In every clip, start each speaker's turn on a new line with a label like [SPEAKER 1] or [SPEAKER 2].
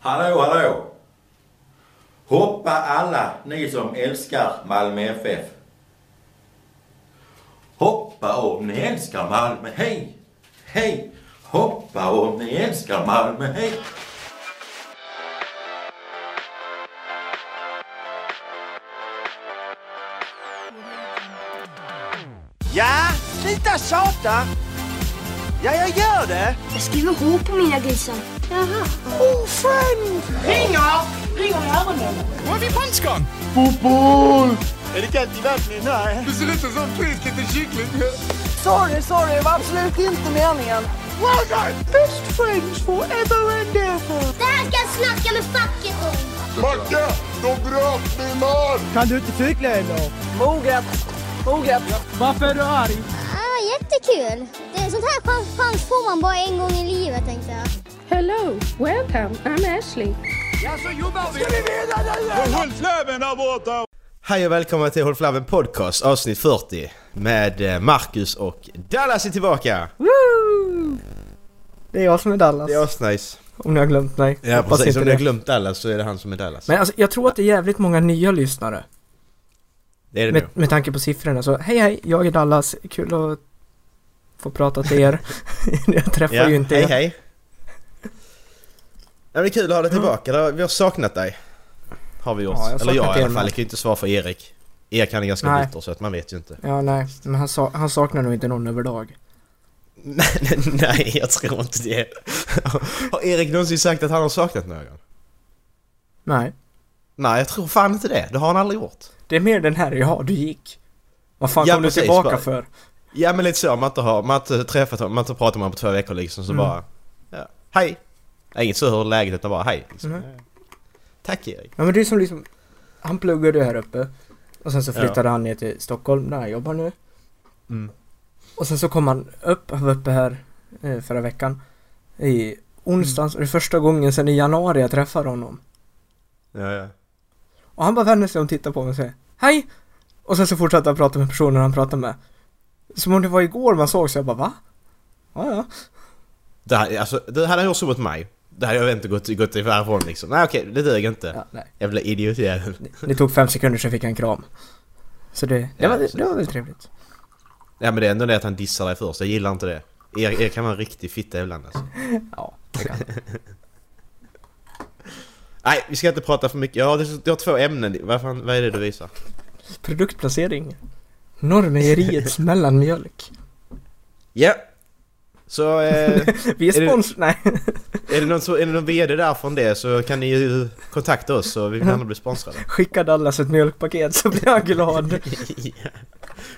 [SPEAKER 1] Hallå, hallå! Hoppa alla ni som älskar Malmö FF. Hoppa om ni älskar Malmö, hej! Hej! Hoppa om ni älskar Malmö, hej!
[SPEAKER 2] Ja, sluta tjata! Ja, jag gör det!
[SPEAKER 3] Jag skriver H på mina grisar. Jaha.
[SPEAKER 2] Ofriend!
[SPEAKER 4] Ringer! Ringer i öronen.
[SPEAKER 5] Var är vi punchgång?
[SPEAKER 2] Är det kallt i vattnet? Nej.
[SPEAKER 5] Du ser ut som en frisk liten kyckling.
[SPEAKER 6] Sorry, sorry, det var absolut inte meningen.
[SPEAKER 2] Well done! Best friends forever and ever!
[SPEAKER 7] Det här ska jag snacka med facket om.
[SPEAKER 5] Macke, de bröt min man!
[SPEAKER 8] Kan du inte cykla eller?
[SPEAKER 6] Moget, moget.
[SPEAKER 8] Varför är du arg?
[SPEAKER 7] Ah, jättekul. Det, sånt här chans, chans får man bara en gång i livet, tänkte jag.
[SPEAKER 9] Hello, welcome, I'm Ashley.
[SPEAKER 10] Hej och välkomna till Håll Flabben Podcast avsnitt 40 med eh, Marcus och Dallas är tillbaka!
[SPEAKER 8] Det är jag som är Dallas.
[SPEAKER 10] Det är asnice.
[SPEAKER 8] Om ni har glömt mig.
[SPEAKER 10] Ja
[SPEAKER 8] Hoppas
[SPEAKER 10] precis,
[SPEAKER 8] inte
[SPEAKER 10] om du har
[SPEAKER 8] det.
[SPEAKER 10] glömt Dallas så är det han som är Dallas.
[SPEAKER 8] Men alltså, jag tror att det är jävligt många nya lyssnare.
[SPEAKER 10] det är det
[SPEAKER 8] Med,
[SPEAKER 10] nog.
[SPEAKER 8] med tanke på siffrorna så, hej hej, jag är Dallas, kul att få prata till er. jag träffar
[SPEAKER 10] Ja,
[SPEAKER 8] ju inte
[SPEAKER 10] hej
[SPEAKER 8] er.
[SPEAKER 10] hej. Ja, det är kul att ha dig tillbaka, Det har- vi har saknat dig. Har vi gjort.
[SPEAKER 8] Ja, jag har
[SPEAKER 10] Eller jag
[SPEAKER 8] saknat
[SPEAKER 10] i
[SPEAKER 8] er
[SPEAKER 10] alla fall,
[SPEAKER 8] med.
[SPEAKER 10] jag kan ju inte svara för Erik. Erik han är ganska
[SPEAKER 8] Nej.
[SPEAKER 10] bitter så att man vet ju inte.
[SPEAKER 8] Ja, nej, men han, sa, han saknar nog inte någon överlag.
[SPEAKER 10] Nej, nej, jag tror inte det. har Erik någonsin sagt att han har saknat någon?
[SPEAKER 8] Nej.
[SPEAKER 10] Nej, jag tror fan inte det. Det har han aldrig gjort.
[SPEAKER 8] Det är mer den här, ja, du gick. Vad fan
[SPEAKER 10] Ja,
[SPEAKER 8] kom du
[SPEAKER 10] precis,
[SPEAKER 8] tillbaka
[SPEAKER 10] bara-
[SPEAKER 8] för?
[SPEAKER 10] Ja men lite så, man har inte har, man har inte träffat honom, man har inte pratat med honom på två veckor liksom så
[SPEAKER 8] Mm.
[SPEAKER 10] bara... Ja, hej! Ja, Inget så hur läget utan bara hej liksom.
[SPEAKER 8] Mm.
[SPEAKER 10] Tack Erik!
[SPEAKER 8] Ja, men det är som liksom, han pluggade här uppe. Och sen så
[SPEAKER 10] Ja.
[SPEAKER 8] flyttade han ner till Stockholm, där han jobbar nu.
[SPEAKER 10] Mm.
[SPEAKER 8] Och sen så kom han upp, han var uppe här eh, förra veckan I
[SPEAKER 10] Mm.
[SPEAKER 8] onsdags, och det är första gången sedan i januari jag träffar honom
[SPEAKER 10] Ja, ja.
[SPEAKER 8] Och han bara vänder sig om och tittar på mig och säger Hej! Och sen så fortsätter han prata med personen han pratar med Som om det var igår man såg så jag bara va? Ja, ja.
[SPEAKER 10] Det, här- alltså, det hade han gjort så mot mig. Det hade jag inte gått, gått ifrån liksom. Nej okej, det duger inte.
[SPEAKER 8] ja nej.
[SPEAKER 10] Jävla idiotjävel.
[SPEAKER 8] Det tog fem sekunder så fick jag en kram Så det, det,
[SPEAKER 10] Ja,
[SPEAKER 8] var,
[SPEAKER 10] precis.
[SPEAKER 8] det var väl trevligt
[SPEAKER 10] Ja men det är ändå det att han dissar dig först, jag gillar inte det. Erik, Erik kan vara en riktig fitta ibland alltså.
[SPEAKER 8] Ja, det kan jag.
[SPEAKER 10] Nej, vi ska inte prata för mycket. Jag har, jag har två ämnen. Vad, fan, vad är det du visar?
[SPEAKER 8] Produktplacering Norrmejeriets mellanmjölk
[SPEAKER 10] Ja! Så... Eh,
[SPEAKER 8] Vi är
[SPEAKER 10] Är det-
[SPEAKER 8] spons... Nej,
[SPEAKER 10] Är det, någon, så, är det någon VD där från det så kan ni ju kontakta oss så vi kan gärna bli sponsrade.
[SPEAKER 8] skicka Dallas ett mjölkpaket så blir jag glad
[SPEAKER 10] Ja.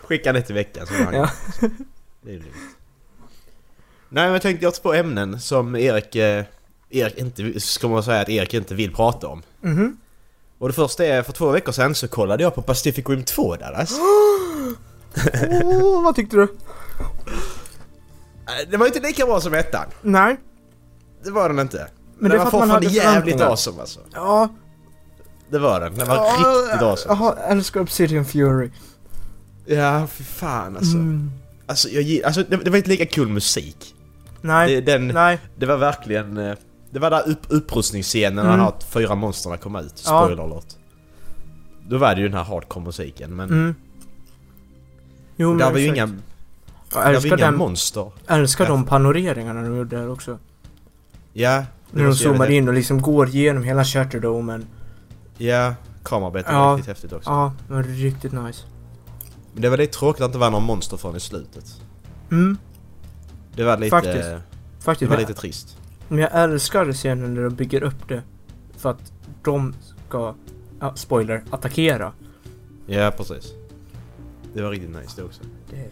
[SPEAKER 10] Skicka det till veckan så har han
[SPEAKER 8] Ja.
[SPEAKER 10] det. är lugnt. Nej men jag tänkte jag har två ämnen som Erik, eh, Erik inte, ska man säga att Erik inte vill prata om.
[SPEAKER 8] Mhm
[SPEAKER 10] Och det första är, för två veckor sedan så kollade jag på Pacific Rim alltså. 2 Dallas.
[SPEAKER 8] Åh, vad tyckte du?
[SPEAKER 10] Eh, Det var ju inte lika bra som ettan.
[SPEAKER 8] Nej.
[SPEAKER 10] Det var den inte.
[SPEAKER 8] Men det
[SPEAKER 10] den
[SPEAKER 8] är
[SPEAKER 10] var
[SPEAKER 8] för att man hade
[SPEAKER 10] fortfarande jävligt
[SPEAKER 8] förväntningar.
[SPEAKER 10] awesome alltså.
[SPEAKER 8] Ja.
[SPEAKER 10] Det var den, den var riktigt awesome.
[SPEAKER 8] Jaha, älskar Obsidian Fury.
[SPEAKER 10] Ja, för fan alltså.
[SPEAKER 8] Mm.
[SPEAKER 10] Alltså, jag, gill- alltså det, det var inte lika kul musik.
[SPEAKER 8] Nej.
[SPEAKER 10] Det, den,
[SPEAKER 8] Nej.
[SPEAKER 10] det var verkligen... eh, Det var där upp, upprustningsscenen när
[SPEAKER 8] Mm.
[SPEAKER 10] de här fyra monstren kom ut.
[SPEAKER 8] Ja.
[SPEAKER 10] Spoiler alert. Då var det ju den här hardcore-musiken men...
[SPEAKER 8] Mm. Jo,
[SPEAKER 10] Där var ju
[SPEAKER 8] exakt.
[SPEAKER 10] inga,
[SPEAKER 8] Jag
[SPEAKER 10] där var ju
[SPEAKER 8] älskar,
[SPEAKER 10] inga
[SPEAKER 8] den,
[SPEAKER 10] monster.
[SPEAKER 8] älskar
[SPEAKER 10] Ja.
[SPEAKER 8] de panoreringarna de gjorde där också.
[SPEAKER 10] Ja.
[SPEAKER 8] När de zoomar in och liksom går igenom hela Shatterdomen.
[SPEAKER 10] Ja. Kamerarbetet
[SPEAKER 8] Ja.
[SPEAKER 10] var riktigt häftigt också.
[SPEAKER 8] Ja, det var riktigt nice.
[SPEAKER 10] Men det var lite tråkigt att det inte var någon monster förrän i slutet.
[SPEAKER 8] Mm,
[SPEAKER 10] Det var lite...
[SPEAKER 8] Faktiskt.
[SPEAKER 10] Det
[SPEAKER 8] faktiskt.
[SPEAKER 10] var
[SPEAKER 8] men-
[SPEAKER 10] lite trist.
[SPEAKER 8] Men jag älskar scenen när de bygger upp det. För att de ska, ja, spoiler, attackera.
[SPEAKER 10] Ja, precis. Det var riktigt nice det också.
[SPEAKER 8] Det,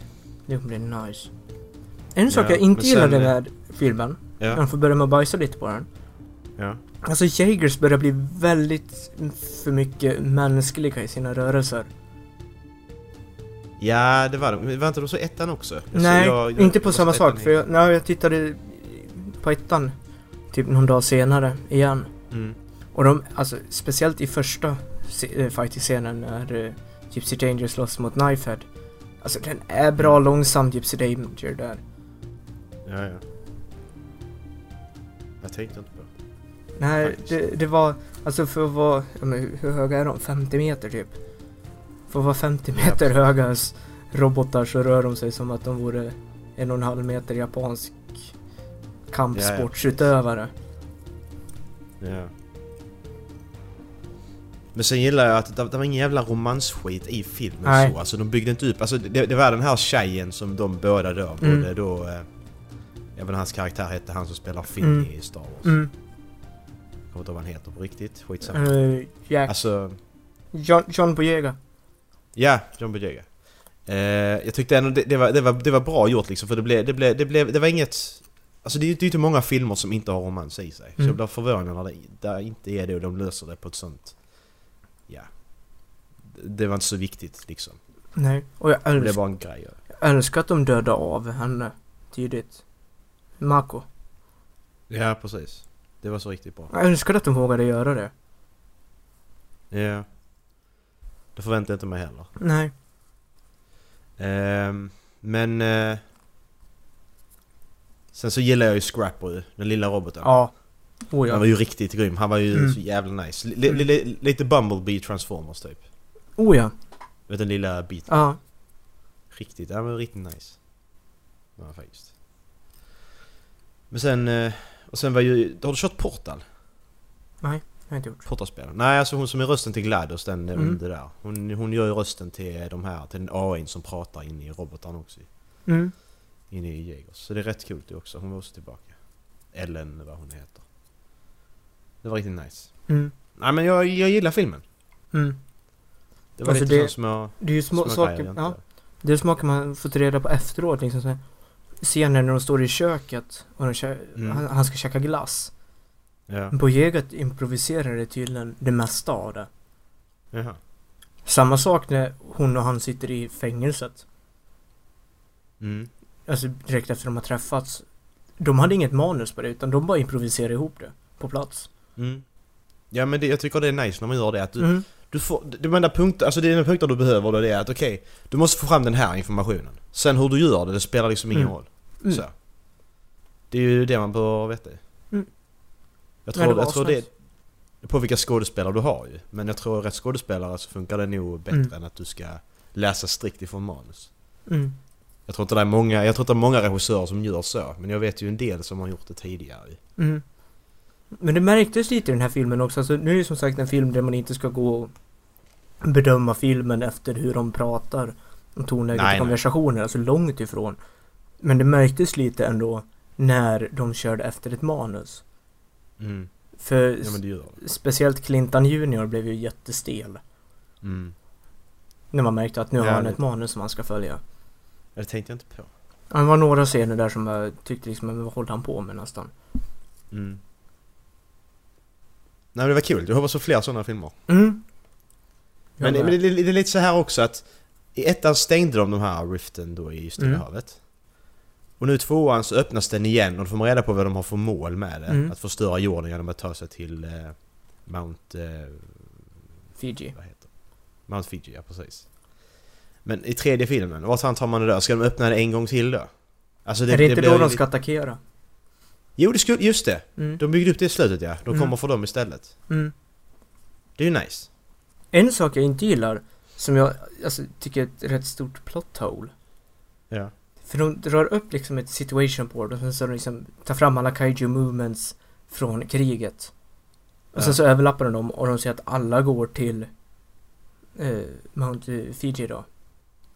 [SPEAKER 8] det kommer bli nice. En sak
[SPEAKER 10] Ja,
[SPEAKER 8] jag inte
[SPEAKER 10] men sen-
[SPEAKER 8] gillade med filmen,
[SPEAKER 10] Ja.
[SPEAKER 8] jag får börja med att bajsa lite på den.
[SPEAKER 10] Ja.
[SPEAKER 8] Alltså Jagers börjar bli väldigt för mycket mänskliga i sina rörelser.
[SPEAKER 10] Ja, det var de. Men Var inte de så ettan också? Jag-
[SPEAKER 8] nej,
[SPEAKER 10] Alltså, jag- jag-
[SPEAKER 8] inte på
[SPEAKER 10] jag-
[SPEAKER 8] samma
[SPEAKER 10] ettan
[SPEAKER 8] sak.
[SPEAKER 10] är-
[SPEAKER 8] För jag, när jag tittade på ettan typ någon dag senare igen.
[SPEAKER 10] Mm.
[SPEAKER 8] Och de, alltså speciellt i första se- eh, fight-scenen när eh, Gypsy Danger slåss mot Knifehead. Alltså den är bra
[SPEAKER 10] Mm.
[SPEAKER 8] långsam Gypsy Danger där.
[SPEAKER 10] Ja, ja. Jag tänkte inte på det.
[SPEAKER 8] Nej,
[SPEAKER 10] Faktiskt.
[SPEAKER 8] det, det var... Alltså för att vara... ja, Men hur- hur höga är de? 50 meter typ? För att vara 50 meter höga s- robotar så rör de sig som att de vore en och en halv meter japansk kampsportsutövare.
[SPEAKER 10] Ja. Typ. Men sen gillar jag att det, det var ingen jävla romansskit i filmen
[SPEAKER 8] Nej.
[SPEAKER 10] så. Alltså de byggde inte upp... Alltså det, det var den här tjejen som de båda rör.
[SPEAKER 8] Mm.
[SPEAKER 10] Både då... Eh, jag vet hans karaktär hette han som spelar Finn
[SPEAKER 8] Mm.
[SPEAKER 10] i Star Wars.
[SPEAKER 8] Mm.
[SPEAKER 10] Jag kommer inte ihåg vad han heter på riktigt. Skitsamma.
[SPEAKER 8] Uh, Jack.
[SPEAKER 10] Alltså...
[SPEAKER 8] John, John Boyega.
[SPEAKER 10] Ja, John Boyega. Eh, jag tyckte ändå det, det, var, det, var, det var bra gjort liksom för det blev... Det, blev, det, blev, det var inget... Alltså det är ju det är ju inte många filmer som inte har romans i sig. Så
[SPEAKER 8] Mm.
[SPEAKER 10] jag blir förvånad när det, där inte är det och de löser det på ett sånt... Ja. Det var inte så viktigt liksom.
[SPEAKER 8] Nej. Och jag
[SPEAKER 10] Det blev
[SPEAKER 8] önskar,
[SPEAKER 10] bara en grej.
[SPEAKER 8] önskar att de dödade av henne tidigt. Mako.
[SPEAKER 10] Ja, precis. Det var så riktigt bra.
[SPEAKER 8] Jag önskar att de vågade göra det.
[SPEAKER 10] Ja. Det förväntade jag inte mig heller.
[SPEAKER 8] Nej.
[SPEAKER 10] Ehm, men... Eh, sen så gillar jag ju Scrapper, den lilla roboten.
[SPEAKER 8] Ja. Oh,
[SPEAKER 10] Han
[SPEAKER 8] ja.
[SPEAKER 10] var ju riktigt grym, han var ju
[SPEAKER 8] Mm.
[SPEAKER 10] så jävla nice. Li- li- li- lite Bumblebee Transformers typ.
[SPEAKER 8] Oh, ja.
[SPEAKER 10] Vet den lilla biten.
[SPEAKER 8] ja.
[SPEAKER 10] Riktigt, ja men riktigt nice. Ja faktiskt. Men sen, eh, och sen var ju, har du kört Portal?
[SPEAKER 8] Jag har inte gjort.
[SPEAKER 10] Portalspelen? Nej alltså hon som är rösten till GLaDOS, den eh,
[SPEAKER 8] Mm.
[SPEAKER 10] under där. Hon, hon gör ju rösten till de här, till den AIn som pratar in i robotarna också.
[SPEAKER 8] Mm.
[SPEAKER 10] Inne i Jägers. Så det är rätt coolt det också, hon var också tillbaka. Ellen vad hon heter. Det var riktigt nice.
[SPEAKER 8] Mm.
[SPEAKER 10] Nej men jag, jag gillar filmen.
[SPEAKER 8] Mm.
[SPEAKER 10] Det var
[SPEAKER 8] Alltså,
[SPEAKER 10] lite
[SPEAKER 8] det-
[SPEAKER 10] sånt som jag...
[SPEAKER 8] Det är ju små saker.
[SPEAKER 10] grejer,
[SPEAKER 8] Ja.
[SPEAKER 10] inte-
[SPEAKER 8] Det är smaker man fått reda på efteråt liksom så här, Scener när de står i köket och de kä-
[SPEAKER 10] Mm.
[SPEAKER 8] han, han ska käka glass.
[SPEAKER 10] Ja.
[SPEAKER 8] Mm. Bojegat improviserade tydligen det mesta av det.
[SPEAKER 10] Jaha.
[SPEAKER 8] Samma sak när hon och han sitter i fängelset.
[SPEAKER 10] Mm.
[SPEAKER 8] Alltså direkt efter de har träffats. De hade inget manus på det utan de bara improviserade ihop det. På plats.
[SPEAKER 10] Mm. Ja men det, jag tycker det är nice när man gör det att du,
[SPEAKER 8] Mm.
[SPEAKER 10] du får, de enda punkter, alltså det enda punkter du behöver då det är att okej, du måste få fram den här informationen. Sen hur du gör det, det spelar liksom ingen
[SPEAKER 8] Mm.
[SPEAKER 10] roll.
[SPEAKER 8] Mm.
[SPEAKER 10] Så. Det är ju det man bör veta ju.
[SPEAKER 8] Mm.
[SPEAKER 10] Jag
[SPEAKER 8] Nej,
[SPEAKER 10] tror,
[SPEAKER 8] det var
[SPEAKER 10] jag tror det
[SPEAKER 8] asnice.
[SPEAKER 10] är på vilka skådespelare du har ju. Men jag tror rätt skådespelare så funkar det nog bättre
[SPEAKER 8] Mm.
[SPEAKER 10] än att du ska läsa strikt ifrån manus.
[SPEAKER 8] Mm.
[SPEAKER 10] Jag tror inte det är många, jag tror inte det är många regissörer som gör så, men jag vet ju en del som har gjort det tidigare ju.
[SPEAKER 8] Mm. Men det märktes lite i den här filmen också. Alltså, nu är det som sagt en film där man inte ska gå och bedöma filmen efter hur de pratar. Och
[SPEAKER 10] Nej,
[SPEAKER 8] tonläget
[SPEAKER 10] nej.
[SPEAKER 8] i konversationer, alltså långt ifrån. Men det märktes lite ändå när de körde efter ett manus.
[SPEAKER 10] Mm.
[SPEAKER 8] För
[SPEAKER 10] Ja men det gör det.
[SPEAKER 8] s- speciellt Clinton Junior blev ju jättestel.
[SPEAKER 10] Mm.
[SPEAKER 8] När man märkte att nu
[SPEAKER 10] Ja,
[SPEAKER 8] har han
[SPEAKER 10] det-
[SPEAKER 8] ett manus som han ska följa.
[SPEAKER 10] Ja, det tänkte jag inte på.
[SPEAKER 8] Ja, Det var några scener där som jag tyckte liksom, men vad håller han på med nästan?
[SPEAKER 10] Mm. Nej men det var kul, jag hoppas på fler sådana filmer.
[SPEAKER 8] Mm.
[SPEAKER 10] Men,
[SPEAKER 8] Ja,
[SPEAKER 10] men det, det, det är lite så här också att i ettan stängde de de här riften då i Stilla
[SPEAKER 8] Mm.
[SPEAKER 10] havet. Och nu i tvåan så öppnas den igen och då får man reda på vad de har för mål med det.
[SPEAKER 8] Mm.
[SPEAKER 10] Att förstöra jorden genom att ta sig till eh, Mount... Eh,
[SPEAKER 8] Fiji.
[SPEAKER 10] vad heter det? Mount Fiji, ja precis. Men i tredje filmen, vart fan tar man det då? Ska de öppna det en gång till då? Alltså
[SPEAKER 8] är det inte
[SPEAKER 10] blir
[SPEAKER 8] då
[SPEAKER 10] ju
[SPEAKER 8] de
[SPEAKER 10] lite-
[SPEAKER 8] ska attackera?
[SPEAKER 10] Jo, det skulle, just det!
[SPEAKER 8] Mm.
[SPEAKER 10] De byggde upp det i slutet ja, de
[SPEAKER 8] Mm.
[SPEAKER 10] kommer för dem istället.
[SPEAKER 8] Mm.
[SPEAKER 10] Det är ju nice.
[SPEAKER 8] En sak jag inte gillar, som jag alltså, tycker är ett rätt stort plot hole.
[SPEAKER 10] Ja.
[SPEAKER 8] För de drar upp liksom ett situation board och sen så liksom tar fram alla kaiju movements från kriget. Och sen
[SPEAKER 10] Ja.
[SPEAKER 8] så överlappar de dem och de säger att alla går till eh, Mount Fiji då.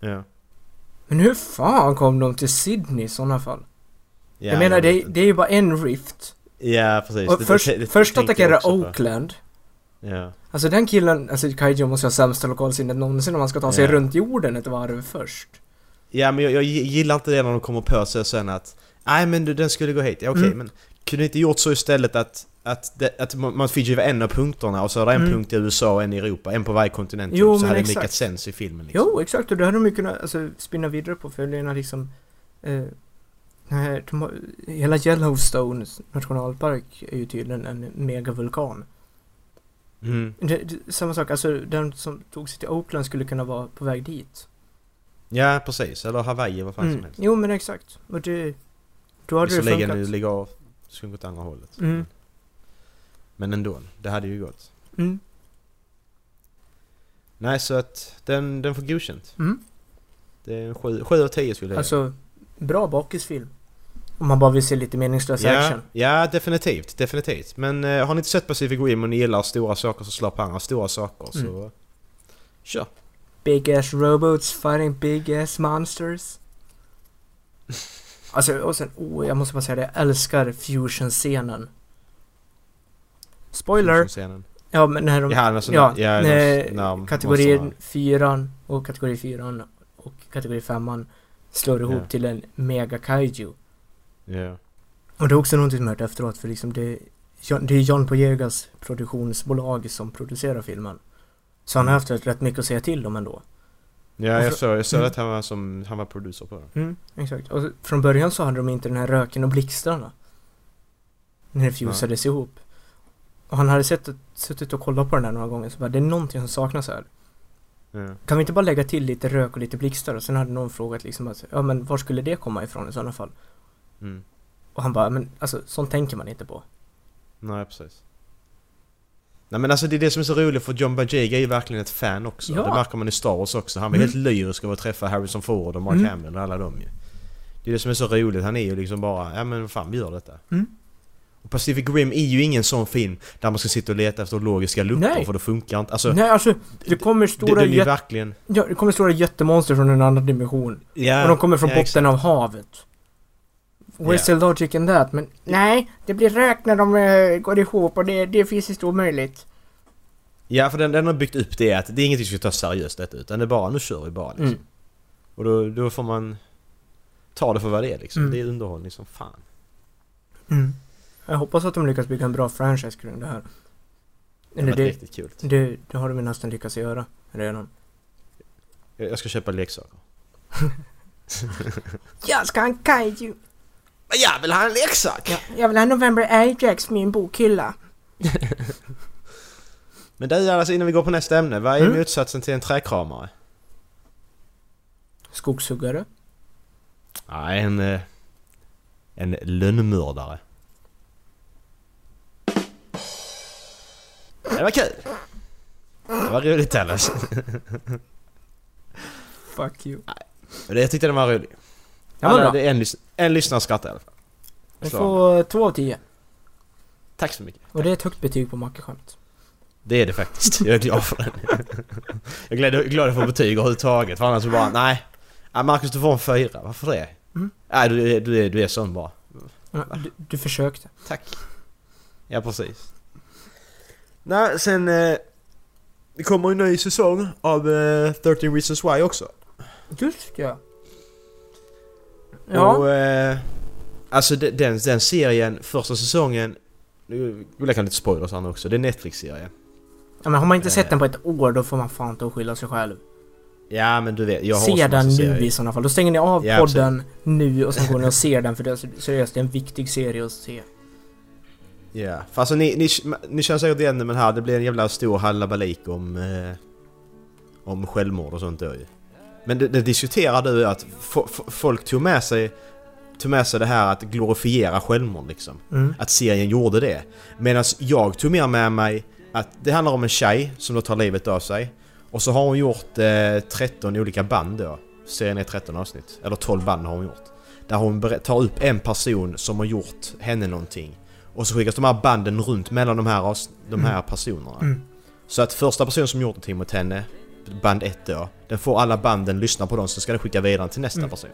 [SPEAKER 10] Ja.
[SPEAKER 8] Men hur fan kom de till Sydney i sådana fall?
[SPEAKER 10] Ja,
[SPEAKER 8] jag menar, det,
[SPEAKER 10] vet
[SPEAKER 8] det är ju bara en rift.
[SPEAKER 10] inte. Ja, precis.
[SPEAKER 8] Och
[SPEAKER 10] Det-
[SPEAKER 8] först,
[SPEAKER 10] det- det
[SPEAKER 8] först
[SPEAKER 10] tänkte jag
[SPEAKER 8] attackerar
[SPEAKER 10] också på.
[SPEAKER 8] Oakland.
[SPEAKER 10] Ja.
[SPEAKER 8] Alltså den killen, alltså Kaiju måste ha sämsta lokalsinnet någonsin om man ska ta sig
[SPEAKER 10] Ja.
[SPEAKER 8] runt jorden ett varv först.
[SPEAKER 10] ja, men jag, jag gillar inte det när de kommer på sig sen att nej men du, den skulle gå hit. Ja, okej,
[SPEAKER 8] Mm.
[SPEAKER 10] men kunde inte gjort så istället att att, det, att Ma- Mount Fiji var en av punkterna och så är det en
[SPEAKER 8] Mm.
[SPEAKER 10] punkt i USA och en i Europa, en på varje kontinent.
[SPEAKER 8] Jo,
[SPEAKER 10] så
[SPEAKER 8] men
[SPEAKER 10] hade det
[SPEAKER 8] exakt.
[SPEAKER 10] makat sens i filmen liksom.
[SPEAKER 8] Jo, exakt. Och det hade de ju kunnat alltså, spinna vidare på för det är liksom... Eh, nej, de har, hela Yellowstones nationalpark är ju tydligen en megavulkan.
[SPEAKER 10] Mm.
[SPEAKER 8] Det, det, samma sak, alltså den som tog sig till Oakland skulle kunna vara på väg dit.
[SPEAKER 10] Ja, precis. Eller Hawaii, vad fan som
[SPEAKER 8] Mm.
[SPEAKER 10] helst.
[SPEAKER 8] Jo, men exakt. Och det... Då hade det
[SPEAKER 10] Visserligen
[SPEAKER 8] funkat.
[SPEAKER 10] nu ligger det skulle gå åt andra hållet.
[SPEAKER 8] Mm.
[SPEAKER 10] Men ändå, det hade ju gått.
[SPEAKER 8] Mm.
[SPEAKER 10] Nej, så att den, den får godkänt.
[SPEAKER 8] Mm.
[SPEAKER 10] Det är en sju- sju av tio skulle jag ge.
[SPEAKER 8] Alltså, bra bakisfilm. Om man bara vill se lite meningslös
[SPEAKER 10] Ja,
[SPEAKER 8] alltså action.
[SPEAKER 10] ja, definitivt. Definitivt. Men eh, har ni inte sett Pacific Rim och ni gillar stora saker så slapp han av stora saker.
[SPEAKER 8] Mm.
[SPEAKER 10] Så kör.
[SPEAKER 8] Big ass robots fighting big ass monsters. Alltså, och sen, oh, jag måste bara säga det, jag älskar fusion-scenen. Spoiler!
[SPEAKER 10] Scenen.
[SPEAKER 8] Ja, men när de...
[SPEAKER 10] Ja, alltså,
[SPEAKER 8] Ja,
[SPEAKER 10] ja, ja,
[SPEAKER 8] när
[SPEAKER 10] de- när
[SPEAKER 8] kategori
[SPEAKER 10] monsterna-
[SPEAKER 8] 4 och kategori 4 och kategori 5 slår ihop
[SPEAKER 10] Ja.
[SPEAKER 8] till en mega kaiju.
[SPEAKER 10] Ja.
[SPEAKER 8] Och det är också någonting som jag hört efteråt för liksom det, John- det är John Poyegas produktionsbolag som producerar filmen. Så han
[SPEAKER 10] Mm.
[SPEAKER 8] har haft rätt mycket att säga till om ändå.
[SPEAKER 10] Ja,
[SPEAKER 8] Och
[SPEAKER 10] jag
[SPEAKER 8] för-
[SPEAKER 10] såg, jag såg
[SPEAKER 8] Mm.
[SPEAKER 10] att han var, som, han var producer på den.
[SPEAKER 8] Mm, exakt. Och från början så hade de inte den här röken och blixtarna. När det fusades ihop. Och han hade sett, suttit och kollat på den här några gånger så bara, det är någonting som saknas här.
[SPEAKER 10] Ja.
[SPEAKER 8] Kan vi inte bara lägga till lite rök och lite blixtar? Och sen hade någon frågat liksom att, ja men var skulle det komma ifrån i sådana fall?
[SPEAKER 10] Mm.
[SPEAKER 8] Och han bara, men alltså sånt tänker man inte på.
[SPEAKER 10] Nej, precis. Nej men alltså det är det som är så roligt för John Bajega är ju verkligen ett fan också.
[SPEAKER 8] Ja.
[SPEAKER 10] Det märker man i Star Wars också. Han var helt lyrisk över att träffa Harrison Ford och Mark
[SPEAKER 8] Mm.
[SPEAKER 10] Hamill och alla dem ju. Det är det som är så roligt. Han är ju liksom bara, ja men vad fan vi gör detta.
[SPEAKER 8] Mm.
[SPEAKER 10] Och Pacific Rim är ju ingen sån film där man ska sitta och leta efter logiska luckor
[SPEAKER 8] Nej.
[SPEAKER 10] för det funkar inte. Alltså,
[SPEAKER 8] Nej alltså, det kommer
[SPEAKER 10] det,
[SPEAKER 8] stora,
[SPEAKER 10] det är ju
[SPEAKER 8] jät-
[SPEAKER 10] verkligen...
[SPEAKER 8] ja, det kommer stora jättemonster från en annan dimension.
[SPEAKER 10] Ja,
[SPEAKER 8] och de kommer från
[SPEAKER 10] ja,
[SPEAKER 8] botten
[SPEAKER 10] exakt.
[SPEAKER 8] av havet. Where's
[SPEAKER 10] Ja.
[SPEAKER 8] the logic in that? Men nej, det blir rök när de eh, går ihop och det, det är fysiskt omöjligt.
[SPEAKER 10] Ja, för den, den har byggt upp det att det är ingenting som ska ta seriöst detta utan det är bara nu kör vi bara liksom.
[SPEAKER 8] Mm.
[SPEAKER 10] Och då, då får man ta det för vad det är liksom.
[SPEAKER 8] Mm.
[SPEAKER 10] Det är underhållning som fan.
[SPEAKER 8] Mm. Jag hoppas att de lyckas bygga en bra franchise kring det här.
[SPEAKER 10] Det har
[SPEAKER 8] Eller
[SPEAKER 10] varit
[SPEAKER 8] det,
[SPEAKER 10] riktigt kul.
[SPEAKER 8] det, det har de ju nästan lyckats göra redan.
[SPEAKER 10] Jag jag ska köpa leksaker.
[SPEAKER 8] Jag ska ha en kaiju!
[SPEAKER 10] Jag vill ha en leksak!
[SPEAKER 8] Jag vill ha November Ajax i min bokhylla.
[SPEAKER 10] Men du alltså innan vi går på nästa ämne, vad är
[SPEAKER 8] Mm.
[SPEAKER 10] motsatsen till en träkramare?
[SPEAKER 8] Skogshuggare.
[SPEAKER 10] Ja, en... eh, En lönnmördare. Det var kul! Det var roligt Dallas.
[SPEAKER 8] Fuck you.
[SPEAKER 10] Jag tyckte den var rolig.
[SPEAKER 8] Ja, men
[SPEAKER 10] Alla-
[SPEAKER 8] bra.
[SPEAKER 10] det är en, lys- en lyssnare skrattade i alla fall.
[SPEAKER 8] Vi
[SPEAKER 10] Så,
[SPEAKER 8] får två av tio.
[SPEAKER 10] Tack så mycket.
[SPEAKER 8] Och det är ett högt betyg på mackeskämt.
[SPEAKER 10] Det är det faktiskt. Jag är glad för den. Jag är glad, jag är glad för betyg överhuvudtaget. För annars så bara, nej. Ja, Marcus du får en fyra. Varför det?
[SPEAKER 8] Mm.
[SPEAKER 10] Nej, du, är- du, är, du är sån bara.
[SPEAKER 8] Ja, Du, du försökte.
[SPEAKER 10] Tack. Ja, precis. Nej, sen... Eh, det kommer en ny säsong av eh, 13 Reasons Why också.
[SPEAKER 8] Just ja. Ja.
[SPEAKER 10] Och, eh, alltså de- den, den serien, första säsongen... Nu jag kan lite spoilers här nu också. Det är en Netflix-serie.
[SPEAKER 8] ja, men har man inte
[SPEAKER 10] eh.
[SPEAKER 8] sett den på ett år då får man fan inte skylla sig själv.
[SPEAKER 10] Ja, men du vet. Jag har också
[SPEAKER 8] Se
[SPEAKER 10] massa
[SPEAKER 8] den nu
[SPEAKER 10] serier.
[SPEAKER 8] i sådana fall. Då stänger ni av
[SPEAKER 10] Ja,
[SPEAKER 8] podden nu och sen går ni och ser den för det är seriöst det är en viktig serie att se.
[SPEAKER 10] Ja, för alltså ni, ni, ni känner säkert igen det men här, det blir en jävla stor hallabalik om... Eh, om självmord och sånt då ju. Men det, det diskuterade du att fo- fo- folk tog med sig... Tog med sig det här att glorifiera självmord liksom.
[SPEAKER 8] Mm.
[SPEAKER 10] Att serien gjorde det. Medan jag tog mer med mig att det handlar om en tjej som då tar livet av sig. Och så har hon gjort eh, 13 olika band då. Serien är 13 avsnitt. Eller 12 band har hon gjort. Där hon ber- tar upp en person som har gjort henne någonting. Och så skickas de här banden runt mellan de här, avs- de här personerna.
[SPEAKER 8] Mm.
[SPEAKER 10] Så att första personen som gjort någonting mot henne, band 1 då, den får alla banden lyssna på dem så ska den skicka vidare till nästa
[SPEAKER 8] Mm.
[SPEAKER 10] person.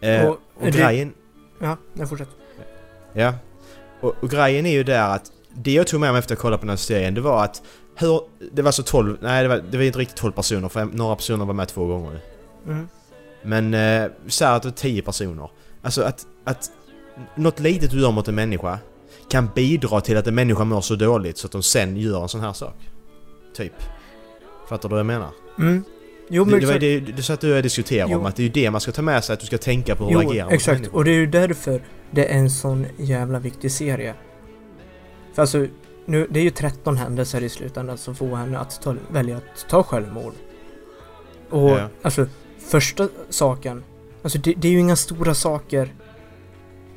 [SPEAKER 10] Eh,
[SPEAKER 8] Och
[SPEAKER 10] och,
[SPEAKER 8] är det-
[SPEAKER 10] grejen...
[SPEAKER 8] Ja, jag fortsätter.
[SPEAKER 10] Ja. Och, och grejen är ju där att det jag tog med mig efter att ha kollat på den här serien det var att hur, det var så 12, nej det var, det var inte riktigt 12 personer för några personer var med två gånger.
[SPEAKER 8] Mm.
[SPEAKER 10] Men eh, så här att det var 10 personer. Alltså att, att något litet du gör mot en människa kan bidra till att en människa mår så dåligt så att de sen gör en sån här sak. Typ. Fattar du vad jag menar?
[SPEAKER 8] Mm. Jo men
[SPEAKER 10] Det, det var
[SPEAKER 8] exakt.
[SPEAKER 10] ju det du satt du och diskuterade
[SPEAKER 8] Jo.
[SPEAKER 10] om, att det är ju det man ska ta med sig, att du ska tänka på hur du
[SPEAKER 8] Jo,
[SPEAKER 10] agerar mot
[SPEAKER 8] exakt.
[SPEAKER 10] människor.
[SPEAKER 8] Och det är ju därför det är en sån jävla viktig serie. För alltså, nu, det är ju 13 händelser i slutändan som får henne att ta, välja att ta självmord. Och
[SPEAKER 10] Ja.
[SPEAKER 8] alltså, första saken. Alltså det, det är ju inga stora saker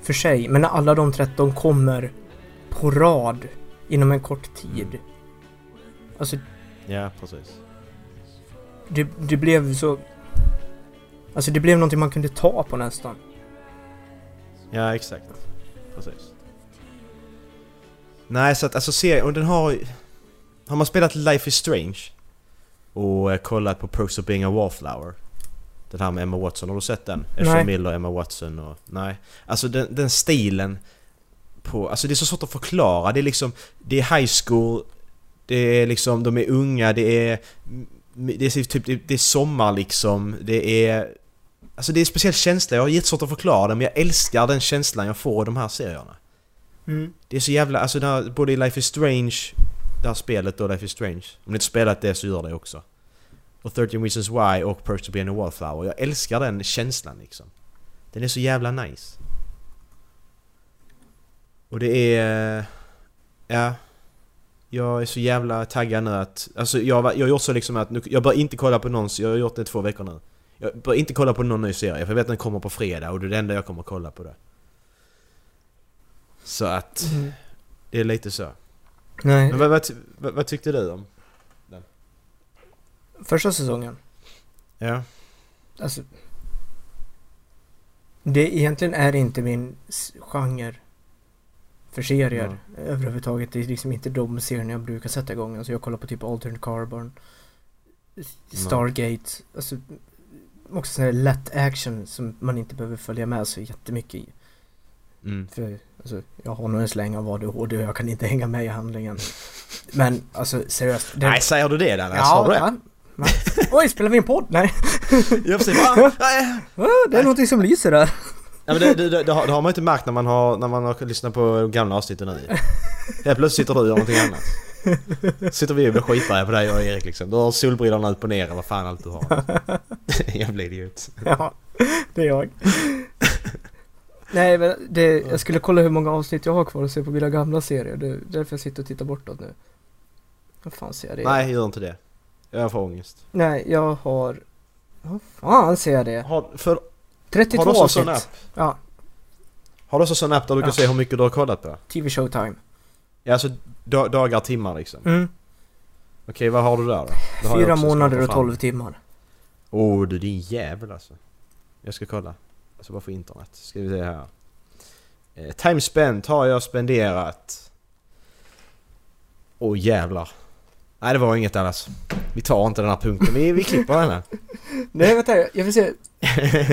[SPEAKER 8] för sig, men när alla de 13 kommer på rad inom en kort tid. Alltså
[SPEAKER 10] Ja, precis.
[SPEAKER 8] det, det blev så... Alltså det blev någonting man kunde ta på nästan.
[SPEAKER 10] Ja, exakt. Precis. Nej, så att alltså serien, och den har Har man spelat Life is Strange och eh, kollat på Perks of Being a Wallflower Den här med Emma Watson, har du sett den?
[SPEAKER 8] Nej.
[SPEAKER 10] Ezra Miller och Emma Watson och... Nej. Alltså den, den stilen på... Alltså det är så svårt att förklara. Det är liksom... Det är high school, det är liksom, de är unga, det är... Det är typ, det det är sommar liksom, det är... Alltså det är en speciell känsla, jag har jättesvårt att förklara det men jag älskar den känslan jag får i de här serierna.
[SPEAKER 8] Mm.
[SPEAKER 10] Det är så jävla, alltså det här, både i Life is Strange, det här spelet och Life is Strange. Om ni inte spelat det så gör det också. Och 13 Reasons Why och Perks to be a Wallflower. Jag älskar den känslan liksom. Den är så jävla nice. Och det är... eh, Ja. Jag är så jävla taggad nu att... Alltså jag, var- jag har gjort så liksom att nu, jag bör inte kolla på någon, jag har gjort det i två veckor nu. Jag bör inte kolla på någon ny serie för jag vet att den kommer på fredag och det är det enda jag kommer kolla på det. Så att... Det är lite så.
[SPEAKER 8] Nej,
[SPEAKER 10] Men vad, vad, ty- vad, vad tyckte du om?
[SPEAKER 8] första säsongen.
[SPEAKER 10] Ja.
[SPEAKER 8] Alltså... Det egentligen är inte min s- genre för serier överhuvudtaget. Det är liksom inte de serierna jag brukar sätta igång. Alltså jag kollar på typ Altered Carbon, Stargate, alltså också sån här lätt action som man inte behöver följa med så jättemycket i.
[SPEAKER 10] Mm.
[SPEAKER 8] För alltså, jag har nog en släng av ADHD och jag kan inte hänga med i handlingen. Men alltså seriöst. det-
[SPEAKER 10] Nej, säger du det Dallas? Har du det?
[SPEAKER 8] va? Va? Oj, spelar vi en podd? Nej,
[SPEAKER 10] Jag precis. Va? Nej.
[SPEAKER 8] det är någonting som lyser där.
[SPEAKER 10] Ja, men det, det, det, det har det har man inte märkt när man har, när man har lyssnat på gamla avsnitt och nu. Helt plötsligt sitter du och gör någonting annat. Sitter vi och blir skitbara på dig jag och Erik liksom. Du har solbrillorna upp och ner eller vad fan allt du har. Jävla idiot.
[SPEAKER 8] Ja, det är jag. Nej men det, jag skulle kolla hur många avsnitt jag har kvar att se på mina gamla serier. Det är därför jag sitter och tittar bortåt nu. Vad fan ser jag det?
[SPEAKER 10] Nej, gör inte det. Jag får ångest.
[SPEAKER 8] Nej, jag har... Vad fan ser jag det?
[SPEAKER 10] Har, för,
[SPEAKER 8] 32
[SPEAKER 10] har du också en
[SPEAKER 8] avsnitt.
[SPEAKER 10] sån app?
[SPEAKER 8] Ja,
[SPEAKER 10] Har du också en sån app där du kan
[SPEAKER 8] Ja.
[SPEAKER 10] se hur mycket du har kollat på?
[SPEAKER 8] TV Showtime.
[SPEAKER 10] Ja, alltså da, dagar, timmar liksom.
[SPEAKER 8] Mm.
[SPEAKER 10] Okej, vad har du där då? Det har jag
[SPEAKER 8] Fyra
[SPEAKER 10] också, ska jag
[SPEAKER 8] månader
[SPEAKER 10] få
[SPEAKER 8] och
[SPEAKER 10] fram.
[SPEAKER 8] 12 timmar.
[SPEAKER 10] Åh du din jävel alltså. Jag ska kolla. Alltså bara få internet. Ska vi se här. Eh, time spent har jag spenderat... Åh jävlar. Nej det var inget alls. Vi tar inte den här punkten. Vi, vi klipper den här.
[SPEAKER 8] Nej vänta, jag vill se.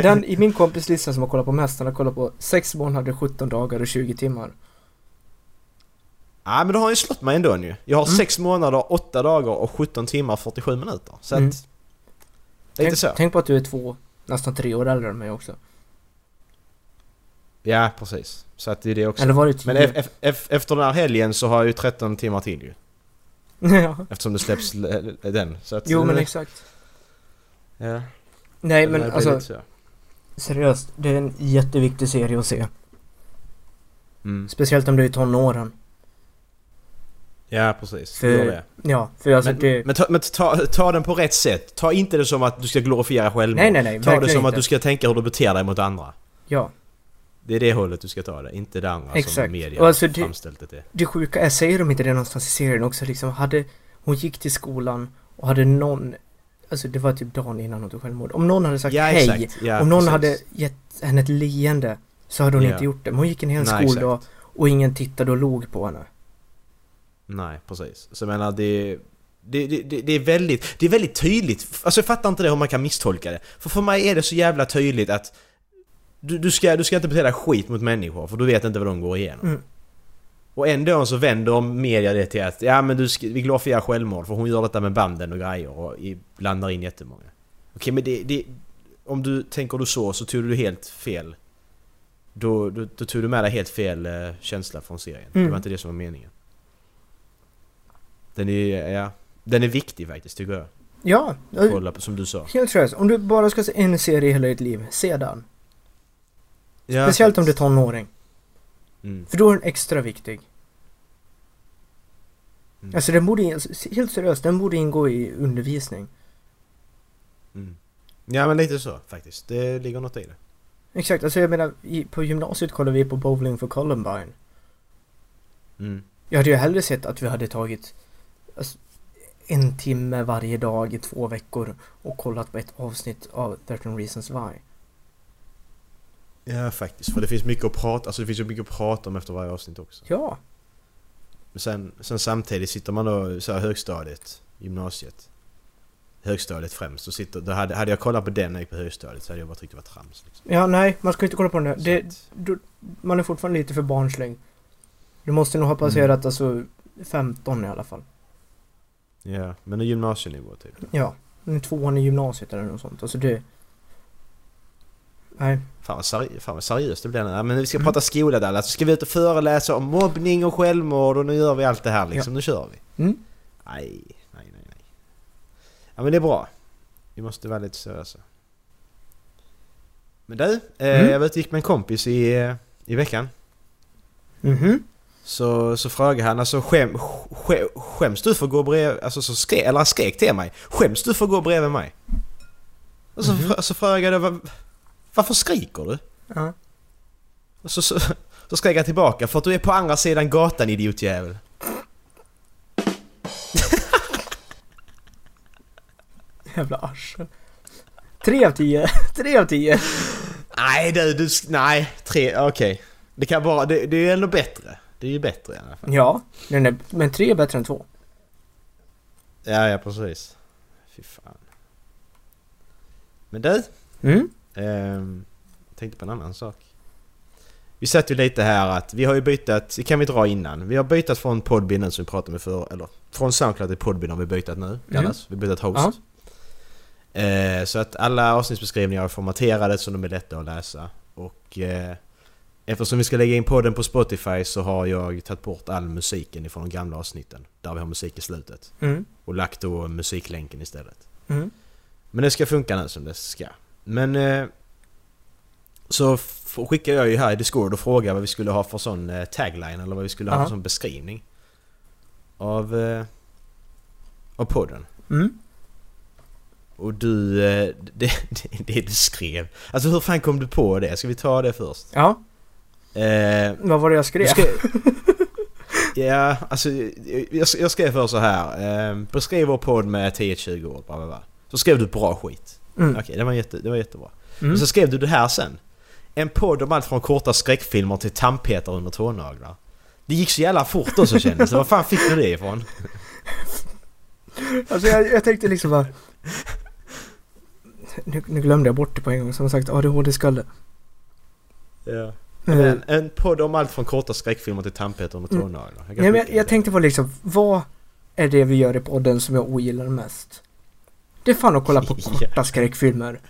[SPEAKER 8] Den i min kompis lista som har kollat på mest, han har kollat på 6 månader, 17 dagar och 20 timmar.
[SPEAKER 10] Nej men du har ju slått mig ändå nu. Jag
[SPEAKER 8] Mm.
[SPEAKER 10] har 6 månader, 8 dagar och 17 timmar och 47 minuter. Så att...
[SPEAKER 8] Mm.
[SPEAKER 10] Lite
[SPEAKER 8] tänk,
[SPEAKER 10] så.
[SPEAKER 8] tänk på att du är två, nästan tre år äldre än mig också.
[SPEAKER 10] Ja precis. Så att det är det också.
[SPEAKER 8] Eller var det tio?
[SPEAKER 10] Men e- e- e- efter den här helgen så har jag ju 13 timmar till ju.
[SPEAKER 8] ja.
[SPEAKER 10] Eftersom det släpps l- den. Så att,
[SPEAKER 8] Jo men exakt.
[SPEAKER 10] Ja.
[SPEAKER 8] Nej
[SPEAKER 10] Det
[SPEAKER 8] men
[SPEAKER 10] blir
[SPEAKER 8] alltså
[SPEAKER 10] lite så.
[SPEAKER 8] seriöst, det är en jätteviktig serie att se.
[SPEAKER 10] Mm.
[SPEAKER 8] Speciellt om du är i tonåren.
[SPEAKER 10] Ja, precis.
[SPEAKER 8] För-
[SPEAKER 10] Gör det.
[SPEAKER 8] Ja, för alltså
[SPEAKER 10] Men,
[SPEAKER 8] det...
[SPEAKER 10] men, ta, men ta, ta den på rätt sätt. Ta inte det som att du ska glorifiera självmord.
[SPEAKER 8] Nej, nej, nej,
[SPEAKER 10] Ta det
[SPEAKER 8] verkligen
[SPEAKER 10] som att
[SPEAKER 8] inte.
[SPEAKER 10] du ska tänka hur du beter dig mot andra.
[SPEAKER 8] Ja.
[SPEAKER 10] Det är det hållet du ska ta det, inte det andra
[SPEAKER 8] Exakt.
[SPEAKER 10] som media
[SPEAKER 8] Och alltså det-
[SPEAKER 10] framställt det till.
[SPEAKER 8] Det sjuka är, säger de inte det någonstans i serien också liksom, hade... Hon gick till skolan och hade någon... Alltså det var typ dagen innan hon tog självmord. Om någon hade sagt
[SPEAKER 10] Ja,
[SPEAKER 8] hej
[SPEAKER 10] exakt. Ja,
[SPEAKER 8] Om någon
[SPEAKER 10] precis.
[SPEAKER 8] hade gett henne ett leende så hade hon
[SPEAKER 10] Ja.
[SPEAKER 8] inte gjort det. Men hon gick en hel
[SPEAKER 10] Nej,
[SPEAKER 8] skoldag och ingen tittade och låg på henne.
[SPEAKER 10] Nej, precis. Så jag menar, det... Det, det, det, det, är väldigt, det är väldigt tydligt, alltså jag fattar inte det hur man kan misstolka det. För för mig är det så jävla tydligt att du, du, ska, du ska inte bete dig skit mot människor för du vet inte vad de går igenom.
[SPEAKER 8] Mm.
[SPEAKER 10] Och ändå så vänder de media det till att ja men du ska, vi glorifierar självmord för hon gör detta med banden och grejer och i, blandar in jättemånga. Okej men det, det... Om du tänker du så så tog du helt fel. Då, då, då tog du med dig helt fel eh, känsla från serien. Det
[SPEAKER 8] Mm.
[SPEAKER 10] var inte det som var meningen. Den är, ja, den är viktig faktiskt tycker jag.
[SPEAKER 8] Ja,
[SPEAKER 10] Kolla på, som du sa.
[SPEAKER 8] helt seriöst. Om du bara ska se en serie i hela ditt liv, se den. Speciellt om du är tonåring.
[SPEAKER 10] Mm.
[SPEAKER 8] För då är den extra viktig.
[SPEAKER 10] Mm.
[SPEAKER 8] Alltså den borde, alltså, helt seriöst, den borde ingå i undervisning.
[SPEAKER 10] Ja men lite så faktiskt. Det ligger något i det.
[SPEAKER 8] Exakt, alltså jag menar, i, på gymnasiet kollar vi på Bowling for Columbine.
[SPEAKER 10] Mm.
[SPEAKER 8] Jag hade ju hellre sett att vi hade tagit alltså, en timme varje dag i två veckor och kollat på ett avsnitt av 13 Reasons Why.
[SPEAKER 10] Ja faktiskt, för det finns mycket att prata, alltså det finns ju mycket att prata om efter varje avsnitt också.
[SPEAKER 8] Ja,
[SPEAKER 10] Men sen, sen samtidigt sitter man då så här högstadiet, gymnasiet. Högstadiet främst, så sitter, då hade, hade jag kollat på den när jag gick på högstadiet så hade jag bara tyckt det var trams. Liksom.
[SPEAKER 8] ja nej, man ska ju inte kolla på den där.
[SPEAKER 10] Så
[SPEAKER 8] Det,
[SPEAKER 10] att-
[SPEAKER 8] då, man är fortfarande lite för barnslig. Du måste nog ha passerat alltså 15 i alla fall.
[SPEAKER 10] Ja, men det är gymnasienivå typ.
[SPEAKER 8] Ja, men tvåan i gymnasiet eller något sånt. Alltså det... Nej,
[SPEAKER 10] Fan vad, seri- fan vad seriöst det blir nu. Ja, men vi ska prata skola där. Alltså, ska vi ut och föreläsa om mobbning och självmord och nu gör vi allt det här liksom. Nu kör vi.
[SPEAKER 8] Mm.
[SPEAKER 10] Nej, nej, nej, nej. Ja men det är bra. Vi måste vara lite seriösa. Men du, eh,
[SPEAKER 8] Mm.
[SPEAKER 10] jag var ute och gick med en kompis i, eh, i veckan.
[SPEAKER 8] Mhm.
[SPEAKER 10] Så, så frågade han alltså skäm, skäm, skäms du för att gå bredvid, alltså så skrek, eller han skrek till mig. Skäms du för att gå bredvid mig? Och så, fr- så frågade jag "Va- varför skriker du?
[SPEAKER 8] Ja.
[SPEAKER 10] Och så, så, så skrek han tillbaka för att du är på andra sidan gatan idiotjävel.
[SPEAKER 8] Jävla arsel. Tre av tio. Tre av tio.
[SPEAKER 10] Nej du, du, sk- nej, tre, okej. Det kan vara, det, det är ju ändå bättre. Det är ju bättre i alla fall.
[SPEAKER 8] Ja, nej, nej, men tre är bättre än två.
[SPEAKER 10] Ja, ja precis. Fy fan. Men du,
[SPEAKER 8] Mm.
[SPEAKER 10] Ehm, jag tänkte på en annan sak. Vi satt ju lite här att vi har ju bytt, det kan vi dra innan. Vi har bytt från Podbean nu som vi pratade med förr, eller från Soundcloud till Podbean har vi bytt nu, Dallas. Vi har bytt host. Eh, så att alla avsnittsbeskrivningar är formaterade så de är lätta att läsa. Och eh, eftersom vi ska lägga in podden på Spotify så har jag tagit bort all musiken ifrån de gamla avsnitten. Där vi har musik i slutet.
[SPEAKER 8] Mm.
[SPEAKER 10] Och lagt då musiklänken istället.
[SPEAKER 8] Mm.
[SPEAKER 10] Men det ska funka nu som det ska. Men... Eh, så f- skickar jag ju här i Discord och frågar vad vi skulle ha för sån eh, tagline eller vad vi skulle ha
[SPEAKER 8] Aha.
[SPEAKER 10] för sån beskrivning. Av... Eh, av podden.
[SPEAKER 8] Mm.
[SPEAKER 10] Och du... Eh, det, det, det du skrev. Alltså hur fan kom du på det? Ska vi ta det först?
[SPEAKER 8] Ja,
[SPEAKER 10] Eh,
[SPEAKER 8] vad var det jag skrev?
[SPEAKER 10] du skrev- ja, alltså jag, jag- jag skrev först så här. Eh, beskriv vår podd med 10-20 ord. Bla, bla, bla. Så skrev du bra skit.
[SPEAKER 8] Mm.
[SPEAKER 10] Okej, det var, jätte, det var jättebra.
[SPEAKER 8] Mm.
[SPEAKER 10] Och så skrev du det här sen. En podd om allt från korta skräckfilmer till tandpetare under tånaglar. Det gick så jävla fort också kändes det. Var fan fick du det ifrån?
[SPEAKER 8] Alltså jag, jag tänkte liksom bara... Nu, nu glömde jag bort det på en gång. Som sagt, ADHD-skalle. Eh,
[SPEAKER 10] Ja. En, en podd om allt från korta skräckfilmer till tandpetare under tånaglar. Jag kan
[SPEAKER 8] Nej, Mm. men
[SPEAKER 10] skicka
[SPEAKER 8] jag,
[SPEAKER 10] dig
[SPEAKER 8] jag
[SPEAKER 10] det.
[SPEAKER 8] tänkte på liksom, vad är det vi gör i podden som jag ogillar mest? Det är fan att kolla på
[SPEAKER 10] Ja.
[SPEAKER 8] korta skräckfilmer.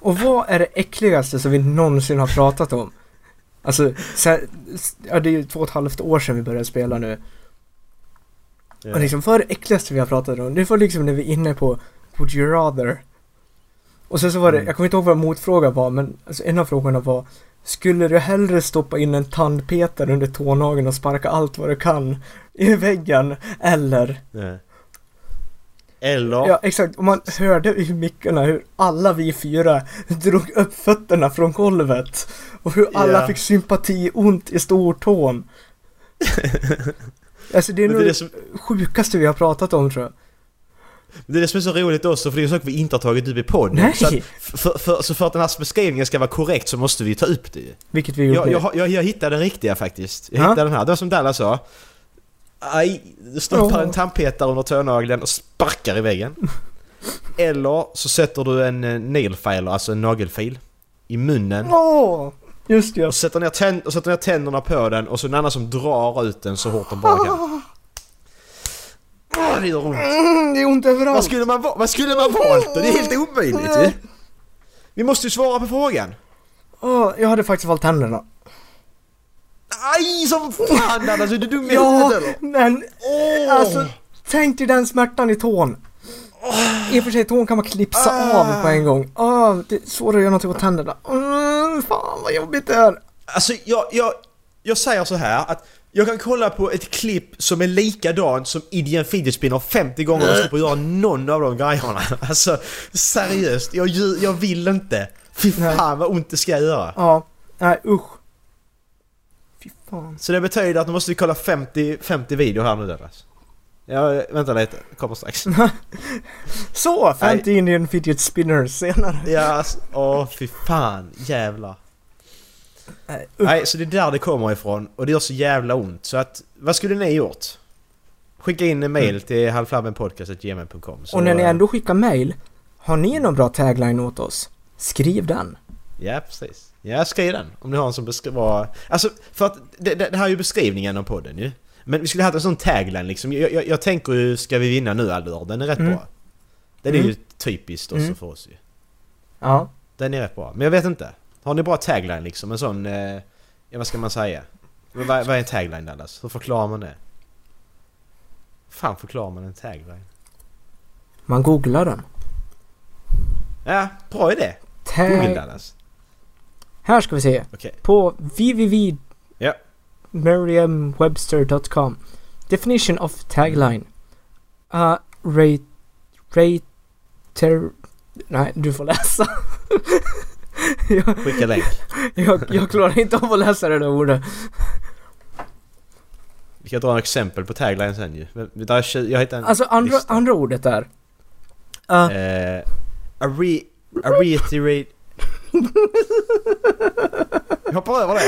[SPEAKER 8] Och vad är det äckligaste som vi någonsin har pratat om? Alltså, sen, s- ja, det är ju två och ett halvt år sedan vi började spela nu.
[SPEAKER 10] Ja.
[SPEAKER 8] Och liksom, vad är det äckligaste vi har pratat om? Det var liksom när vi är inne på Would you rather? Och sen så
[SPEAKER 10] Mm.
[SPEAKER 8] var det, jag kommer inte ihåg vad motfrågan var, men alltså, en av frågorna var Skulle du hellre stoppa in en tandpetare under tånageln och sparka allt vad du kan i väggen? Eller?
[SPEAKER 10] Ja. Eller...
[SPEAKER 8] Ja, exakt. Och man hörde i mickarna hur alla vi fyra drog upp fötterna från golvet. Och hur alla
[SPEAKER 10] Ja.
[SPEAKER 8] fick sympati ont i stortån. alltså det är
[SPEAKER 10] Men
[SPEAKER 8] nog det
[SPEAKER 10] det är det som-
[SPEAKER 8] sjukaste vi har pratat om tror jag.
[SPEAKER 10] Det är det som är så roligt också, för det är ju saker vi inte har tagit upp i podden.
[SPEAKER 8] Nej.
[SPEAKER 10] Så, att, för, för, så för att den här beskrivningen ska vara korrekt så måste vi ta upp det ju.
[SPEAKER 8] Vilket vi gjorde.
[SPEAKER 10] Jag, jag, har- jag, jag hittade den riktiga faktiskt. Jag
[SPEAKER 8] Ja.
[SPEAKER 10] hittade den här. Det var som Dallas sa. Aj, du stoppar
[SPEAKER 8] Ja.
[SPEAKER 10] en tandpetare under tånageln och sparkar i väggen. Eller så sätter du en eh, nailfiler, alltså en nagelfil, i munnen.
[SPEAKER 8] Åh! Just det.
[SPEAKER 10] Och sätter, ner tänd, och sätter ner tänderna på den och så en annan som drar ut den så hårt de bara
[SPEAKER 8] Ah.
[SPEAKER 10] kan. Åh, det gör ont.
[SPEAKER 8] Mm, det är ont
[SPEAKER 10] Vad
[SPEAKER 8] överallt.
[SPEAKER 10] skulle man, va- vad skulle man valt då? Det är helt omöjligt ju. Vi måste ju svara på frågan.
[SPEAKER 8] Åh, jag hade faktiskt valt tänderna.
[SPEAKER 10] Aj som fan Dallas, är du dum i
[SPEAKER 8] Ja,
[SPEAKER 10] huvudet eller?
[SPEAKER 8] men
[SPEAKER 10] Åh!
[SPEAKER 8] alltså tänk dig den smärtan i tån. I och för sig, tån kan man klipsa av på en gång. Åh, det är svårt att göra någonting åt tänderna. Mm, fan vad jobbigt det är.
[SPEAKER 10] Alltså jag, jag, jag säger så här att jag kan kolla på ett klipp som är likadant som Indian Fidget Spinner 50 gånger och slipper göra någon av de grejerna. Alltså seriöst, jag, lju- jag vill inte. Fy fan vad ont det ska göra.
[SPEAKER 8] Ja, nej usch. Fy fan.
[SPEAKER 10] Så det betyder att nu måste vi kolla 50, 50 videor här nu Dallas. Ja, vänta lite. Kommer strax.
[SPEAKER 8] Så! 50 Indian Fidget Spinners senare.
[SPEAKER 10] Ja, alltså, åh fy fan. Jävlar.
[SPEAKER 8] Nej, usch.
[SPEAKER 10] Nej, så det är där det kommer ifrån och det gör så jävla ont. Så att, vad skulle ni gjort? Skicka in en mail till halvflabbenpodcast.gmail.com så-
[SPEAKER 8] Mm.
[SPEAKER 10] eh,
[SPEAKER 8] Och när ni ändå skickar mail, har ni någon bra tagline åt oss? Skriv den.
[SPEAKER 10] Ja, precis. Ja, skriv den. Om ni har en som beskriver... Alltså, för att det, det, det här är ju beskrivningen av podden ju. Men vi skulle haft en sån tagline liksom. Jag, jag, jag tänker ju, ska vi vinna nu Allur? Den är rätt
[SPEAKER 8] Mm.
[SPEAKER 10] bra. Den är
[SPEAKER 8] Mm.
[SPEAKER 10] ju typiskt också
[SPEAKER 8] Mm.
[SPEAKER 10] för oss ju.
[SPEAKER 8] Ja.
[SPEAKER 10] Den är rätt bra. Men jag vet inte. Har ni bra tagline liksom? En sån... Eh, ja, vad ska man säga? Vad, vad är en tagline Dallas? Hur förklarar man det? fan förklarar man en tagline?
[SPEAKER 8] Man googlar den.
[SPEAKER 10] Ja, bra idé! Google
[SPEAKER 8] Tag...
[SPEAKER 10] Dallas.
[SPEAKER 8] Här ska vi se.
[SPEAKER 10] Okej.
[SPEAKER 8] På www.
[SPEAKER 10] Ja.
[SPEAKER 8] merriam-webster.com Definition of tagline. A rate... Rate... Ter... Nej, du får läsa. jag,
[SPEAKER 10] Skicka länk.
[SPEAKER 8] jag, jag klarar inte av att läsa det där ordet.
[SPEAKER 10] Vi kan dra några exempel på tagline sen ju. Men Där är, tjugo- jag hittade en
[SPEAKER 8] Alltså andra,
[SPEAKER 10] lista.
[SPEAKER 8] andra ordet där. A
[SPEAKER 10] Eh, a, re, a reiterate... Jag hoppar över det!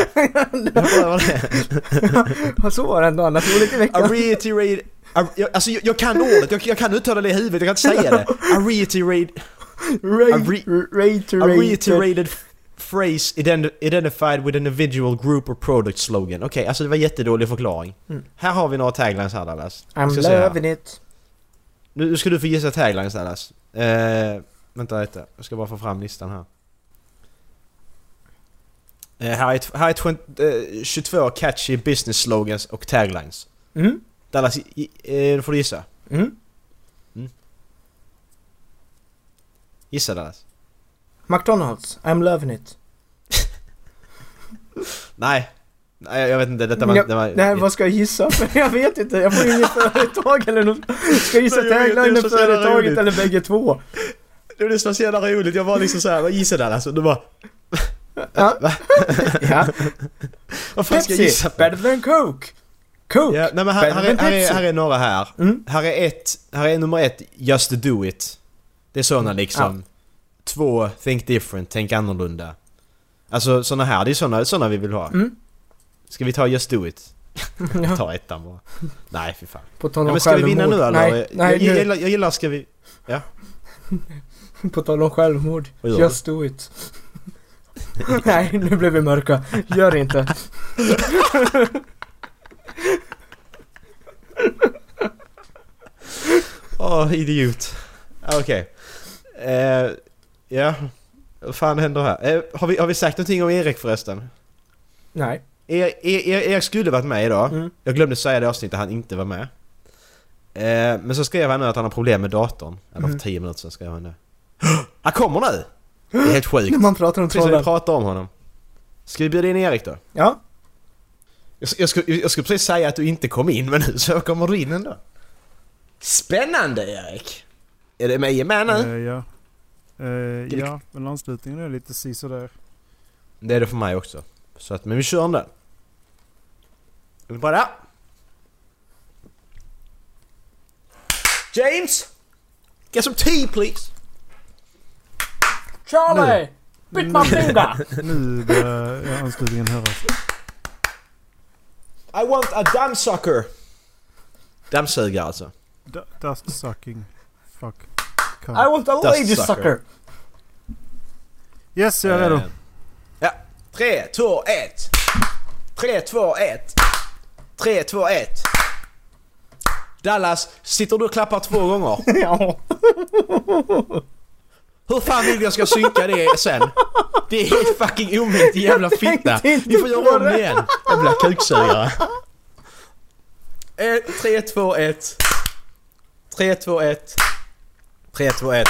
[SPEAKER 10] Jag hoppar över det!
[SPEAKER 8] så Alltså, var det ändå annat roligt i
[SPEAKER 10] A
[SPEAKER 8] veckan.
[SPEAKER 10] reiterate... A, jag, alltså jag, jag kan ordet, jag, jag kan uttala det i huvudet, jag kan inte säga det. A reiterate...
[SPEAKER 8] Rate-
[SPEAKER 10] a re-
[SPEAKER 8] rate-
[SPEAKER 10] A
[SPEAKER 8] rate-
[SPEAKER 10] reiterated f- phrase ident identified with an individual group or product slogan. Okej, alltså det var jättedålig förklaring.
[SPEAKER 8] Mm.
[SPEAKER 10] Här har vi några taglines här Dallas. Jag
[SPEAKER 8] I'm
[SPEAKER 10] ska se här.
[SPEAKER 8] loving it.
[SPEAKER 10] Nu nu ska du få gissa taglines Dallas. Eh, vänta lite, jag ska bara få fram listan här. Eh, här är, ett- här är twen- eh, 22 catchy business slogans och taglines.
[SPEAKER 8] Mm,
[SPEAKER 10] Dallas, i, i, eh, nu får du gissa.
[SPEAKER 8] mm.
[SPEAKER 10] Gissa Dallas.
[SPEAKER 8] McDonalds, I'm loving it.
[SPEAKER 10] Nej. Nej, jag vet inte. Detta var...
[SPEAKER 8] Men jag,
[SPEAKER 10] det var,
[SPEAKER 8] nej, vad ska jag gissa? För jag vet inte. Jag får ju inget företag eller något. Ska jag gissa
[SPEAKER 10] Nej, jag vet, det är
[SPEAKER 8] taglinen,
[SPEAKER 10] så jävla roligt.
[SPEAKER 8] företaget eller bägge två?
[SPEAKER 10] Det var det som var så jävla roligt. Jag var liksom såhär, gissa Dallas. Och du bara...
[SPEAKER 8] Ja.
[SPEAKER 10] Vad fan ska jag
[SPEAKER 8] Pepsi,
[SPEAKER 10] gissa på?
[SPEAKER 8] better than Coke. Coke,
[SPEAKER 10] Ja, nej, men här,
[SPEAKER 8] better
[SPEAKER 10] här, är,
[SPEAKER 8] than
[SPEAKER 10] här, är,
[SPEAKER 8] Pepsi.
[SPEAKER 10] här är några här.
[SPEAKER 8] Mm.
[SPEAKER 10] Här är ett, här är nummer ett, Just Do It. Det är sådana liksom. Två, Think Different, Tänk Annorlunda. Alltså sådana här, det är sådana, såna vi vill ha.
[SPEAKER 8] Mm.
[SPEAKER 10] Ska vi ta Just Do It?
[SPEAKER 8] Ja.
[SPEAKER 10] Ta ettan bara. Nej, fy fan.
[SPEAKER 8] På tal
[SPEAKER 10] Ja,
[SPEAKER 8] om
[SPEAKER 10] men ska vi vinna nu
[SPEAKER 8] självmord.
[SPEAKER 10] eller?
[SPEAKER 8] Nej,
[SPEAKER 10] jag, jag,
[SPEAKER 8] nej nu.
[SPEAKER 10] gillar, jag gillar, ska vi...
[SPEAKER 8] På tal om självmord.
[SPEAKER 10] Vad gör
[SPEAKER 8] Just do it. Nej, nu blev vi mörka. Gör inte.
[SPEAKER 10] Åh, idiot. Ah, Okej. Eh, ja. Vad fan händer här? Eh, har, vi, har vi sagt någonting om Erik förresten?
[SPEAKER 8] Nej.
[SPEAKER 10] Erik er, er, Erik skulle varit med idag.
[SPEAKER 8] Mm.
[SPEAKER 10] Jag glömde säga det i avsnittet han inte var med. Eh, men så skrev han nu att han har problem med datorn. Eller för
[SPEAKER 8] Mm.
[SPEAKER 10] 10 minuter sedan skrev han det. Han kommer nu! Det är helt sjukt.
[SPEAKER 8] När man pratar om
[SPEAKER 10] Precis som vi
[SPEAKER 8] trollen.
[SPEAKER 10] pratar om honom. Ska vi bjuda in Erik då?
[SPEAKER 8] Ja.
[SPEAKER 10] Jag, sk- jag, skulle, jag skulle precis säga att du inte kom in men nu så kommer du in ändå. Spännande Erik! Är det mig med nu?
[SPEAKER 8] Mm.
[SPEAKER 11] Eh, ja. Eh,
[SPEAKER 10] vi-
[SPEAKER 11] ja, men anslutningen är lite sisådär.
[SPEAKER 10] Det är det för mig också. Så att, men vi kör den. Är vi på det? James! Get some tea please!
[SPEAKER 8] Charlie! Bit my finger!
[SPEAKER 11] Nu börjar ja, anslutningen höras.
[SPEAKER 10] I want a dammsucker! Dammsugare alltså.
[SPEAKER 11] D- dust sucking. Fuck. Come.
[SPEAKER 8] I want a
[SPEAKER 10] Dust
[SPEAKER 8] lady
[SPEAKER 10] sucker.
[SPEAKER 8] sucker!
[SPEAKER 11] Yes, jag är redo.
[SPEAKER 10] Eh, Ja. 3, 2, 1. 3, 2, 1. 3, 2, 1. Dallas, sitter du och klappar två gånger?
[SPEAKER 8] Ja.
[SPEAKER 10] Hur fan vill du jag ska synka det sen? Det är helt fucking omöjligt din jävla fitta!
[SPEAKER 8] tänkte inte
[SPEAKER 10] Ni får göra
[SPEAKER 8] på
[SPEAKER 10] om det
[SPEAKER 8] det.
[SPEAKER 10] igen! Jävla kuksugare! Eh, 3, 2, 1 3, 2, 1 3, 2, 1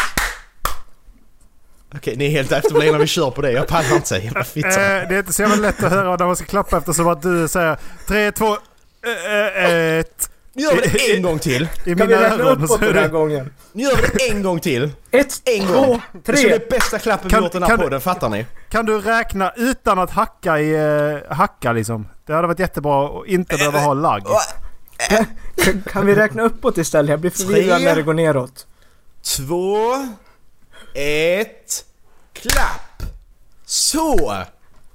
[SPEAKER 10] Okej, ni är helt efterblivna vi kör på det. Jag pallar inte, jävla fitta.
[SPEAKER 11] Eh, det är inte så jävla lätt att höra när man ska klappa eftersom att du säger 3, 2, 1.
[SPEAKER 10] Nu gör vi det en gång till!
[SPEAKER 11] eh,
[SPEAKER 8] Kan vi
[SPEAKER 11] I mina
[SPEAKER 8] räkna
[SPEAKER 11] ögon
[SPEAKER 8] uppåt
[SPEAKER 11] så är
[SPEAKER 8] den här
[SPEAKER 11] det...
[SPEAKER 8] gången?
[SPEAKER 10] Nu gör vi det en gång till!
[SPEAKER 8] Ett,
[SPEAKER 10] En
[SPEAKER 8] två,
[SPEAKER 10] gång!
[SPEAKER 8] tre!
[SPEAKER 10] Det är det bästa klappen
[SPEAKER 11] Kan-
[SPEAKER 10] vi gjort i den här
[SPEAKER 11] kan du-
[SPEAKER 10] podden, fattar ni?
[SPEAKER 11] Kan du räkna utan att hacka i... eh, hacka liksom? Det hade varit jättebra att inte behöva ha lagg.
[SPEAKER 8] Kan- Kan vi räkna uppåt istället? Jag blir förvirrad
[SPEAKER 10] Tre.
[SPEAKER 8] när det går neråt.
[SPEAKER 10] Två... Ett... Klapp! Så!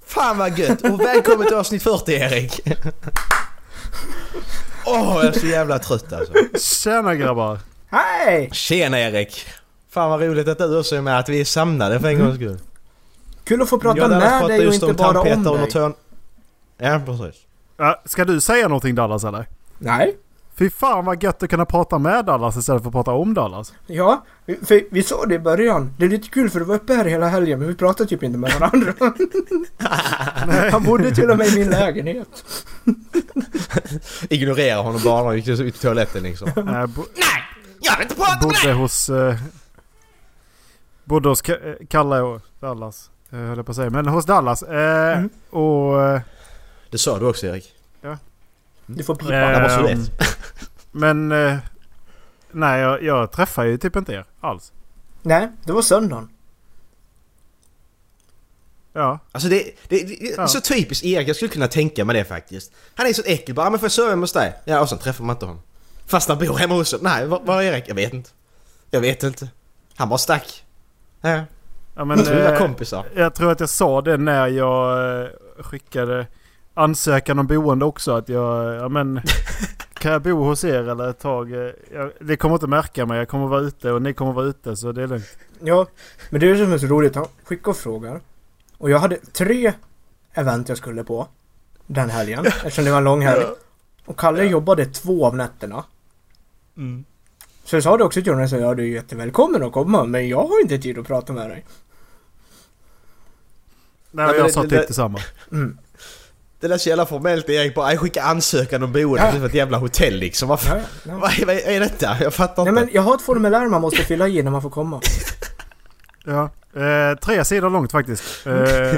[SPEAKER 10] Fan vad gött! Och välkommen till avsnitt 40 Erik! Åh, jag är så jävla trött alltså.
[SPEAKER 11] Tjena grabbar!
[SPEAKER 8] Hej!
[SPEAKER 10] Tjena Erik! Fan vad roligt att du också är med, att vi är samlade för en gångs skull.
[SPEAKER 8] Kul att få
[SPEAKER 10] Jag
[SPEAKER 8] Mm. prata med
[SPEAKER 10] hade annars pratat
[SPEAKER 8] dig och
[SPEAKER 10] just
[SPEAKER 8] inte bara om
[SPEAKER 10] tandpetare och
[SPEAKER 8] dig.
[SPEAKER 10] tön- Ja, precis.
[SPEAKER 11] Ja, Ska du säga någonting Dallas eller?
[SPEAKER 8] Nej.
[SPEAKER 11] Fy fan vad gött att kunna prata med Dallas istället för att prata om Dallas.
[SPEAKER 8] Ja, vi- för vi sa det i början. Det är lite kul för du var uppe här hela helgen men vi pratade typ inte med varandra. Han bodde till och med i min lägenhet.
[SPEAKER 10] Ignorera honom bara när han gick ut i toaletten liksom.
[SPEAKER 11] Eh, bo-
[SPEAKER 10] Jag vill inte prata med
[SPEAKER 11] bodde
[SPEAKER 10] dig!
[SPEAKER 11] hos... Eh, bodde hos Ka- eh, Kalle och Dallas. Eh, höll jag på att säga. Men hos Dallas. Eh,
[SPEAKER 8] Mm.
[SPEAKER 11] Och... Eh,
[SPEAKER 10] Det sa du också Erik.
[SPEAKER 8] Du får pipa.
[SPEAKER 10] Det var så
[SPEAKER 11] ehm,
[SPEAKER 10] lätt.
[SPEAKER 11] men... Eh, nej, jag, jag träffar ju typ inte er alls.
[SPEAKER 8] Nej, det var söndagen.
[SPEAKER 11] Ja.
[SPEAKER 10] Alltså det, det, det det är
[SPEAKER 11] Ja.
[SPEAKER 10] så typiskt Erik, jag skulle kunna tänka mig det faktiskt. Han är så äckel bara, "Ah, men får jag sova hemma hos dig? Ja, och sen träffar man inte honom. Fast han bor hemma hos honom. Nej, var, var är Erik? Jag vet inte. Jag vet inte. Han bara stack. Ja,
[SPEAKER 11] ja
[SPEAKER 10] men,
[SPEAKER 11] men,
[SPEAKER 10] vi var
[SPEAKER 11] eh,
[SPEAKER 10] kompisar.
[SPEAKER 11] jag tror att jag sa det när jag eh, skickade ansökan om boende också. Att jag... Ja, men, kan jag bo hos er eller ett tag? Eh, Jag, det kommer inte märka mig. Jag kommer vara ute och ni kommer vara ute så det är lugnt.
[SPEAKER 8] Ja, men det är det som är så roligt. Han skickar och frågar. Och jag hade tre event jag skulle på den helgen eftersom det var en lång helg. Och Kalle jobbade två av nätterna.
[SPEAKER 10] Mm.
[SPEAKER 8] Så jag sa det också till honom, jag sa ja du är jättevälkommen att komma men jag har inte tid att prata med dig.
[SPEAKER 11] Nej,
[SPEAKER 10] men
[SPEAKER 11] jag
[SPEAKER 10] det-
[SPEAKER 11] sa
[SPEAKER 10] det-
[SPEAKER 11] typ
[SPEAKER 10] det-
[SPEAKER 11] detsamma.
[SPEAKER 10] Det lät så jävla formellt Erik bara, jag skickar ansökan om boende
[SPEAKER 8] Ja.
[SPEAKER 10] till ett jävla hotell liksom. Vad,
[SPEAKER 8] Ja,
[SPEAKER 10] fan,
[SPEAKER 8] ja.
[SPEAKER 10] vad, är- vad är detta? Jag fattar
[SPEAKER 8] Nej
[SPEAKER 10] inte.
[SPEAKER 8] men jag har ett formulär man måste fylla i när man får komma.
[SPEAKER 11] Ja. Eh, tre sidor långt faktiskt. Eh,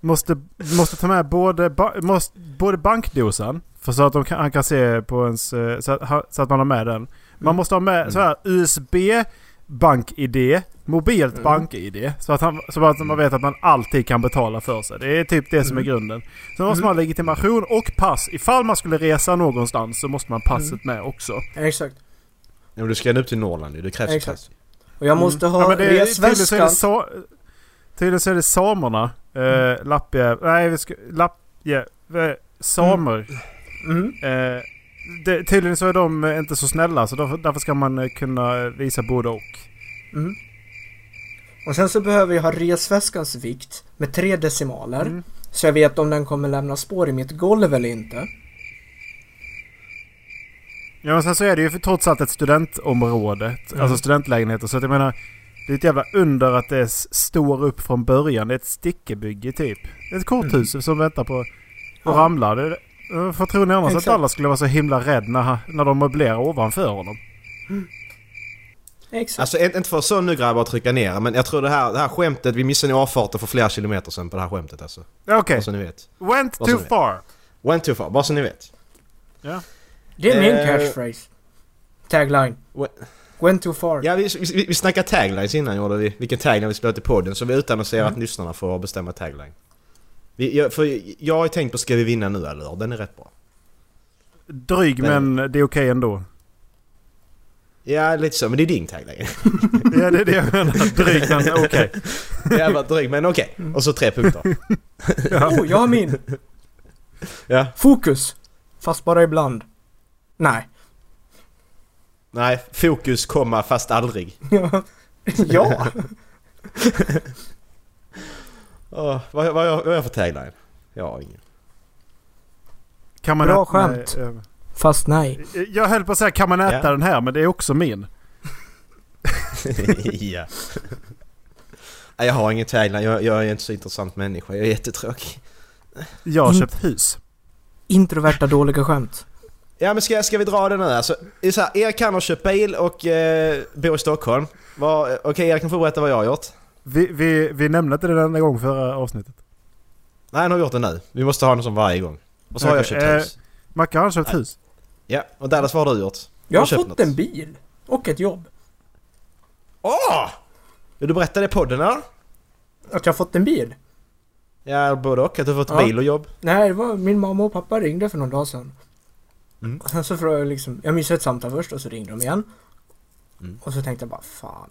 [SPEAKER 11] måste, måste ta med både, ba- måste, både bankdosan, för så att de kan, han kan se på ens... eh, Så att, ha- så att man har med den. Man måste ha med så här USB-bank-ID, mobilt bank-ID. Så att, han, så att man vet att man alltid kan betala för sig. Det är typ det som är grunden. Sen måste man ha legitimation och pass. Ifall man skulle resa någonstans så måste man ha passet med också.
[SPEAKER 8] Ja, Exakt.
[SPEAKER 10] Ja, men du ska nu upp till Norrland ju, det krävs ju
[SPEAKER 8] Exakt.
[SPEAKER 10] pass.
[SPEAKER 8] Och jag måste
[SPEAKER 11] Mm. Ja,
[SPEAKER 8] ha
[SPEAKER 11] men det, tydligen, så är det
[SPEAKER 8] resväskan.
[SPEAKER 11] sa, tydligen så är det samerna. Eh,
[SPEAKER 8] Mm.
[SPEAKER 11] Lappjä... Nej, vi ska... Lappjä... eh, Samer.
[SPEAKER 8] Mm.
[SPEAKER 11] Eh, det, tydligen så är de eh, inte så snälla så därför, därför ska man eh, kunna eh, visa både och.
[SPEAKER 8] Och sen så behöver jag ha resväskans vikt med tre decimaler.
[SPEAKER 11] Mm.
[SPEAKER 8] Så jag vet om den kommer lämna spår i mitt golv eller inte.
[SPEAKER 11] Ja men sen så är det ju för, trots allt ett studentområde. t-
[SPEAKER 8] Mm.
[SPEAKER 11] Alltså studentlägenheter. Så att jag menar... Det är ett jävla under att det s- står upp från början. Det är ett stickebygge typ. Det är ett korthus som väntar på att
[SPEAKER 8] Mm. Ja.
[SPEAKER 11] ramla. Det, för tror ni annars
[SPEAKER 8] Exakt.
[SPEAKER 11] att alla skulle vara så himla rädd när, han- när de möblerar ovanför honom?
[SPEAKER 8] Exakt.
[SPEAKER 10] Alltså inte inte för så nu grabbar att trycka ner er, men jag tror det här, det här skämtet, vi missade en avfarten för flera kilometer sen på det här skämtet alltså.
[SPEAKER 11] Okej.
[SPEAKER 10] Bara så ni vet.
[SPEAKER 11] Went
[SPEAKER 10] Vad som
[SPEAKER 11] too
[SPEAKER 10] är.
[SPEAKER 11] far.
[SPEAKER 10] Went too far, bara så ni vet.
[SPEAKER 8] det är min
[SPEAKER 10] eh,
[SPEAKER 8] catchphrase. Tagline.
[SPEAKER 10] What?
[SPEAKER 8] Went too far.
[SPEAKER 10] Ja, vi, vi, vi snackade taglines innan gjorde vi, vilken tagline vi skulle ha till podden, så vi utannonserar att lyssnarna får bestämma tagline. Vi, jag, för jag har ju tänkt på Ska vi vinna nu eller? Den är rätt bra.
[SPEAKER 11] Dryg men,
[SPEAKER 10] Men-
[SPEAKER 11] det är okej ändå.
[SPEAKER 10] Ja, lite så, men det är din tagline.
[SPEAKER 11] Ja det är det jag menar. Dryg men okej.
[SPEAKER 10] Jävla dryg, men okej. Och så tre punkter.
[SPEAKER 8] Oh, jag har min!
[SPEAKER 10] Ja.
[SPEAKER 8] Fokus! Fast bara ibland. Nej.
[SPEAKER 10] Nej, fokus, komma, fast aldrig.
[SPEAKER 8] ja!
[SPEAKER 10] Åh, vad, vad, vad har jag för tagline? Jag har ingen.
[SPEAKER 11] Kan man
[SPEAKER 8] Bra
[SPEAKER 11] äta-
[SPEAKER 8] skämt.
[SPEAKER 11] Nej,
[SPEAKER 8] Fast nej.
[SPEAKER 11] eh, Jag höll på att säga kan man äta
[SPEAKER 10] Ja.
[SPEAKER 11] den här men det är också min.
[SPEAKER 10] ja. Nej, jag har ingen tagline, jag, jag är inte så intressant människa, jag är jättetråkig.
[SPEAKER 11] Jag har
[SPEAKER 8] Mm.
[SPEAKER 11] köpt hus.
[SPEAKER 8] Introverta dåliga skämt.
[SPEAKER 10] Ja men ska, ska vi dra det nu alltså? Det är så här, Erik kan har köpt bil och eh, bor i Stockholm. Vad- Okej Erik, nu får du berätta vad jag har gjort.
[SPEAKER 11] Vi, vi, vi nämnde inte det denna gång förra avsnittet.
[SPEAKER 10] Nej, han har gjort det nu. Vi måste ha någon som varje gång. Och så har jag
[SPEAKER 11] Okej,
[SPEAKER 10] köpt
[SPEAKER 11] eh.
[SPEAKER 10] hus.
[SPEAKER 11] Mackan har köpt hus.
[SPEAKER 10] Ja, och Dallas vad har du gjort?
[SPEAKER 8] Jag har
[SPEAKER 10] du köpt
[SPEAKER 8] fått
[SPEAKER 10] något?
[SPEAKER 8] en bil. Och ett jobb.
[SPEAKER 10] Åh! Vill du berätta det i podden eller?
[SPEAKER 8] Att jag har fått en bil?
[SPEAKER 10] Ja, både och. Att du har fått
[SPEAKER 8] Ja.
[SPEAKER 10] bil och jobb.
[SPEAKER 8] Nej, det var min mamma och pappa ringde för någon dag sedan.
[SPEAKER 10] Mm.
[SPEAKER 8] Och sen så frågade jag liksom, jag missade ett samtal först och så ringde de igen.
[SPEAKER 10] Mm.
[SPEAKER 8] Och så tänkte jag bara fan,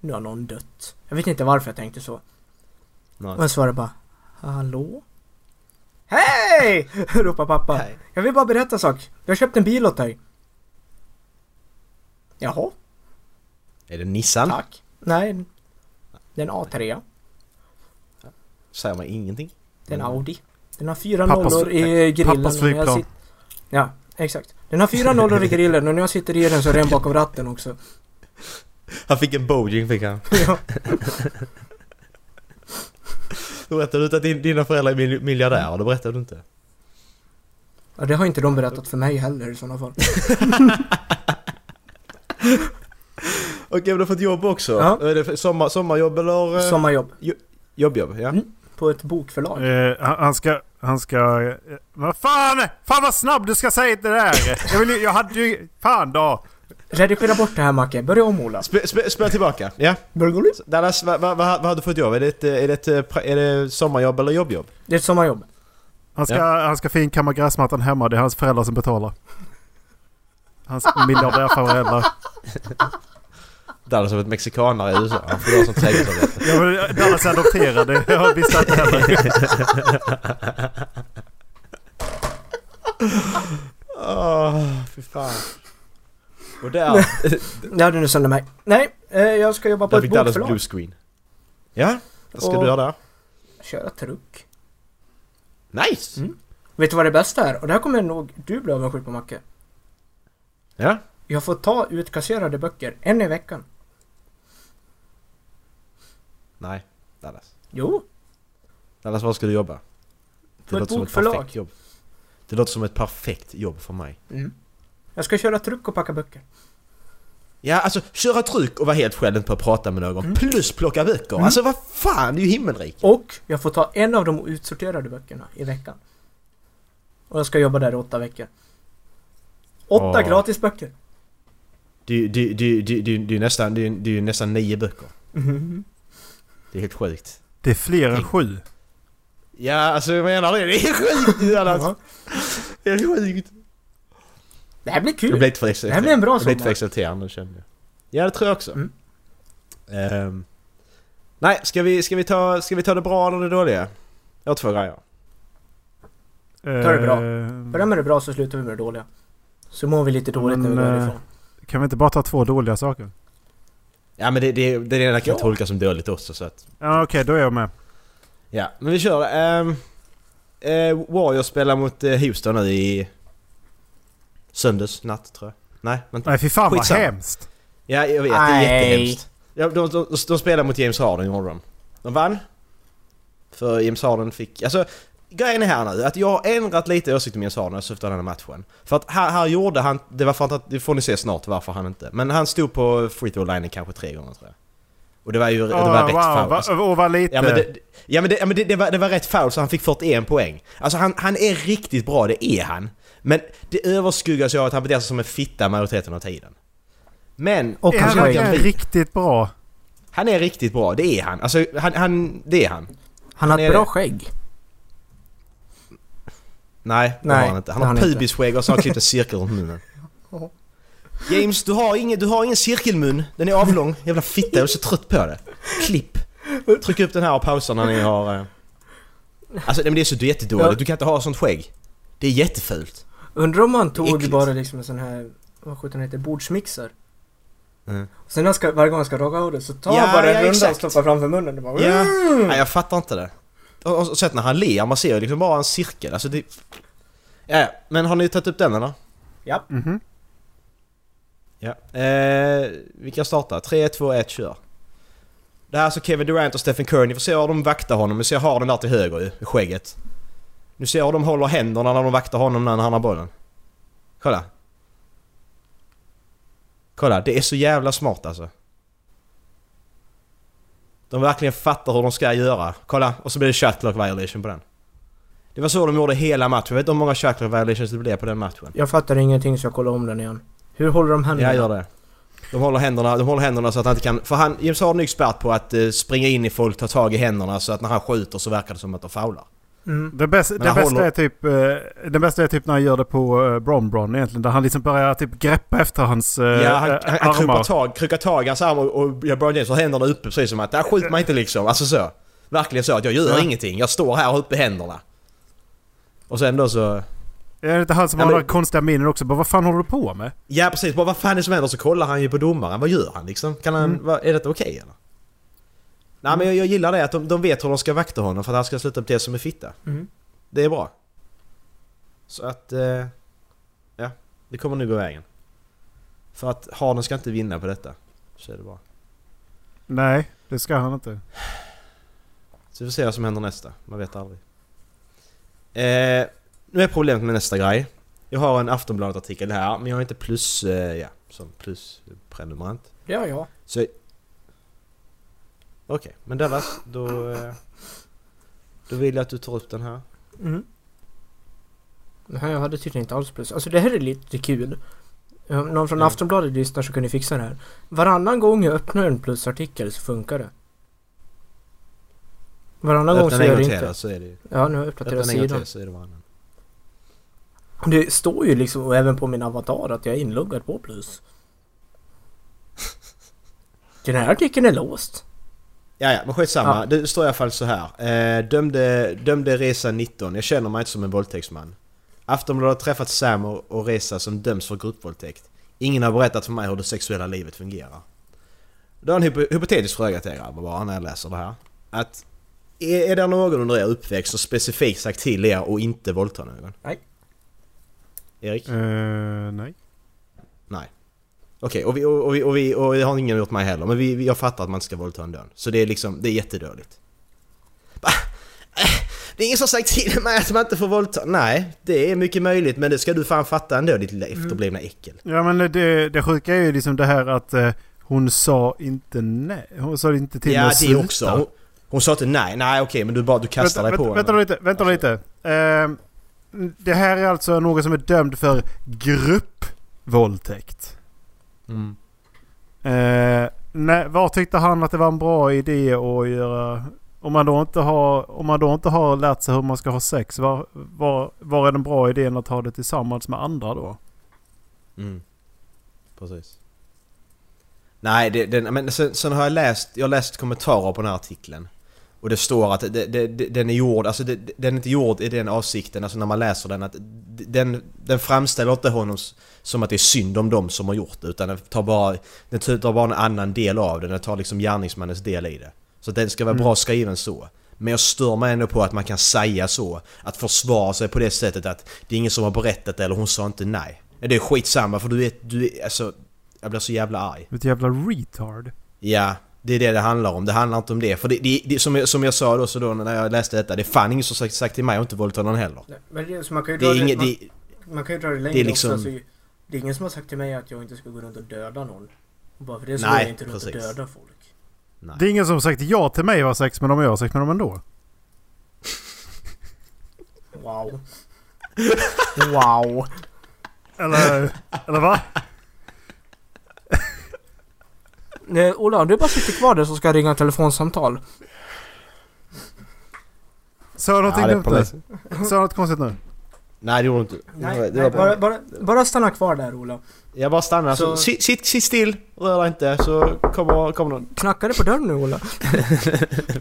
[SPEAKER 8] nu har någon dött. Jag vet inte varför jag tänkte så.
[SPEAKER 10] Nej.
[SPEAKER 8] Men svarade bara, hallå? Hej! ropar pappa. Jag vill bara berätta en sak. Jag har köpt en bil åt dig. Jaha,
[SPEAKER 10] Är det Nissan?
[SPEAKER 8] tack. Nej, det är en A3.
[SPEAKER 10] Säger man ingenting?
[SPEAKER 8] Den har Audi. Den har fyra
[SPEAKER 10] Mm. Pappas- eh,
[SPEAKER 8] nollor i grillen.
[SPEAKER 10] pappas
[SPEAKER 8] och när jag
[SPEAKER 10] flygplan.
[SPEAKER 8] sit- Ja, exakt. Den har fyra nollor i grillen och när jag sitter i den så är den bakom ratten också.
[SPEAKER 10] Han fick en Boeing fick han.
[SPEAKER 8] Ja.
[SPEAKER 10] Då berättade du att din- dina föräldrar är mil- miljardärer, det berättade du inte.
[SPEAKER 8] Ja, det har inte de berättat för mig heller i sådana fall.
[SPEAKER 10] Okej, men du har fått jobb också?
[SPEAKER 8] Ja.
[SPEAKER 10] Är det för- sommar, sommarjobb eller? eh,
[SPEAKER 8] Sommarjobb.
[SPEAKER 10] Jo, jobbjobb, ja.
[SPEAKER 8] På ett bokförlag.
[SPEAKER 11] Eh, han han ska... Han ska... eh, Vad fan! Fan vad snabb du ska säga det där! Jag, vill, ju- jag hade ju... Fan då!
[SPEAKER 8] Redigera bort det här Macke, börja om Ola.
[SPEAKER 10] Spe- spe- Spela tillbaka, ja.
[SPEAKER 8] Burgolip.
[SPEAKER 10] Dallas, vad va, va, vad har du fått jobb? Är det, ett, eh, är, det ett, eh, pra- är det sommarjobb eller jobbjobb?
[SPEAKER 8] Det är ett sommarjobb.
[SPEAKER 11] Han ska, han ska finkamma gräsmattan hemma. Det är hans föräldrar som betalar. Hans miljardärföräldrar.
[SPEAKER 10] Dallas har varit mexikanare i USA, han får göra som trädgårdsarbete.
[SPEAKER 11] Jag vill- Dallas är adopterade. Jag visste inte heller.
[SPEAKER 10] Åh, fy fan. Och där,
[SPEAKER 8] Ja, du nu sönder mig. Nej, eh, jag ska jobba på
[SPEAKER 10] där
[SPEAKER 8] ett
[SPEAKER 10] fick Dallas
[SPEAKER 8] bokförlag.
[SPEAKER 10] blue screen. Ja, vad ska
[SPEAKER 8] Och-
[SPEAKER 10] du göra där?
[SPEAKER 8] Köra truck.
[SPEAKER 10] Nice!
[SPEAKER 8] Vet du vad det bästa är? Och det här kommer nog du bli avundsjuk på Macke.
[SPEAKER 10] Ja.
[SPEAKER 8] Jag får ta utkasserade böcker, en i veckan.
[SPEAKER 10] Nej, Dallas.
[SPEAKER 8] Jo,
[SPEAKER 10] Dallas, var ska du jobba?
[SPEAKER 8] På ett bokförlag.
[SPEAKER 10] perfekt jobb. Det låter som ett perfekt jobb för mig.
[SPEAKER 8] jag ska köra truck och packa böcker.
[SPEAKER 10] Ja, alltså köra truck och vara helt själv, inte på att prata med någon. Plus plocka böcker. Alltså vad fan, det är ju himmelrik.
[SPEAKER 8] Och jag får ta en av de utsorterade böckerna i veckan. Och jag ska jobba där i åtta veckor. Åtta
[SPEAKER 10] Åh.
[SPEAKER 8] gratisböcker!
[SPEAKER 10] Det, det, det, det, det, det, är ju nästan, det, är- det är ju nästan nio böcker. Det är helt sjukt.
[SPEAKER 11] Det är fler än sju.
[SPEAKER 10] Ja, alltså jag menar det. Det är sjukt det
[SPEAKER 8] Ja.
[SPEAKER 10] Dallas. Det är sjukt.
[SPEAKER 8] Det här blir kul!
[SPEAKER 10] Jag blev lite för exalterad.
[SPEAKER 8] Det här blir en bra
[SPEAKER 10] Jag blev lite
[SPEAKER 8] sommar. Mm.
[SPEAKER 10] för exalterad nu kände jag. Ja, det tror jag också. Ehm, nej, ska vi, ska, vi ta, ska vi ta det bra eller det dåliga? Jag har två grejer.
[SPEAKER 8] Ta det bra.
[SPEAKER 11] Eh,
[SPEAKER 8] Börja med det bra så slutar vi med det dåliga. Så mår vi lite dåligt när vi
[SPEAKER 11] Men,
[SPEAKER 8] går
[SPEAKER 11] eh,
[SPEAKER 8] härifrån.
[SPEAKER 11] Kan vi inte bara ta två dåliga saker?
[SPEAKER 10] Ja men det, det, det ena kan
[SPEAKER 8] Ja.
[SPEAKER 10] tolkas som dåligt också så att...
[SPEAKER 11] Ja, Okej, då är jag med.
[SPEAKER 10] Ja, men vi kör. Um, Warriors spelar mot eh, Houston nu i... Söndags natt tror jag. Nej, vänta.
[SPEAKER 11] Nej fy fan vad
[SPEAKER 10] Skitsamma.
[SPEAKER 11] hemskt.
[SPEAKER 10] Ja, jag vet. Det
[SPEAKER 8] Nej.
[SPEAKER 10] är jättehemskt. Ja, de, de, de spelar mot James Harden gjorde de. De vann. För James Harden fick... Alltså, grejen är här nu att jag har ändrat lite åsikt om James Harden efter den här matchen. För att här, här gjorde han... Det var för att... Det får ni se snart varför han inte... Men han stod på free throw linjen kanske tre gånger tror jag. Och det var ju... det var
[SPEAKER 11] Ah,
[SPEAKER 10] rätt
[SPEAKER 11] wow,
[SPEAKER 10] foul.
[SPEAKER 11] va,
[SPEAKER 10] Alltså,
[SPEAKER 11] och vad lite.
[SPEAKER 10] Ja men, det, ja, men, det, ja, men det, det, var, det var rätt foul så han fick 41 poäng. Alltså han, han är riktigt bra, det är han. Men det överskuggas ju av att han beter sig som en fitta majoriteten av tiden. Men...
[SPEAKER 8] Och
[SPEAKER 11] är
[SPEAKER 8] han
[SPEAKER 11] han
[SPEAKER 8] ska
[SPEAKER 10] jag
[SPEAKER 11] verkligen
[SPEAKER 10] vet.
[SPEAKER 11] riktigt bra?
[SPEAKER 10] Han är riktigt bra, det är han. Alltså han, han det är han.
[SPEAKER 8] Han har
[SPEAKER 10] han
[SPEAKER 8] ett
[SPEAKER 10] är
[SPEAKER 8] bra
[SPEAKER 10] det.
[SPEAKER 8] skägg.
[SPEAKER 10] Nej, det
[SPEAKER 8] Nej,
[SPEAKER 10] har han inte. Han
[SPEAKER 8] det
[SPEAKER 10] har
[SPEAKER 8] har han
[SPEAKER 10] pubisskägg och så har han klippt en cirkel runt munnen. James, du har, ingen, du har ingen cirkelmun. Den är avlång. Jävla fitta, jag är så trött på det. Klipp. Tryck upp den här och pausa när ni har... eh. Alltså nej, men det är så
[SPEAKER 8] Ja.
[SPEAKER 10] jättedåligt. Du kan inte ha sånt skägg. Det är jättefult.
[SPEAKER 8] Undrar om han tog
[SPEAKER 10] Äckligt.
[SPEAKER 8] bara liksom en sån här, vad sjutton heter det, bordsmixer.
[SPEAKER 10] Mm.
[SPEAKER 8] Sen när han ska, varje gång han ska raka av det så tar
[SPEAKER 10] Ja,
[SPEAKER 8] han bara en
[SPEAKER 10] ja,
[SPEAKER 8] runda
[SPEAKER 10] exakt.
[SPEAKER 8] och stoppar framför munnen. Det bara, "Mm!"
[SPEAKER 10] Ja. Nej, jag fattar inte det. Och, och, och sett när han ler, man ser ju liksom bara en cirkel. Alltså det... Ja, ja. men har ni tagit upp den eller?
[SPEAKER 8] Ja.
[SPEAKER 11] Mhm.
[SPEAKER 10] Ja. Eh, vi kan starta. 3, 2, 1, kör. Det här är alltså Kevin Durant och Stephen Curry. Ni får se hur de vaktar honom. Ni ser har den där till höger ju, i skägget. Nu ser hur de håller händerna när de vaktar honom när han har bollen. Kolla. Kolla, det är så jävla smart alltså. De verkligen fattar hur de ska göra. Kolla, och så blir det shot clock violation på den. Det var så de gjorde hela matchen. Jag vet inte hur många shackler violations det blev på den matchen.
[SPEAKER 8] Jag fattar ingenting så jag kollar om den igen. Hur håller de händerna?
[SPEAKER 10] Jag gör det. De håller, händerna, de håller händerna så att han inte kan... För han, James Harden är expert på att eh, springa in i folk, ta tag i händerna så att när han skjuter så verkar det som att de faular.
[SPEAKER 11] Mm. Det, bästa,
[SPEAKER 10] Men
[SPEAKER 11] det,
[SPEAKER 10] han
[SPEAKER 11] bästa
[SPEAKER 10] håller-
[SPEAKER 11] är typ, eh, det bästa är typ när han gör det på eh, Bron Bron egentligen. Där han liksom börjar typ greppa efter hans eh,
[SPEAKER 10] Ja, han,
[SPEAKER 11] eh,
[SPEAKER 10] han, han
[SPEAKER 11] armar.
[SPEAKER 10] krupar tag, krukar tag i hans arm och, och jag Brian James har händerna uppe precis som att där skjuter man inte liksom. Alltså så. Verkligen så att jag gör
[SPEAKER 11] Ja.
[SPEAKER 10] ingenting. Jag står här uppe i händerna. Och sen då så...
[SPEAKER 11] Är det inte han som
[SPEAKER 10] Ja,
[SPEAKER 11] har
[SPEAKER 10] men-
[SPEAKER 11] några konstiga minnen också? Bara, vad fan håller du på med?
[SPEAKER 10] Ja precis, bara vad fan är det som händer? Så kollar han ju på domaren. Vad gör han liksom? Kan han, vad, är detta okej eller? Nej men jag, jag gillar det att de, de vet hur de ska vakta honom för att han ska sluta bete sig som en fitta.
[SPEAKER 8] Mm.
[SPEAKER 10] Det är bra. Så att... Eh, ja, det kommer nu gå vägen. För att Harden ska inte vinna på detta. Så är det bra.
[SPEAKER 11] Nej, det ska han inte.
[SPEAKER 10] Så vi får se vad som händer nästa. Man vet aldrig. Eh, nu är problemet med nästa grej. Jag har en Aftonbladet-artikel här, men jag har inte plus... Eh, ja, som plusprenumerant.
[SPEAKER 8] Ja, ja.
[SPEAKER 10] Så... Okej, men Dallas, då... eh, Då vill jag att du tar upp den här.
[SPEAKER 8] Mm. Nej, jag hade tydligen inte alls plus. Alltså det här är lite kul. Om någon från Aftonbladet lyssnar så kan ni fixa det här. Varannan gång jag öppnar en plusartikel så funkar det. Varannan gång så
[SPEAKER 10] en
[SPEAKER 8] gör
[SPEAKER 10] gång
[SPEAKER 8] det
[SPEAKER 10] till
[SPEAKER 8] inte.
[SPEAKER 10] här, så är det ju.
[SPEAKER 8] Ja, nu har jag uppdaterat
[SPEAKER 10] Öppna en gång
[SPEAKER 8] sidan.
[SPEAKER 10] till så är det varannan.
[SPEAKER 8] Det står ju liksom, och även på min avatar, att jag är inloggad på plus. Den här artikeln är låst.
[SPEAKER 10] Ja, ja, men skitsamma.
[SPEAKER 8] Ja.
[SPEAKER 10] Det står i alla fall så här. Eh, dömde, dömde Reza 19. Jag känner mig inte som en våldtäktsman. Aftonbladet har träffat Sam och, och Reza som döms för gruppvåldtäkt. Ingen har berättat för mig hur det sexuella livet fungerar. Då har en hypo- hypotetisk fråga till er grabbar bara när jag läser det här. Att är, är det någon under er uppväxt som specifikt sagt till er och inte våldta någon?
[SPEAKER 8] Nej.
[SPEAKER 10] Erik?
[SPEAKER 11] Eh, nej.
[SPEAKER 10] Nej. Okej, och, vi, och, och, vi, och, vi, och det har ingen gjort mig heller, men vi, vi- jag fattar att man inte ska våldta en dön. Så det är liksom, det är jättedåligt. Bah, eh, Det är ingen som sagt till mig att man inte får våldta. Nej, det är mycket möjligt, men det ska du fan fatta ändå ditt lilla
[SPEAKER 11] Mm.
[SPEAKER 10] efterblivna äckel.
[SPEAKER 11] Ja men det, det sjuka är ju liksom det här att eh, hon sa inte nej. Hon sa inte till mig
[SPEAKER 10] Ja,
[SPEAKER 11] att
[SPEAKER 10] det
[SPEAKER 11] sluta.
[SPEAKER 10] också. Hon, hon sa inte nej, nej okej, men du bara, du kastar dig
[SPEAKER 11] vänta,
[SPEAKER 10] på
[SPEAKER 11] vänta,
[SPEAKER 10] henne.
[SPEAKER 11] lite, vänta lite. Ehm, det här är alltså någon som är dömd för gruppvåldtäkt.
[SPEAKER 10] Mm.
[SPEAKER 11] Eh, nej, var tyckte han att det var en bra idé att göra? Om man då inte har, om man då inte har lärt sig hur man ska ha sex, var, var, var är den bra idén att ha det tillsammans med andra då?
[SPEAKER 10] Mm. Precis. Nej, det, den, men sen, sen har jag läst, jag har läst kommentarer på den här artikeln. Och det står att det, det, det, den är gjord, alltså det, det- den är inte gjord i den avsikten, alltså när man läser den att den, den framställer inte honom s- som att det är synd om dem som har gjort det utan den tar bara, den tar bara en annan del av det, den tar liksom gärningsmannens del i det. Så att den ska vara bra skriven så. Men jag stör mig ändå på att man kan säga så, att försvara sig på det sättet att det är ingen som har berättat eller hon sa inte nej. Det är skitsamma för du är, du är, alltså, jag blir så jävla arg.
[SPEAKER 11] Ett jävla retard.
[SPEAKER 10] Ja, det är det det handlar om. Det handlar inte om det. För det, det, det som, jag, som jag sa då, så då när jag läste detta, det är fan ingen som sagt, sagt till mig att inte våldta någon heller.
[SPEAKER 8] Men det, så man kan ju
[SPEAKER 10] Det
[SPEAKER 8] dra
[SPEAKER 10] är
[SPEAKER 8] det,
[SPEAKER 10] inget...
[SPEAKER 8] man,
[SPEAKER 10] Det,
[SPEAKER 8] man kan ju dra det längre
[SPEAKER 10] det är liksom-
[SPEAKER 8] också. Alltså, det är ingen som har sagt till mig att jag inte ska gå runt och döda någon. Bara för det så
[SPEAKER 10] Nej,
[SPEAKER 8] går jag inte runt och
[SPEAKER 10] precis.
[SPEAKER 8] döda folk.
[SPEAKER 11] Det är ingen som sagt ja till mig var sex med dem och jag har sex med dem ändå.
[SPEAKER 8] Wow. Wow.
[SPEAKER 11] Eller, eller va?
[SPEAKER 8] Nej, Ola, om du bara sitter kvar där så ska jag ringa ett telefonsamtal.
[SPEAKER 11] Sa jag någonting
[SPEAKER 10] Ja, det är
[SPEAKER 11] dumt
[SPEAKER 10] på
[SPEAKER 11] nu?
[SPEAKER 10] läs-
[SPEAKER 11] Sa jag något konstigt nu?
[SPEAKER 10] nej, det gjorde du inte. Det var-
[SPEAKER 8] Nej,
[SPEAKER 10] det
[SPEAKER 8] nej
[SPEAKER 10] var bara,
[SPEAKER 8] bara, bara, bara stanna kvar där Ola.
[SPEAKER 10] jag bara stannar. Så...
[SPEAKER 8] Så-
[SPEAKER 10] Sitt, sitt, sitt still, rör dig inte, så kommer, kommer någon.
[SPEAKER 8] Knackar det på dörren nu Ola?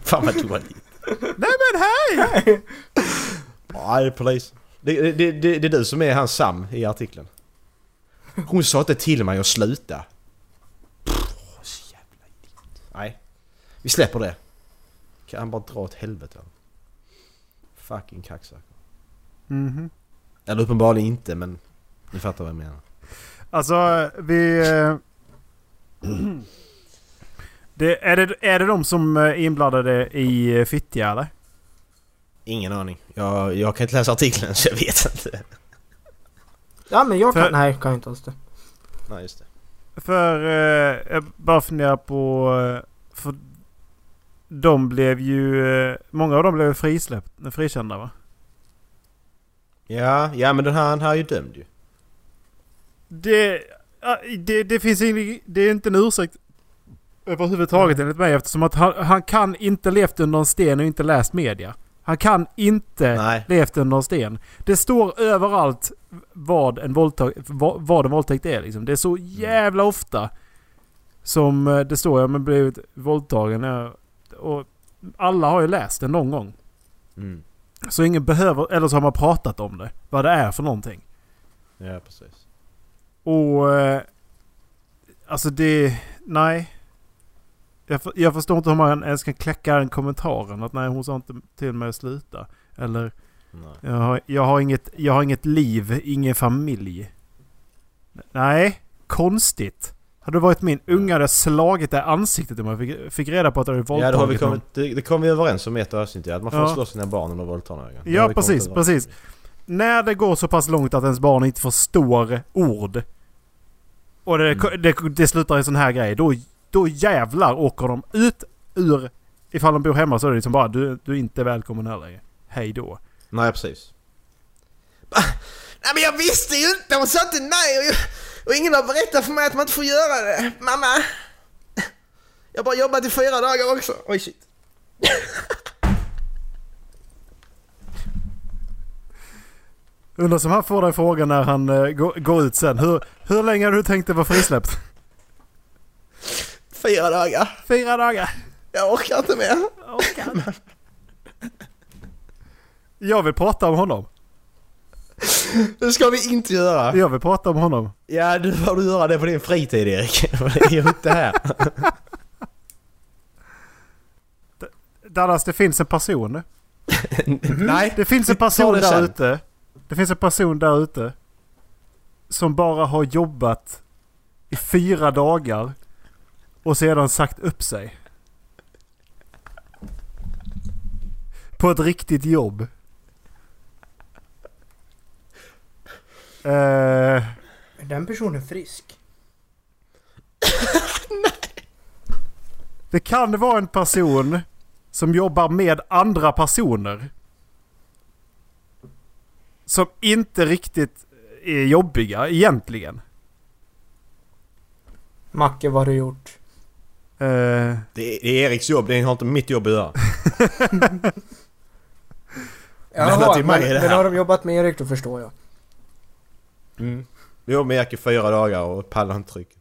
[SPEAKER 10] fan vad dåligt.
[SPEAKER 11] Nej men hej!
[SPEAKER 10] Ja, det är polis. Det, det, det, det det är du som är hans Sam i artikeln. Hon sa inte till mig att sluta. Pff, så jävla idiot. Nej, vi släpper det. Kan han bara dra åt helvete. Fucking kaxack.
[SPEAKER 11] Mhm.
[SPEAKER 10] Eller uppenbarligen inte, men ni fattar vad jag menar.
[SPEAKER 11] Alltså vi... eh, Det, är, det, är det de som eh, är inblandade i eh, Fittja eller?
[SPEAKER 10] Ingen aning. Jag, jag kan inte läsa artikeln så jag vet inte.
[SPEAKER 8] Ja men jag
[SPEAKER 11] För-
[SPEAKER 8] kan... Nej, kan jag inte alls det.
[SPEAKER 10] Nej, just det.
[SPEAKER 11] För... Eh, jag bara funderar på... eh, För de blev ju... Eh, många av dem blev frisläpp, frikända va?
[SPEAKER 10] Ja, ja men den här, den här är ju dömd ju.
[SPEAKER 11] Det, ah, det, det finns ingen, det är inte en ursäkt överhuvudtaget enligt mig eftersom att han, han kan inte levt under en sten och inte läst media. Han kan inte
[SPEAKER 10] Nej.
[SPEAKER 11] levt under en sten. Det står överallt vad en våldtäkt, vad, vad en våldtäkt är liksom. Det är
[SPEAKER 10] Mm.
[SPEAKER 11] så jävla ofta som eh, det står jag men blivit våldtagen. eh, Och alla har ju läst det någon gång.
[SPEAKER 10] Mm.
[SPEAKER 11] Så ingen behöver, eller så har man pratat om det. Vad det är för någonting.
[SPEAKER 10] Ja, precis.
[SPEAKER 11] Och... eh, Alltså det... Nej. Jag, för, jag förstår inte hur man ens kan kläcka den kommentaren. Att nej, hon sa inte till mig att sluta. Eller...
[SPEAKER 10] Nej.
[SPEAKER 11] Jag har, jag, har inget, jag har inget liv, ingen familj. Nej, konstigt. Hade du varit min unge hade jag slagit dig i ansiktet om jag fick, fick reda på att du hade våldtagit
[SPEAKER 10] Ja, det, har vi
[SPEAKER 11] någon.
[SPEAKER 10] kommit, det, det kom vi överens om i ett avsnitt ju, Att man får
[SPEAKER 11] Ja.
[SPEAKER 10] slå sina barn om de våldtar någon. Det har
[SPEAKER 11] Ja,
[SPEAKER 10] vi kommit
[SPEAKER 11] precis,
[SPEAKER 10] överens om.
[SPEAKER 11] precis. När det går så pass långt att ens barn inte förstår ord. Och det, det, det slutar i en sån här grej. Då, då jävlar åker de ut ur... Ifall de bor hemma så är det liksom bara du, du är inte välkommen här längre. Hej då.
[SPEAKER 10] Nej, precis.
[SPEAKER 12] Nej men jag visste ju inte, hon sa inte nej och, jag, och ingen har berättat för mig att man inte får göra det. Mamma! Jag har bara jobbat i fyra dagar också. Oj shit.
[SPEAKER 11] Undrar som han får den frågan när han eh, går, går ut sen. Hur, hur länge har du tänkt dig vara frisläppt?
[SPEAKER 12] Fyra dagar.
[SPEAKER 11] Fyra dagar.
[SPEAKER 12] Jag orkar inte mer.
[SPEAKER 11] Jag vill prata om honom.
[SPEAKER 10] Det ska vi inte göra.
[SPEAKER 11] Jag vill prata om honom.
[SPEAKER 10] Ja, du får du göra det på din fritid Erik. Det är ju inte här.
[SPEAKER 11] Dallas, det finns en person.
[SPEAKER 10] Nej.
[SPEAKER 11] Det finns en
[SPEAKER 10] vi tar
[SPEAKER 11] person
[SPEAKER 10] det
[SPEAKER 11] där
[SPEAKER 10] sen.
[SPEAKER 11] ute. Det finns en person där ute. Som bara har jobbat i fyra dagar. Och sedan sagt upp sig. På ett riktigt jobb. Eh,
[SPEAKER 8] Är den personen frisk?
[SPEAKER 11] det kan vara en person som jobbar med andra personer. Som inte riktigt är jobbiga egentligen.
[SPEAKER 8] Macke, vad har du gjort?
[SPEAKER 10] Det
[SPEAKER 11] Eh,
[SPEAKER 10] är, det är Eriks jobb, det har inte mitt jobb att göra. Vända
[SPEAKER 8] Jaha,
[SPEAKER 10] till
[SPEAKER 8] men,
[SPEAKER 10] mig är det
[SPEAKER 8] men
[SPEAKER 10] här.
[SPEAKER 8] har de jobbat med Erik då förstår jag.
[SPEAKER 10] Mm. Vi jobbar med Erik i fyra dagar och pallar inte trycket.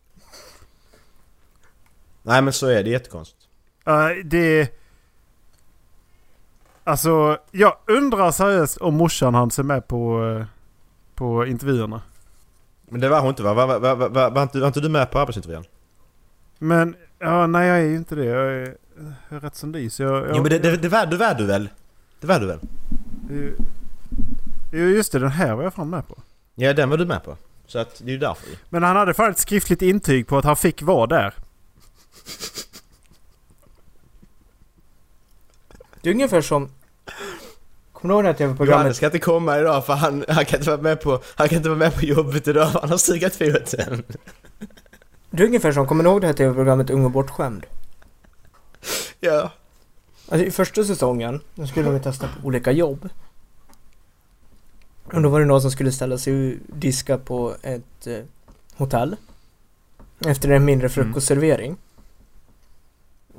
[SPEAKER 10] Nej men så är det jättekonstigt.
[SPEAKER 11] Ja, eh, det... Alltså, jag undrar seriöst om morsan han ser med på, eh, på intervjuerna.
[SPEAKER 10] Men det var hon inte va? Var, var, var, var, var, inte, var inte du med på arbetsintervjun?
[SPEAKER 11] Men, ja, nej jag är ju inte det. Jag är, jag är rätt som dis. Jag, jag,
[SPEAKER 10] Jo men det, det, det, var, det var du väl? Det var du väl?
[SPEAKER 11] Jo, Jo, just det. Den här var jag fan med på.
[SPEAKER 10] Ja den var du med på. Så att det är ju därför ju.
[SPEAKER 11] Men han hade fan ett skriftligt intyg på att han fick vara där.
[SPEAKER 8] Det är ungefär som... Kommer du ihåg det här
[SPEAKER 10] Johannes
[SPEAKER 8] tv-programmet?
[SPEAKER 10] ska inte komma idag för han, han, kan inte vara med på, han kan inte vara med på jobbet idag för han har stukat foten.
[SPEAKER 8] Det är ungefär som, kommer du ihåg det här tv-programmet Ung och bortskämd?
[SPEAKER 10] Ja.
[SPEAKER 8] Alltså i första säsongen, då skulle de testa på olika jobb. Och då var det någon som skulle ställa sig och diska på ett eh, hotell. Efter en mindre frukostservering.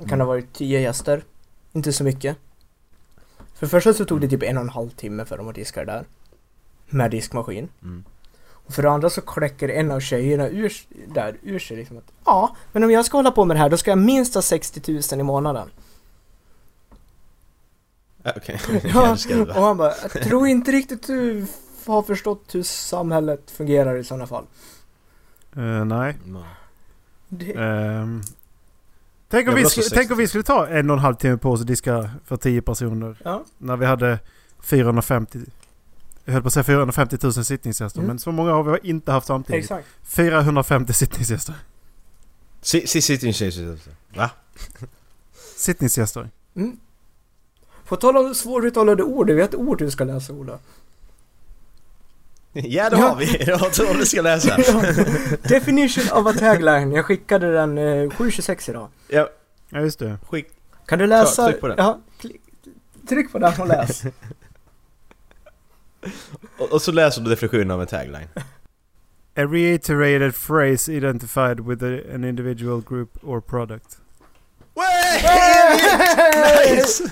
[SPEAKER 8] Kan ha varit tio gäster. Inte så mycket. För det första så tog det typ en och en halv timme för dem att diska det där. Med diskmaskin.
[SPEAKER 10] Mm.
[SPEAKER 8] Och för det andra så kläcker en av tjejerna ur, s- där ur sig liksom att ja, men om jag ska hålla på med det här då ska jag minst ha 60 000 i månaden.
[SPEAKER 10] Ja, Okej. Ja,
[SPEAKER 8] Ja,
[SPEAKER 10] det ska du
[SPEAKER 8] och
[SPEAKER 10] vara.
[SPEAKER 8] han bara, jag tror inte riktigt du f- har förstått hur samhället fungerar i sådana fall.
[SPEAKER 11] Eh, nej.
[SPEAKER 10] Nej.
[SPEAKER 8] Det,
[SPEAKER 11] Ehm. tänk,
[SPEAKER 10] Jag
[SPEAKER 11] om vi
[SPEAKER 10] vill
[SPEAKER 11] skulle,
[SPEAKER 10] också
[SPEAKER 11] tänk om vi skulle ta en och en halv timme på oss och diska för tio personer.
[SPEAKER 8] ja.
[SPEAKER 11] När vi hade 450... Jag höll på att säga 450 000 sittningsgäster,
[SPEAKER 8] Mm.
[SPEAKER 11] men så många har vi inte haft samtidigt.
[SPEAKER 8] Exakt.
[SPEAKER 11] 450 sittningsgäster.
[SPEAKER 10] Si- si- Sitt in, sitt in, sitt in. Va?
[SPEAKER 11] Sittningsgäster.
[SPEAKER 8] På tal om svåruttalade ord, du vet ord du ska läsa Ola.
[SPEAKER 10] Ja det har vi, det har tur du ska läsa.
[SPEAKER 8] Definition of a tagline, jag skickade den eh, 7.26 idag.
[SPEAKER 10] Ja,
[SPEAKER 11] Ja, just det.
[SPEAKER 10] skick.
[SPEAKER 8] Kan du läsa?
[SPEAKER 10] Ja, tryck på den.
[SPEAKER 8] Ja, klick, tryck på den och läs.
[SPEAKER 10] Och, och så läser du definitionen av en tagline.
[SPEAKER 11] A reiterated phrase identified with a, an individual group or product.
[SPEAKER 10] Nice!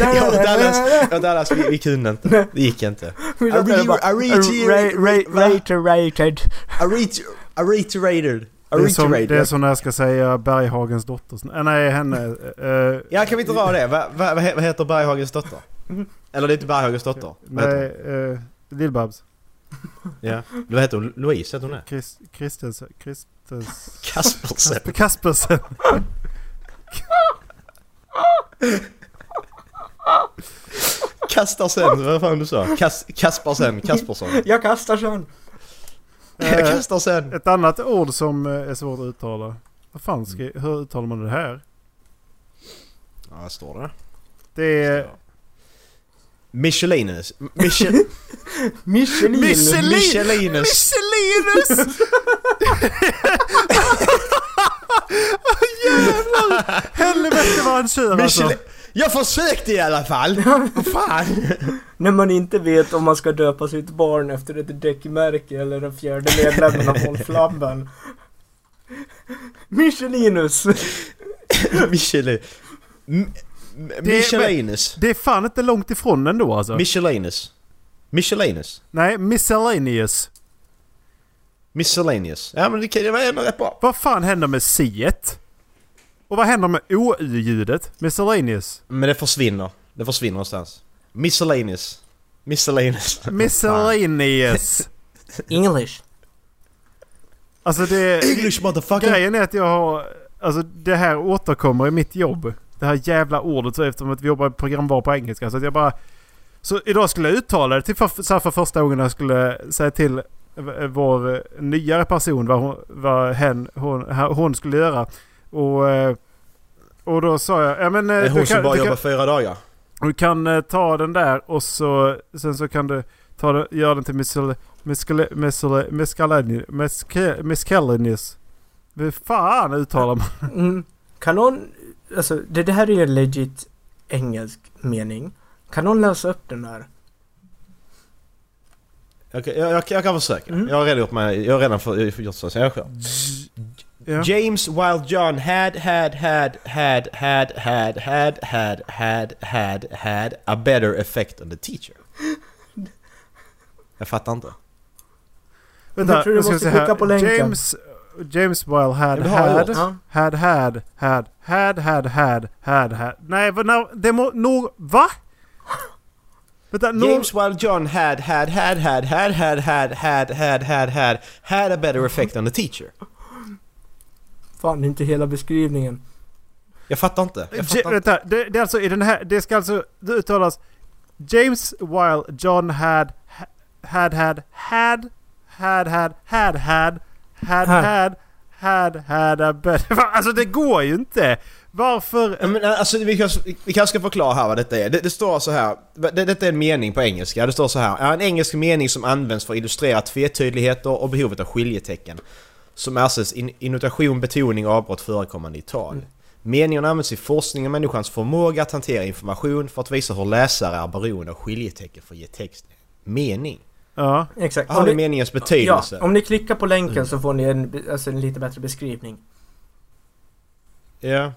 [SPEAKER 10] Jag och Dallas, jag och Dallas vi, vi kunde inte. Det gick inte.
[SPEAKER 8] Vi låter det bara- Re- re- Reiterated.
[SPEAKER 10] Reiterated.
[SPEAKER 11] Det är, som, det är som när jag ska säga Berghagens dotter. Nej, Nej, henne. eh,
[SPEAKER 10] Ja, kan vi inte dra det? Va- va- Vad he- vad heter Berghagens dotter? Eller det är inte Berghagens dotter. Vad heter
[SPEAKER 11] nej,
[SPEAKER 10] hon?
[SPEAKER 11] eh, Lill-Babs.
[SPEAKER 10] Ja. Vad heter hon? Louise, heter hon det?
[SPEAKER 11] Chris, Kristensen. Kristens...
[SPEAKER 10] Kaspersen.
[SPEAKER 11] Kasper- Kaspersen.
[SPEAKER 10] Kastarsen, vad fan du sa? Kas, Kasparsen, Kaspersson.
[SPEAKER 8] Jag kastar sen.
[SPEAKER 10] Jag kastar sen.
[SPEAKER 11] Ett annat ord som eh, är svårt att uttala. Vad fan ska,
[SPEAKER 10] Mm.
[SPEAKER 11] hur uttalar man det här?
[SPEAKER 10] Ja, vad står det?
[SPEAKER 11] Det är...
[SPEAKER 10] Michelinus. Michel...
[SPEAKER 8] Michelin.
[SPEAKER 10] Michelin. Michelinus.
[SPEAKER 2] Michelinus!
[SPEAKER 11] Jävlar! Helvete vad han kör alltså.
[SPEAKER 10] Michel... Jag försökte i alla fall! Vad fan!
[SPEAKER 8] När man inte vet om man ska döpa sitt barn efter ett däckmärke eller den fjärde medlemmen av Håll Flabben. Michelinus!
[SPEAKER 10] Michelin... M- M- Michelinus.
[SPEAKER 11] Det är fan inte långt ifrån ändå alltså.
[SPEAKER 10] Michelinus. Michelinus.
[SPEAKER 11] Nej, miscellaneous.
[SPEAKER 10] Miscellaneous. Ja men det, kan- det var ändå rätt bra.
[SPEAKER 11] Vad fan händer med siet? Och vad händer med OU-ljudet? Miscellaneous.
[SPEAKER 10] Men det försvinner. Det försvinner någonstans. Miscellaneous. Miscellaneous.
[SPEAKER 11] Miscellaneous.
[SPEAKER 8] English.
[SPEAKER 11] Alltså det...
[SPEAKER 10] English motherfucker!
[SPEAKER 11] Grejen är att jag har... Alltså det här återkommer i mitt jobb. Det här jävla ordet så eftersom att vi jobbar programvara på engelska. Så att jag bara... Så idag skulle jag uttala det till för, så här för första gången jag skulle säga till v- vår eh, nyare person vad hon, vad hen, hon, ha- hon skulle göra. Och, eh, och då sa jag... Ja, men, eh,
[SPEAKER 10] Det är
[SPEAKER 11] du
[SPEAKER 10] hon som
[SPEAKER 11] kan-
[SPEAKER 10] bara
[SPEAKER 11] du kan-
[SPEAKER 10] jobbar fyra dagar.
[SPEAKER 11] du kan eh, ta den där och så sen så kan du ta den, göra den till miscel- miscel- miscel- miscellany- misce- miscellaneous. Hur fan uttalar man?
[SPEAKER 8] Mm. Kan någon, alltså det, det här är ju en legit engelsk mening. Kan någon läsa upp den här?
[SPEAKER 10] Jag, kan- jag, jag, jag kan försöka. Jag har redan gjort mig... Jag har redan för, gjort så. så Jag kör. James Wild John had had had had had had had had had had had a better effect on the teacher. Jag fattar inte.
[SPEAKER 8] Jag tror du
[SPEAKER 11] ska
[SPEAKER 8] måste
[SPEAKER 11] se här.
[SPEAKER 8] klicka på länken.
[SPEAKER 11] James, James Weil had
[SPEAKER 8] Ja, det har jag
[SPEAKER 11] had,
[SPEAKER 8] gjort.
[SPEAKER 11] had, had had had had had had had had Nej, vad- när- det må... Nog... Va? Vänta, nog...
[SPEAKER 10] James Wild John had had had had had had had had had had had had a better effect on the teacher.
[SPEAKER 8] Fan, inte hela beskrivningen.
[SPEAKER 10] Jag fattar inte. Jag
[SPEAKER 11] Ja,
[SPEAKER 10] fattar inte.
[SPEAKER 11] Vänta, det, det är alltså i den här, det ska alltså det uttalas James Weil John had ha- had had had had had had had had
[SPEAKER 8] Här.
[SPEAKER 11] had had had a better... Va, Alltså det går ju inte! Varför?
[SPEAKER 10] Ja, Men, alltså, vi, kanske, vi kanske ska förklara här vad detta är. Det, det står så här. Det, detta är en mening på engelska. Det står så här. Är en engelsk mening som används för att illustrera tvetydligheter och behovet av skiljetecken. Som ersätts in, innotation, betoning och avbrott förekommande i tal.
[SPEAKER 8] Mm.
[SPEAKER 10] Meningen används i forskning om människans förmåga att hantera information för att visa hur läsare är beroende av skiljetecken för att ge text mening.
[SPEAKER 11] Ja.
[SPEAKER 8] Exakt.
[SPEAKER 10] Här är meningens betydelse.
[SPEAKER 8] Ja, om ni klickar på länken
[SPEAKER 10] Mm.
[SPEAKER 8] så får ni en, be- alltså, en lite bättre beskrivning.
[SPEAKER 10] Ja.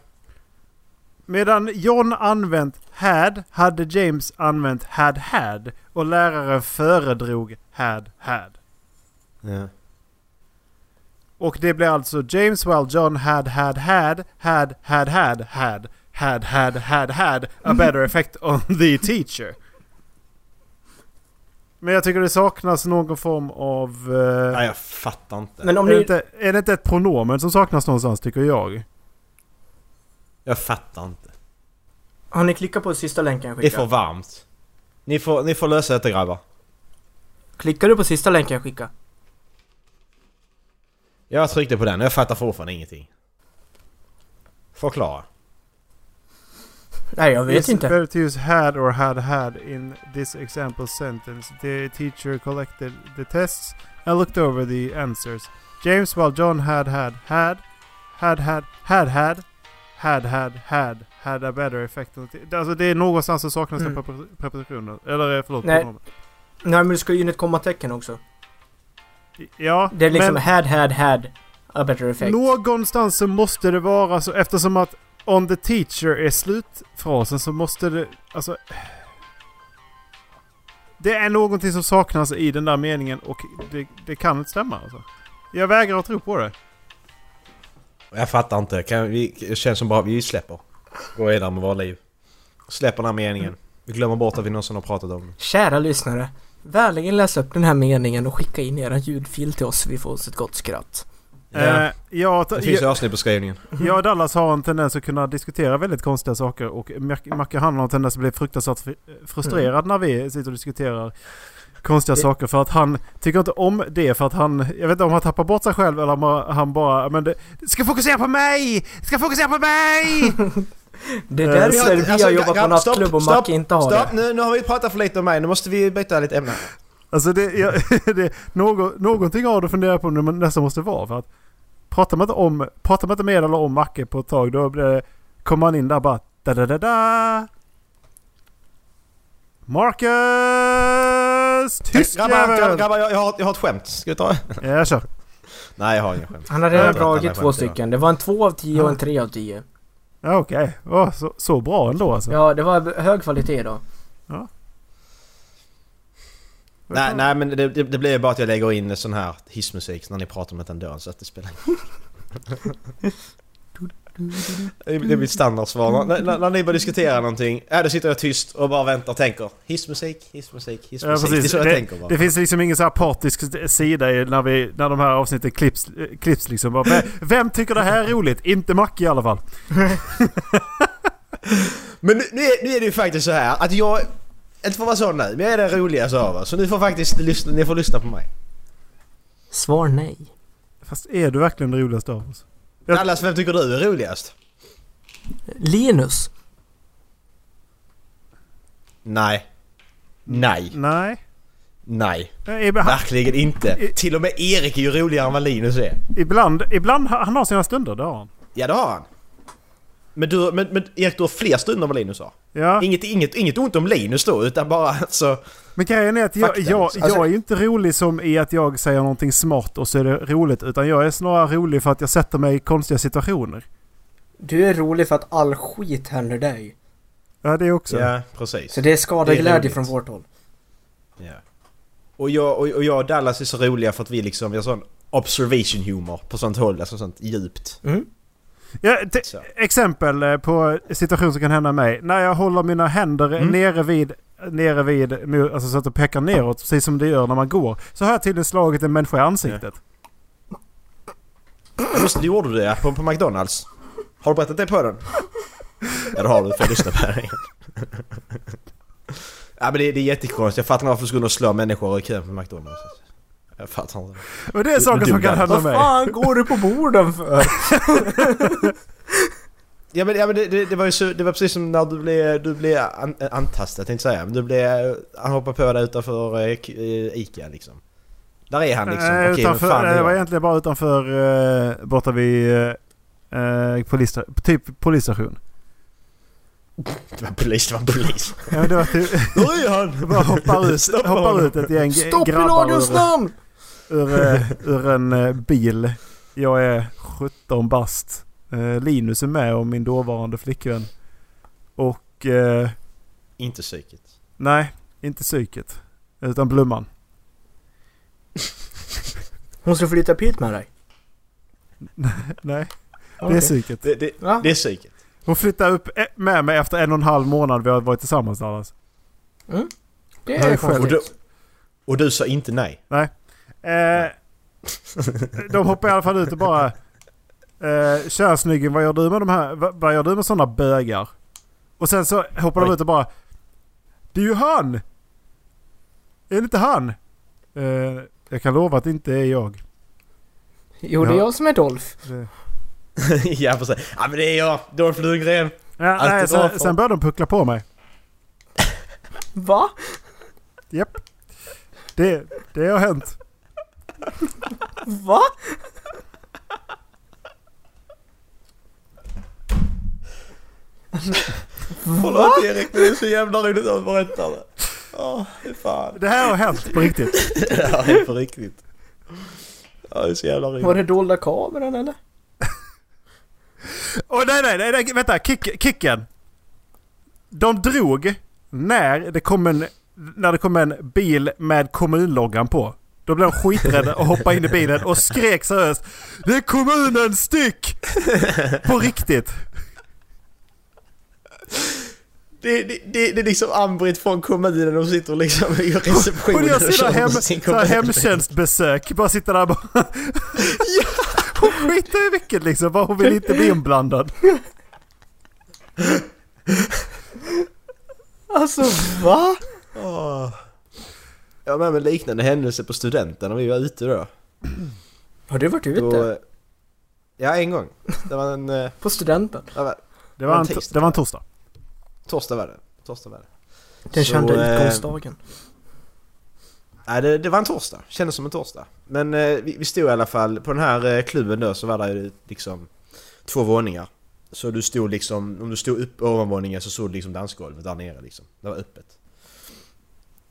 [SPEAKER 11] Medan John använt had hade James använt had had och läraren föredrog had had.
[SPEAKER 10] Ja.
[SPEAKER 11] Och det blir alltså James Well John had had had had had had had had had had had a better effect on the teacher. Men jag tycker det saknas någon form av... eh,
[SPEAKER 10] Nej, jag fattar inte.
[SPEAKER 8] Men om
[SPEAKER 11] är, det
[SPEAKER 8] ni-
[SPEAKER 11] inte, är det inte ett pronomen som saknas någonstans tycker jag?
[SPEAKER 10] Jag fattar inte.
[SPEAKER 8] Har ni klickat på sista länken jag
[SPEAKER 10] Det är för
[SPEAKER 8] skickade?
[SPEAKER 10] varmt. Ni får, ni får lösa detta grabbar.
[SPEAKER 8] Klickar du på sista länken jag skickade?
[SPEAKER 10] Jag tryckte på den och jag fattar fortfarande ingenting. Förklara.
[SPEAKER 8] Nej, jag vet
[SPEAKER 11] It's
[SPEAKER 8] inte.
[SPEAKER 11] better to use had or had had in this example sentence. The teacher collected the tests and looked over the answers. James while John had had had had had had had had had had had a better effect. on the- Alltså det är någonstans som saknas
[SPEAKER 8] Mm.
[SPEAKER 11] mm. prepositioner. Eller eh, förlåt,
[SPEAKER 8] Nej.
[SPEAKER 11] pronomen.
[SPEAKER 8] Nej men du ska ju in ett kommatecken också.
[SPEAKER 11] Ja,
[SPEAKER 8] Det är liksom
[SPEAKER 11] men-
[SPEAKER 8] had, had, had. A better effect.
[SPEAKER 11] Någonstans så måste det vara så eftersom att On the teacher är slutfrasen så måste det... Alltså... Det är någonting som saknas i den där meningen och det, det kan inte stämma alltså. Jag vägrar att tro på det.
[SPEAKER 10] Jag fattar inte. Kan vi, det känns som bara vi släpper. Går vidare med våra liv. Släpper den här meningen. Vi glömmer bort att vi någonsin har pratat om den.
[SPEAKER 8] Kära lyssnare. Värligen läs upp den här meningen och skicka in era ljudfil till oss så vi får oss ett gott skratt.
[SPEAKER 10] Ja.
[SPEAKER 11] Eh, ja, ta-
[SPEAKER 10] det finns i
[SPEAKER 11] jag-
[SPEAKER 10] avsnittbeskrivningen.
[SPEAKER 11] Jag och Dallas har en tendens att kunna diskutera väldigt konstiga saker och Mac- Macke han har en tendens att bli fruktansvärt fr- frustrerad när vi sitter och diskuterar konstiga
[SPEAKER 8] Det-
[SPEAKER 11] saker för att han tycker inte om det för att han, jag vet inte om han tappar bort sig själv eller om han bara, men det, ska fokusera på mig! Ska fokusera på mig!
[SPEAKER 8] Det är
[SPEAKER 10] Alltså,
[SPEAKER 8] därför vi har jobbat på nattklubb och Macke inte har
[SPEAKER 10] stopp,
[SPEAKER 8] det.
[SPEAKER 10] Nu, nu har vi pratat för lite om mig. Nu måste vi byta lite ämne.
[SPEAKER 11] Alltså det, jag, det någon, någonting av det funderar jag på om det nästan måste vara för att pratar man inte om, pratar man inte med eller om Macke på ett tag då blir det, kommer han in där bara da da da da Marcus! Tyst
[SPEAKER 10] Grabbar, grabbar,
[SPEAKER 11] jävel!
[SPEAKER 10] grabbar jag, jag, har, jag har ett skämt. Ska vi ta det?
[SPEAKER 11] Ja, kör.
[SPEAKER 10] Nej, jag har inga skämt.
[SPEAKER 8] Han har
[SPEAKER 10] Jag
[SPEAKER 8] redan
[SPEAKER 10] har dragit alla
[SPEAKER 8] dragit två
[SPEAKER 10] skämt idag.
[SPEAKER 8] stycken. Det var en två av tio och en tre av tio.
[SPEAKER 11] Ja, Okej, Åh, så, så bra ändå alltså.
[SPEAKER 8] Ja, det var hög kvalitet idag.
[SPEAKER 10] Nej, nej men det, det, det blir ju bara att jag lägger in sån här hissmusik när ni pratar om det ändå så att det spelar ingen roll. Det är mitt standardsvar. När, när, när ni börjar diskutera någonting, äh, då sitter jag tyst och bara väntar och tänker hissmusik, hissmusik,
[SPEAKER 11] Ja,
[SPEAKER 10] hissmusik. det är
[SPEAKER 11] precis.
[SPEAKER 10] så jag
[SPEAKER 11] det,
[SPEAKER 10] tänker bara.
[SPEAKER 11] det finns liksom ingen så här partisk sida i, när, vi, när de här avsnitten klipps, eh, klipps liksom. Bara, "Vem- Vem tycker det här är roligt? Inte Macke i alla fall.
[SPEAKER 10] Men nu, nu, är, nu är det ju faktiskt så här att jag, inte får vara sån nu, men jag är den roligaste av er. Så ni får faktiskt lyssna, ni får lyssna på mig.
[SPEAKER 8] Svar nej.
[SPEAKER 11] Fast är du verkligen den roligaste av oss?
[SPEAKER 10] Dallas, vem tycker du är roligast?
[SPEAKER 8] Linus.
[SPEAKER 10] Nej. Nej.
[SPEAKER 11] Nej.
[SPEAKER 10] Nej.
[SPEAKER 11] Eh, Ibland,
[SPEAKER 10] Verkligen inte. Till och med Erik är ju roligare än vad Linus är.
[SPEAKER 11] ibland, ibland han har sina stunder, det har han.
[SPEAKER 10] Ja det har han. Men, du, men, men Erik du har fler stunder än vad Linus har.
[SPEAKER 11] Ja.
[SPEAKER 10] Inget, inget, inget ont om Linus då utan bara alltså...
[SPEAKER 11] Men grejen är att jag,
[SPEAKER 10] Fakta,
[SPEAKER 11] jag,
[SPEAKER 10] liksom.
[SPEAKER 11] jag
[SPEAKER 10] Alltså-
[SPEAKER 11] är ju inte rolig som i att jag säger någonting smart och så är det roligt. Utan jag är snarare rolig för att jag sätter mig i konstiga situationer.
[SPEAKER 8] Du är rolig för att all skit händer dig.
[SPEAKER 11] Ja, det också.
[SPEAKER 10] Ja precis.
[SPEAKER 8] Så det är skada
[SPEAKER 10] Det är
[SPEAKER 8] glädje
[SPEAKER 10] roligt.
[SPEAKER 8] från vårt håll.
[SPEAKER 10] Ja. Och, jag, och, och jag och Dallas är så roliga för att vi liksom vi har sån observation humor på sånt håll, alltså sånt djupt.
[SPEAKER 11] Ja, te-
[SPEAKER 10] Så.
[SPEAKER 11] exempel eh, på situation som kan hända mig. När jag håller mina händer
[SPEAKER 10] Mm.
[SPEAKER 11] nere vid, nere vid mu- alltså så att de pekar neråt, precis som det gör när man går. Så har jag tydligen slagit en människa i ansiktet.
[SPEAKER 10] Just det, gjorde du det på, på McDonalds. Har du berättat det på den? Ja det har du, får lyssna på det här igen. Ja men det, det är jättekonstigt, jag fattar inte varför du skulle slå människor i kön på McDonalds. Jag fattar inte.
[SPEAKER 11] Och det är
[SPEAKER 10] Du-
[SPEAKER 11] saker
[SPEAKER 10] du
[SPEAKER 11] som kan
[SPEAKER 10] dumma.
[SPEAKER 11] hända
[SPEAKER 8] Vad
[SPEAKER 11] mig.
[SPEAKER 8] fan går du på borden för?
[SPEAKER 10] Ja men, ja, men det, det, det, var ju så, det var precis som när du blev, du blev an, eh, antastad tänkte jag säga. Men du blev, eh, han hoppade på dig utanför eh, K- eh, Ica liksom. Där är han liksom.
[SPEAKER 11] Eh,
[SPEAKER 10] Okej,
[SPEAKER 11] utanför,
[SPEAKER 10] men fan
[SPEAKER 11] eh,
[SPEAKER 10] är
[SPEAKER 11] det var
[SPEAKER 10] jag.
[SPEAKER 11] egentligen bara utanför, eh, borta vid eh, eh, polisstation. Typ polisstation.
[SPEAKER 10] Det var polis, det var polis.
[SPEAKER 11] Ja, men det var typ,
[SPEAKER 10] Där är han!
[SPEAKER 11] bara hoppar ut,
[SPEAKER 10] Stoppa
[SPEAKER 11] hoppar
[SPEAKER 10] honom.
[SPEAKER 11] ut ett gäng g-
[SPEAKER 8] Stopp i
[SPEAKER 11] grabbar
[SPEAKER 8] lagens
[SPEAKER 11] ur,
[SPEAKER 8] namn!
[SPEAKER 11] ur, eh, ur en eh, bil. Jag är 17 bast. Eh, Linus är med och min dåvarande flickvän. Och eh,
[SPEAKER 10] Inte psyket.
[SPEAKER 11] nej, inte psyket. Utan blomman.
[SPEAKER 8] Hon ska flytta pit med dig.
[SPEAKER 11] Nej, det
[SPEAKER 8] Okej.
[SPEAKER 11] är psyket.
[SPEAKER 10] Det, det,
[SPEAKER 8] Va?
[SPEAKER 10] det är psyket.
[SPEAKER 11] Hon flyttade upp eh, med mig efter en och en halv månad vi har varit tillsammans Dallas.
[SPEAKER 8] Det
[SPEAKER 11] Jag
[SPEAKER 8] är
[SPEAKER 11] är själv-
[SPEAKER 10] Och
[SPEAKER 8] konstigt.
[SPEAKER 10] du, och du sa inte nej.
[SPEAKER 11] Eh, de hoppar i alla fall ut och bara... Eh, Tja snyggen, vad gör du med de här... Vad, vad gör du med sådana bögar? Och sen så hoppar de
[SPEAKER 10] Oj.
[SPEAKER 11] ut och bara... Det är ju han! Är det inte han? Eh, jag kan lova att det inte är jag.
[SPEAKER 8] Jo, det är jag som är Dolph.
[SPEAKER 11] Det-
[SPEAKER 10] ja precis. Ja men det är jag, Dolph Lundgren.
[SPEAKER 11] Ja,
[SPEAKER 10] Allt är
[SPEAKER 11] nej,
[SPEAKER 10] bra
[SPEAKER 11] sen,
[SPEAKER 10] för-
[SPEAKER 11] sen började de puckla på mig.
[SPEAKER 8] Va?
[SPEAKER 11] Japp. Det, det har hänt.
[SPEAKER 8] Va?
[SPEAKER 10] Förlåt Erik men det är så jävla roligt att berätta det. Åh, hur fan.
[SPEAKER 11] Det här har hänt på riktigt.
[SPEAKER 10] ja, det är på riktigt. Ja, det är så jävla roligt.
[SPEAKER 8] Var det dolda kameran eller?
[SPEAKER 11] Åh nej, nej, nej, nej, vänta. Kick, kicken. De drog när det kom en, när det kom en bil med kommunloggan på. Då blev de skiträdda och hoppade in i bilen och skrek seriöst Det är kommunen styck! På riktigt.
[SPEAKER 10] Det, det, det, det är liksom Ambrit från kommunen och sitter liksom i receptionen
[SPEAKER 11] Hon gör sina hem, så här
[SPEAKER 10] kommun.
[SPEAKER 11] hemtjänstbesök. Bara sitter där och bara... Hon skiter i vilket liksom. Bara hon vill inte bli inblandad.
[SPEAKER 8] Alltså va?
[SPEAKER 10] Åh. Jag var med om en liknande händelse på studenten när vi var ute då.
[SPEAKER 8] Har du varit ute?
[SPEAKER 10] Då, ja, en gång. Det var en... eh,
[SPEAKER 8] På studenten?
[SPEAKER 10] det var,
[SPEAKER 11] Det var en, to- det var en torsdag.
[SPEAKER 10] Torsdag var det. Torsdag var det.
[SPEAKER 8] Den
[SPEAKER 10] Så,
[SPEAKER 8] kända
[SPEAKER 10] eh,
[SPEAKER 8] utgångsdagen.
[SPEAKER 10] Nej, det, det var en torsdag. Kändes som en torsdag. Men eh, vi, vi stod i alla fall, på den här eh, klubben då så var det ju liksom två våningar. Så du stod liksom, om du stod upp ovanvåningen så såg du liksom dansgolvet där nere liksom. Det var öppet.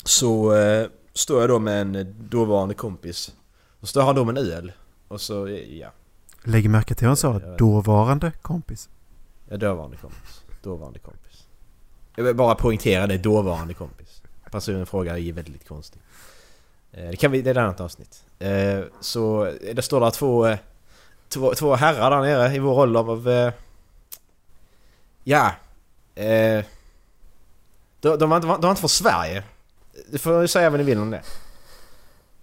[SPEAKER 10] Så eh, står jag då med en dåvarande kompis. Och står han då med en öl. Och så, eh, ja.
[SPEAKER 11] Lägg märke till vad han sa. Dåvarande kompis.
[SPEAKER 10] Ja, dåvarande kompis. Dåvarande kompis. Jag vill bara poängtera det, dåvarande kompis. Personen i fråga är väldigt konstig. Eh, Det kan vi, det är ett annat avsnitt. Eh, Så eh, det står där två, eh, två, två herrar där nere i vår ålder av... eh, Ja. eh, De, de, var, inte, de var inte från Sverige. Du får ju säga vad ni vill om det.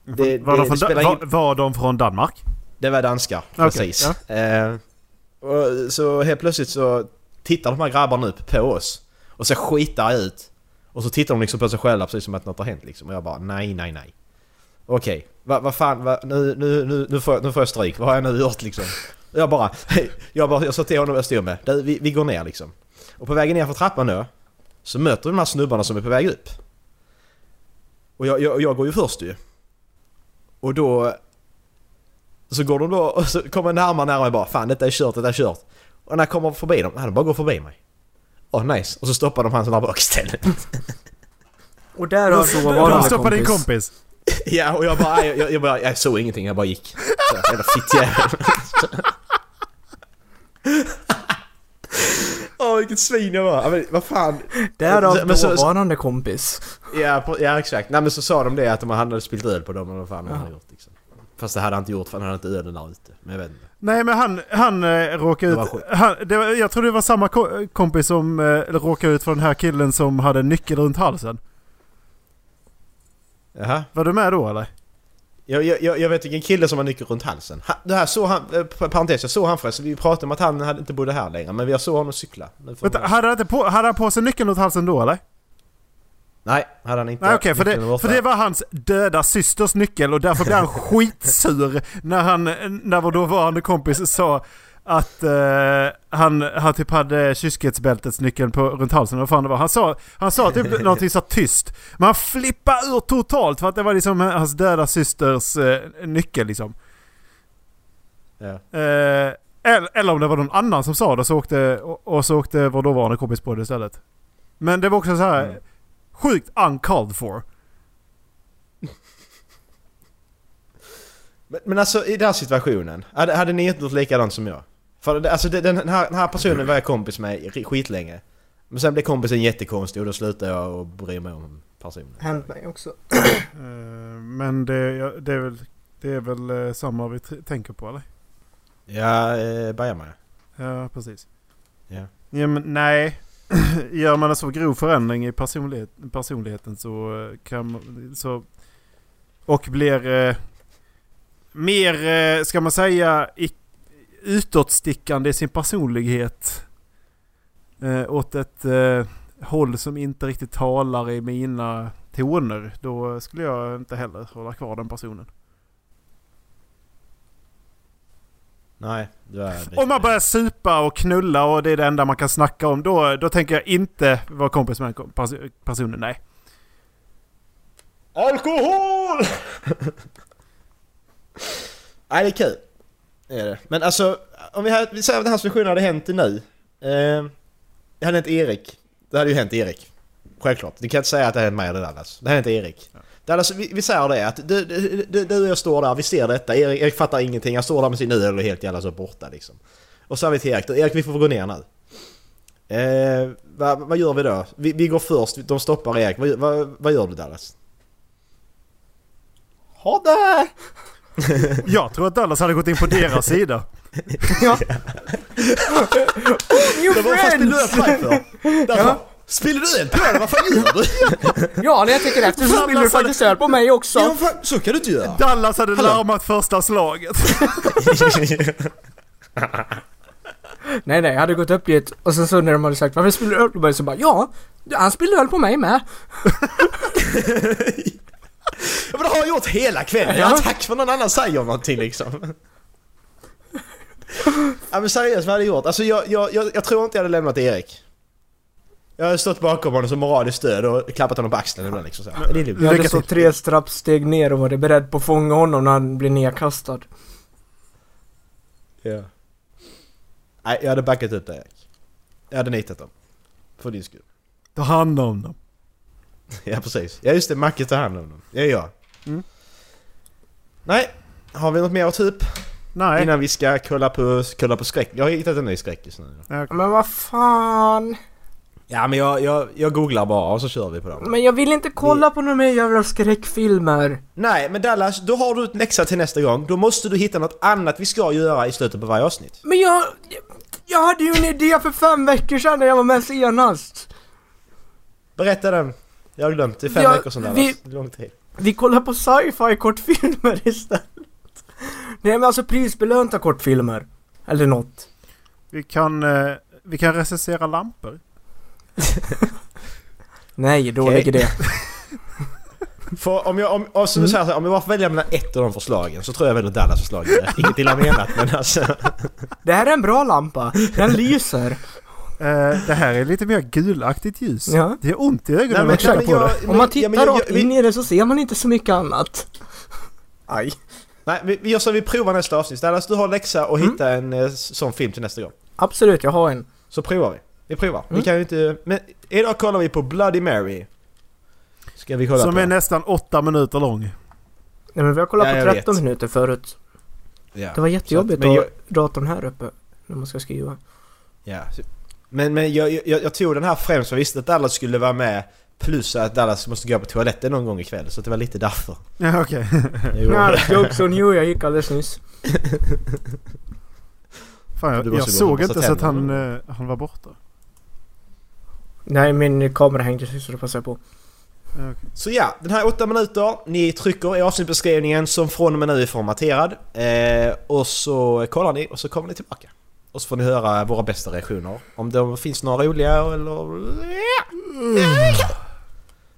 [SPEAKER 10] Det-
[SPEAKER 11] var,
[SPEAKER 10] det-
[SPEAKER 11] de
[SPEAKER 10] det
[SPEAKER 11] från,
[SPEAKER 10] spelar
[SPEAKER 11] var,
[SPEAKER 10] ingen-
[SPEAKER 11] var de från Danmark?
[SPEAKER 10] Det var danskar,
[SPEAKER 11] Okej,
[SPEAKER 10] precis. Eh, och så helt plötsligt så tittar de här grabbarna upp på oss. Och så skitar jag ut. Och så tittar de liksom på sig själva precis som att något har hänt liksom. Och jag bara nej, nej, nej. Okej, vad vad fan, vad- nu, nu, nu, nu, får, jag- nu får jag stryk. Vad har jag nu gjort liksom? Jag bara, jag bara, jag sa till honom vad jag stod med. Du, vi, vi går ner liksom. Och på vägen ner för trappan då, så möter vi de här snubbarna som är på väg upp. Och jag, jag, jag går ju först ju. Och då så går de då och så kommer närmare närmare och bara Fan detta är kört, detta är kört. Och när jag kommer förbi dem, han bara går förbi mig. Åh nice. Och så stoppar de hans där bak istället.
[SPEAKER 8] Och där
[SPEAKER 11] De
[SPEAKER 10] Alltså,
[SPEAKER 8] har dåvarande
[SPEAKER 11] stoppade din
[SPEAKER 8] kompis.
[SPEAKER 11] kompis.
[SPEAKER 10] ja och jag bara, nej, jag, jag, jag, bara, jag såg ingenting, jag bara gick. Så, Jävla fittjävel. Åh vilket svin jag var. Ja, Men vad fan.
[SPEAKER 8] Där har
[SPEAKER 10] Men så-
[SPEAKER 8] dåvarande kompis.
[SPEAKER 10] Ja, på- ja exakt. Nej men så sa de det att de hade spillt öl på dem eller vad fan de hade gjort liksom. Fast det hade han inte gjort för han hade inte ölen där ute. Men jag vet inte.
[SPEAKER 11] Nej men han, han eh, råkade
[SPEAKER 10] Det
[SPEAKER 11] ut...
[SPEAKER 10] var sjukt.
[SPEAKER 11] Han, det var, jag tror det var samma ko- kompis som eh, eller råkade ut för den här killen som hade en nyckel runt halsen.
[SPEAKER 10] Jaha.
[SPEAKER 11] Var du med då eller?
[SPEAKER 10] Jag, jag, jag jag vet vilken kille som har nyckel runt halsen. Han, det här såg han, eh, p- parentes, jag såg han förresten. Vi pratade om att han hade inte bodde här längre, men jag såg honom cykla. Nu får
[SPEAKER 11] Vänta,
[SPEAKER 10] man-
[SPEAKER 11] hade, han inte på, hade han på sig nyckeln runt halsen då eller?
[SPEAKER 10] Nej, hade han inte.
[SPEAKER 11] Nej okej, för,
[SPEAKER 10] Nyckeln var
[SPEAKER 11] det,
[SPEAKER 10] borta.
[SPEAKER 11] för det var hans döda systers nyckel och därför blev han skitsur när, han, när vår dåvarande kompis sa att eh, han, han typ hade kyskhetsbältets nyckeln på, runt halsen. Vad fan det var. Han sa, han sa typ någonting så tyst. Men han flippade ur totalt för att det var liksom hans döda systers eh, nyckel liksom.
[SPEAKER 10] Ja.
[SPEAKER 11] Eh, eller, eller om det var någon annan som sa det så åkte, och, och så åkte vår dåvarande kompis på det istället. Men det var också så här sjukt uncalled for.
[SPEAKER 10] Men, men alltså i den här situationen, hade, hade ni inte gjort likadant som jag? För det- alltså det- den här, den här personen var jag kompis med i- skitlänge. Men sen blev kompisen jättekonstig och då slutade jag och bry mig om personen.
[SPEAKER 8] Hänt mig också.
[SPEAKER 11] Eh, Men det, ja, det, är väl, det är väl eh, samma vi t- tänker på eller?
[SPEAKER 10] Ja, eh, börja med.
[SPEAKER 11] Ja, precis.
[SPEAKER 10] Ja.
[SPEAKER 11] Ja, men, nej, gör man en så grov förändring i personlighet, personligheten så eh, kan man- så Och blir eh, mer, eh, ska man säga, i, utåtstickande i sin personlighet. Eh, åt ett eh, håll som inte riktigt talar i mina toner. Då skulle jag inte heller hålla kvar den personen.
[SPEAKER 10] Nej, du är...
[SPEAKER 11] Om man börjar supa och knulla och det är det enda man kan snacka om. Då, då tänker jag inte vara kompis med den kom- pers- personen. Nej.
[SPEAKER 10] Alkohol! Nej, det är kul. Det är det. Men alltså, om vi, hade, vi Ehm, säger att den här situationen hade hänt nu. Eh, det hade hänt Erik. Det hade ju hänt Erik. Självklart. Du kan inte säga att det här är mig eller Dallas. Det här är inte Erik. Dallas, vi, vi säger det att du, du, du, du och jag står där, vi ser detta. Erik, Erik fattar ingenting. Han står där med sin öl och är helt jävla så borta liksom. Och så säger vi till Erik, Erik vi får gå ner nu. Eh, vad, vad gör vi då? Vi, vi går först, de stoppar Erik. Vad, vad, vad gör du Dallas? Ha det!
[SPEAKER 11] Jag tror att Dallas hade gått in på deras sida.
[SPEAKER 8] Ja.
[SPEAKER 10] New det var fast spiller du öl på ja. Spiller du öl på mig? Vad fan gör du?
[SPEAKER 8] Ja, när jag tänker efter så spiller du faktiskt öl på mig också.
[SPEAKER 10] Ja, fan, så kan du inte göra.
[SPEAKER 11] Dallas hade larmat första slaget.
[SPEAKER 8] Nej, nej, jag hade gått upp dit och sen så när de hade sagt varför spiller du öl på mig? Så bara ja, han spiller öl på mig med.
[SPEAKER 10] Ja, men det har jag gjort hela kvällen. Jag har tack för någon annan säger någonting liksom. Ja men seriöst, vad hade jag gjort? Alltså jag, jag, jag, jag tror inte jag hade lämnat Erik. Jag hade stått bakom honom som moraliskt stöd och klappat honom på axeln ibland liksom så. här. Det är lugnt.
[SPEAKER 8] Jag hade stått tre trappsteg ner och varit beredd på att fånga honom när han blir nedkastad.
[SPEAKER 10] Ja. Nej, jag hade backat ut Erik. Jag hade nitat dem. För din skull.
[SPEAKER 11] Ta hand om dem.
[SPEAKER 10] Ja precis. Ja just det, Macke tar hand om dem. Ja, ja. Mm. Nej, har vi något mer att ta upp?
[SPEAKER 11] Nej.
[SPEAKER 10] Innan vi ska kolla på, kolla på skräck. Jag har hittat en ny skräckis nu.
[SPEAKER 8] Ja, Men vad fan!
[SPEAKER 10] Ja men jag, jag, jag googlar bara och så kör vi på dem.
[SPEAKER 8] Men jag vill inte kolla på några mer jävla skräckfilmer.
[SPEAKER 10] Nej men Dallas, då har du ett läxa till nästa gång. Då måste du hitta något annat vi ska göra i slutet på varje avsnitt.
[SPEAKER 8] Men jag... Jag hade ju en idé för fem veckor sedan när jag var med senast.
[SPEAKER 10] Berätta den. Jag har glömt, det är fem
[SPEAKER 8] Ja,
[SPEAKER 10] veckor sedan Dallas.
[SPEAKER 8] vi-
[SPEAKER 10] Det är Lång tid.
[SPEAKER 8] Vi kollar på sci-fi kortfilmer istället. Nej men alltså prisbelönta kortfilmer. Eller något.
[SPEAKER 11] Vi kan, eh, vi kan recensera lampor.
[SPEAKER 8] Nej, dålig
[SPEAKER 10] Okej.
[SPEAKER 8] idé.
[SPEAKER 10] För om jag, om, och så säger jag så här, om jag bara får välja mellan ett av de förslagen så tror jag jag väljer Dallas förslag. Inget illa menat men alltså.
[SPEAKER 8] Det här är en bra lampa. Den lyser.
[SPEAKER 11] Eh, det här är lite mer gulaktigt ljus.
[SPEAKER 8] Ja.
[SPEAKER 11] Det är ont i ögonen
[SPEAKER 10] men-
[SPEAKER 11] att titta
[SPEAKER 10] men
[SPEAKER 11] på
[SPEAKER 10] jag-
[SPEAKER 11] det.
[SPEAKER 10] men-
[SPEAKER 8] Om man
[SPEAKER 10] ja,
[SPEAKER 8] tittar
[SPEAKER 10] men jag-
[SPEAKER 8] rakt
[SPEAKER 10] jag- vi-
[SPEAKER 8] in i den så ser man inte så mycket annat. Aj.
[SPEAKER 10] Nej, vi, vi gör så vi provar nästa avsnitt. Dallas, du har läxa och
[SPEAKER 8] Mm.
[SPEAKER 10] hitta en eh, sån film till nästa gång.
[SPEAKER 8] Absolut, jag har en.
[SPEAKER 10] Så provar vi. Vi provar.
[SPEAKER 8] Mm.
[SPEAKER 10] Vi kan ju inte... Men idag kollar vi på Bloody Mary. Ska vi kolla
[SPEAKER 11] Som
[SPEAKER 10] på?
[SPEAKER 11] är nästan åtta minuter lång.
[SPEAKER 8] Nej men vi har kollat
[SPEAKER 10] Ja, jag
[SPEAKER 8] på 13
[SPEAKER 10] vet.
[SPEAKER 8] minuter förut.
[SPEAKER 10] Ja.
[SPEAKER 8] Det var jättejobbigt
[SPEAKER 10] men
[SPEAKER 8] att ha
[SPEAKER 10] jag-
[SPEAKER 8] datorn här uppe. När man ska skriva.
[SPEAKER 10] Ja. så- Men, men jag, jag, jag tog den här främst för jag visste att Dallas skulle vara med. Plus att Dallas måste gå på toaletten någon gång ikväll. Så det var lite därför.
[SPEAKER 11] Ja, okej.
[SPEAKER 10] Jag gjorde
[SPEAKER 8] Nej,
[SPEAKER 10] det.
[SPEAKER 8] jokes on you, jag gick alldeles nyss.
[SPEAKER 11] Fan,
[SPEAKER 10] Du
[SPEAKER 11] jag,
[SPEAKER 10] måste
[SPEAKER 11] jag
[SPEAKER 10] gå och
[SPEAKER 11] såg
[SPEAKER 10] borsta
[SPEAKER 11] inte så att han,
[SPEAKER 10] tänderna.
[SPEAKER 11] eh, han var borta.
[SPEAKER 8] Nej, min kamera hängde sig så det passade på.
[SPEAKER 10] Så ja, den här åtta minuter. Ni trycker i avsnittbeskrivningen som från och med nu är formaterad. Eh, och så kollar ni och så kommer ni tillbaka. Och så får ni höra våra bästa reaktioner. Om det finns några roliga eller... Ja!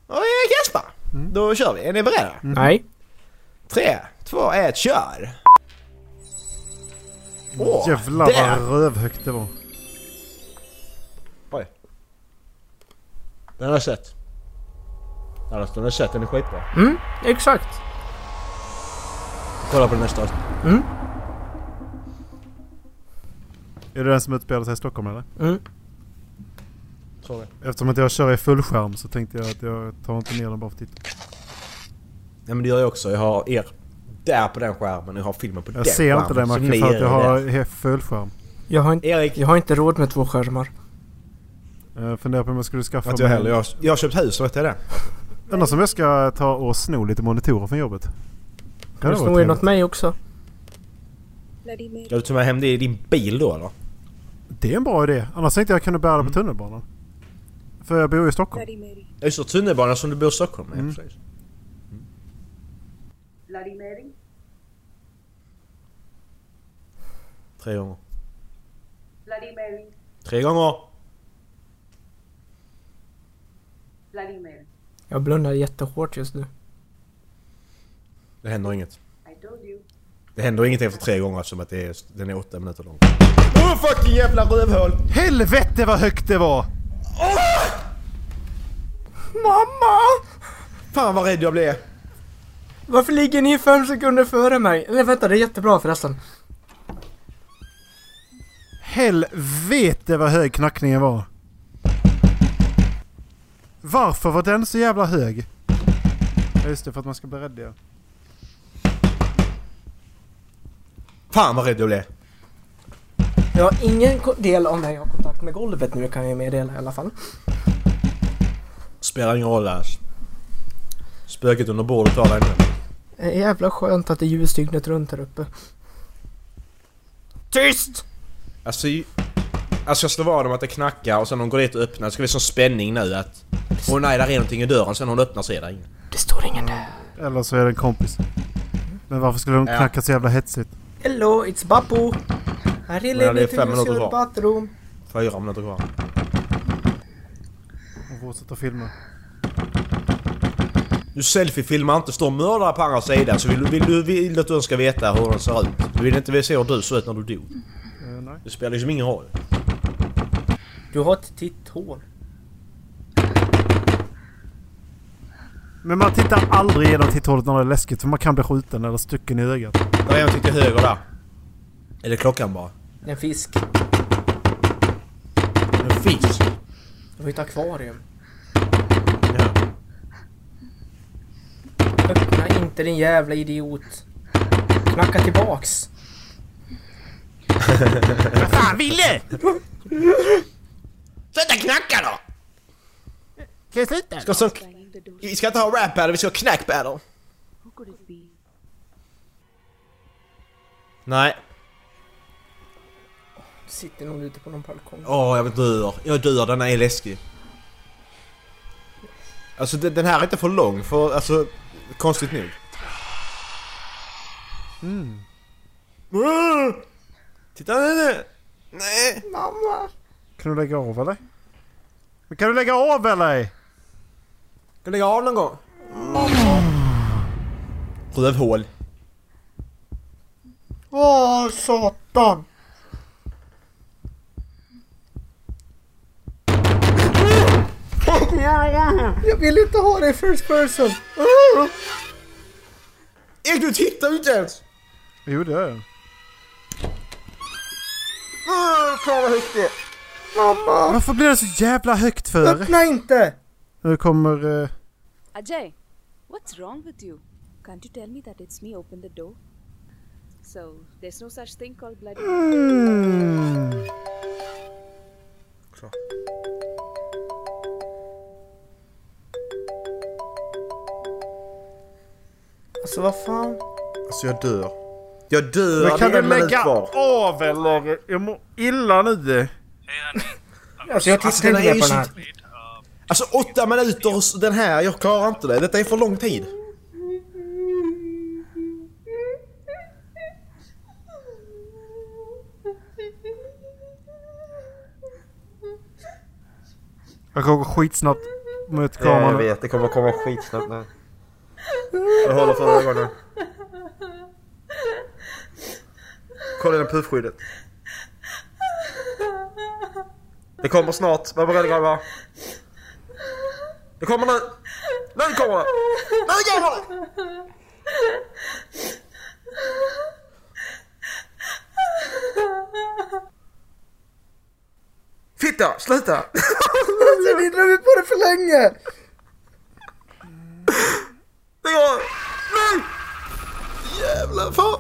[SPEAKER 10] Och eh, Kasper! Då kör vi. Är ni beredda?
[SPEAKER 8] Nej.
[SPEAKER 10] Tre, två, ett, kör! Åh,
[SPEAKER 11] Jävlar
[SPEAKER 10] där.
[SPEAKER 11] vad rövhögt det var.
[SPEAKER 10] Oj. Den har jag sett. Den har jag sett, den är skitbra.
[SPEAKER 8] Mm, exakt.
[SPEAKER 10] Kolla på den nästa avsnitt.
[SPEAKER 11] Är det den som utspelar sig i Stockholm eller?
[SPEAKER 8] Mm.
[SPEAKER 10] Tror jag.
[SPEAKER 11] Eftersom att jag kör i fullskärm så tänkte jag att jag tar inte ner den bara för att titta.
[SPEAKER 10] Ja men det gör jag också. Jag har er där på den skärmen och jag har filmen på
[SPEAKER 11] Jag
[SPEAKER 10] den
[SPEAKER 11] ser
[SPEAKER 10] skärmen.
[SPEAKER 11] inte det
[SPEAKER 10] som
[SPEAKER 11] Macke
[SPEAKER 10] ni
[SPEAKER 11] för att
[SPEAKER 10] gör
[SPEAKER 11] jag har
[SPEAKER 10] där.
[SPEAKER 11] he- fullskärm.
[SPEAKER 8] Jag har, inte,
[SPEAKER 10] Erik,
[SPEAKER 8] jag har inte råd med två skärmar.
[SPEAKER 11] Jag Eh, funderar på om jag skulle skaffa
[SPEAKER 10] inte jag heller. Jag,
[SPEAKER 11] mig...
[SPEAKER 10] har- jag har köpt hus, vet jag det?
[SPEAKER 11] Annars om jag ska ta och sno lite monitorer från jobbet. Det
[SPEAKER 8] Du
[SPEAKER 11] hade varit
[SPEAKER 8] snor ju något
[SPEAKER 11] trevligt.
[SPEAKER 8] mig också.
[SPEAKER 10] Ska du ta med hem det i din bil då eller?
[SPEAKER 11] Det är en bra idé. Annars tänkte jag kunna bära
[SPEAKER 8] Mm.
[SPEAKER 11] det på tunnelbanan. För jag bor ju i Stockholm.
[SPEAKER 10] Ja just det, tunnelbanan som du bor i Stockholm med.
[SPEAKER 11] Mm.
[SPEAKER 10] precis.
[SPEAKER 4] Bloody Mary.
[SPEAKER 10] Tre gånger.
[SPEAKER 4] Bloody Mary.
[SPEAKER 10] Tre gånger!
[SPEAKER 4] Bloody Mary.
[SPEAKER 8] Jag blundar jättehårt just nu.
[SPEAKER 10] Det händer inget.
[SPEAKER 4] I told you.
[SPEAKER 10] Det händer ingenting efter tre gånger eftersom att det är, den är åtta minuter lång. Åh oh, fucking jävla rövhål!
[SPEAKER 11] Helvete vad högt det var!
[SPEAKER 8] Mamma!
[SPEAKER 10] Fan vad rädd jag blev!
[SPEAKER 8] Varför ligger ni fem sekunder före mig? Eller vänta, det är jättebra förresten.
[SPEAKER 11] Helvete vad hög knackningen var. Varför var den så jävla hög? Ja, just det, för att man ska bli rädd ja.
[SPEAKER 10] Fan vad rädd jag blev.
[SPEAKER 8] Jag har ingen ko- del av när jag har kontakt med golvet nu kan jag meddela i alla fall.
[SPEAKER 10] Spelar ingen roll alls. Spöket under bordet tar dig nu.
[SPEAKER 8] Eh, Jävla skönt att det är ljus dygnet runt här uppe. Tyst!
[SPEAKER 10] Alltså, ju- alltså jag slår vad om att det knackar och sen när hon går dit och öppnar så ska vi sån spänning nu att... Åh nej, där är någonting i dörren. Sen när hon öppnar så är det ingen.
[SPEAKER 8] Det står ingen där.
[SPEAKER 11] Eller så är det en kompis. Men varför skulle de
[SPEAKER 10] Ja.
[SPEAKER 11] knacka så jävla hetsigt?
[SPEAKER 8] Hello, it's Bappo! Här
[SPEAKER 10] Men
[SPEAKER 8] är
[SPEAKER 10] det är
[SPEAKER 8] Lenny
[SPEAKER 10] fem
[SPEAKER 8] till
[SPEAKER 10] minuter
[SPEAKER 8] your
[SPEAKER 10] kvar.
[SPEAKER 8] bathroom.
[SPEAKER 10] Fyra minuter kvar.
[SPEAKER 11] Och fortsätta filma.
[SPEAKER 10] Du selfiefilmar inte, står mördare på andra sidan så vill du, vill du vill att de ska veta hur de ser ut. Du vill inte se hur du såg ut när du dog.
[SPEAKER 11] Eh, nej.
[SPEAKER 10] Det spelar liksom ingen roll.
[SPEAKER 8] Du har ett titt hår.
[SPEAKER 11] Men man tittar aldrig genom titthålet när det är läskigt för man kan bli skjuten eller stucken i ögat.
[SPEAKER 10] Där är en till höger där. Är det klockan bara?
[SPEAKER 8] En fisk.
[SPEAKER 10] En fisk?
[SPEAKER 8] Det var ju ett akvarium.
[SPEAKER 10] Ja.
[SPEAKER 8] Öppna inte din jävla idiot. Knacka tillbaks.
[SPEAKER 10] Vad fan ville?
[SPEAKER 12] Sluta knacka då!
[SPEAKER 10] Kan jag sluta? Ska sån, vi ska inte ha rap battle, vi ska ha knack battle.
[SPEAKER 4] Who could it be?
[SPEAKER 10] Nej.
[SPEAKER 8] Sitter någon ute på någon balkong.
[SPEAKER 10] Åh, jag dör. Jag dör, den är läskig. Alltså den, den här är inte för lång för, alltså, konstigt nog.
[SPEAKER 11] Mm.
[SPEAKER 10] Ah! Titta nu!
[SPEAKER 12] Nej! Mamma!
[SPEAKER 11] Kan du lägga av eller? Men kan du lägga av eller? Kan
[SPEAKER 10] du lägga av någon gång? Rövhål.
[SPEAKER 2] Åh, satan!
[SPEAKER 8] Jag vill inte ha det i first person!
[SPEAKER 10] Erik du tittar ju inte ens!
[SPEAKER 11] Jo det gör jag.
[SPEAKER 2] Åh, fan vad högt det är. Mamma!
[SPEAKER 11] Varför blir det så jävla högt för?
[SPEAKER 8] Öppna inte!
[SPEAKER 11] Nu kommer... eh,
[SPEAKER 13] Ajay, what's wrong with you? Can't you tell me that it's me open the door?
[SPEAKER 4] So there's no such thing called bloody.
[SPEAKER 11] Mm.
[SPEAKER 8] Alltså vad fan?
[SPEAKER 10] Alltså jag dör. Jag dör,
[SPEAKER 11] Men kan
[SPEAKER 10] det är
[SPEAKER 11] du
[SPEAKER 10] en minut
[SPEAKER 11] lägga
[SPEAKER 10] kvar.
[SPEAKER 11] av eller? Jag mår illa nu.
[SPEAKER 8] Alltså jag
[SPEAKER 10] Alltså,
[SPEAKER 8] tittar
[SPEAKER 10] den
[SPEAKER 8] inte
[SPEAKER 10] här
[SPEAKER 8] mer
[SPEAKER 10] är ju
[SPEAKER 8] på
[SPEAKER 10] så...
[SPEAKER 8] den här.
[SPEAKER 10] Alltså åtta minuter och så- den här, jag klarar inte det. Detta är för lång tid.
[SPEAKER 11] Jag kommer gå skitsnabbt mot
[SPEAKER 10] Ja, jag
[SPEAKER 11] kameran.
[SPEAKER 10] vet. Det kommer komma skitsnabbt nu. Jag håller för ögonen. Kolla genom puffskyddet. Det kommer snart. Var beredda grabbar. Det kommer nu. Nu kommer det. Nu kommer det. Fitta, sluta!
[SPEAKER 2] Alltså ni drar ut på det för länge!
[SPEAKER 10] Det går!
[SPEAKER 2] Nej!
[SPEAKER 10] Jävla fan!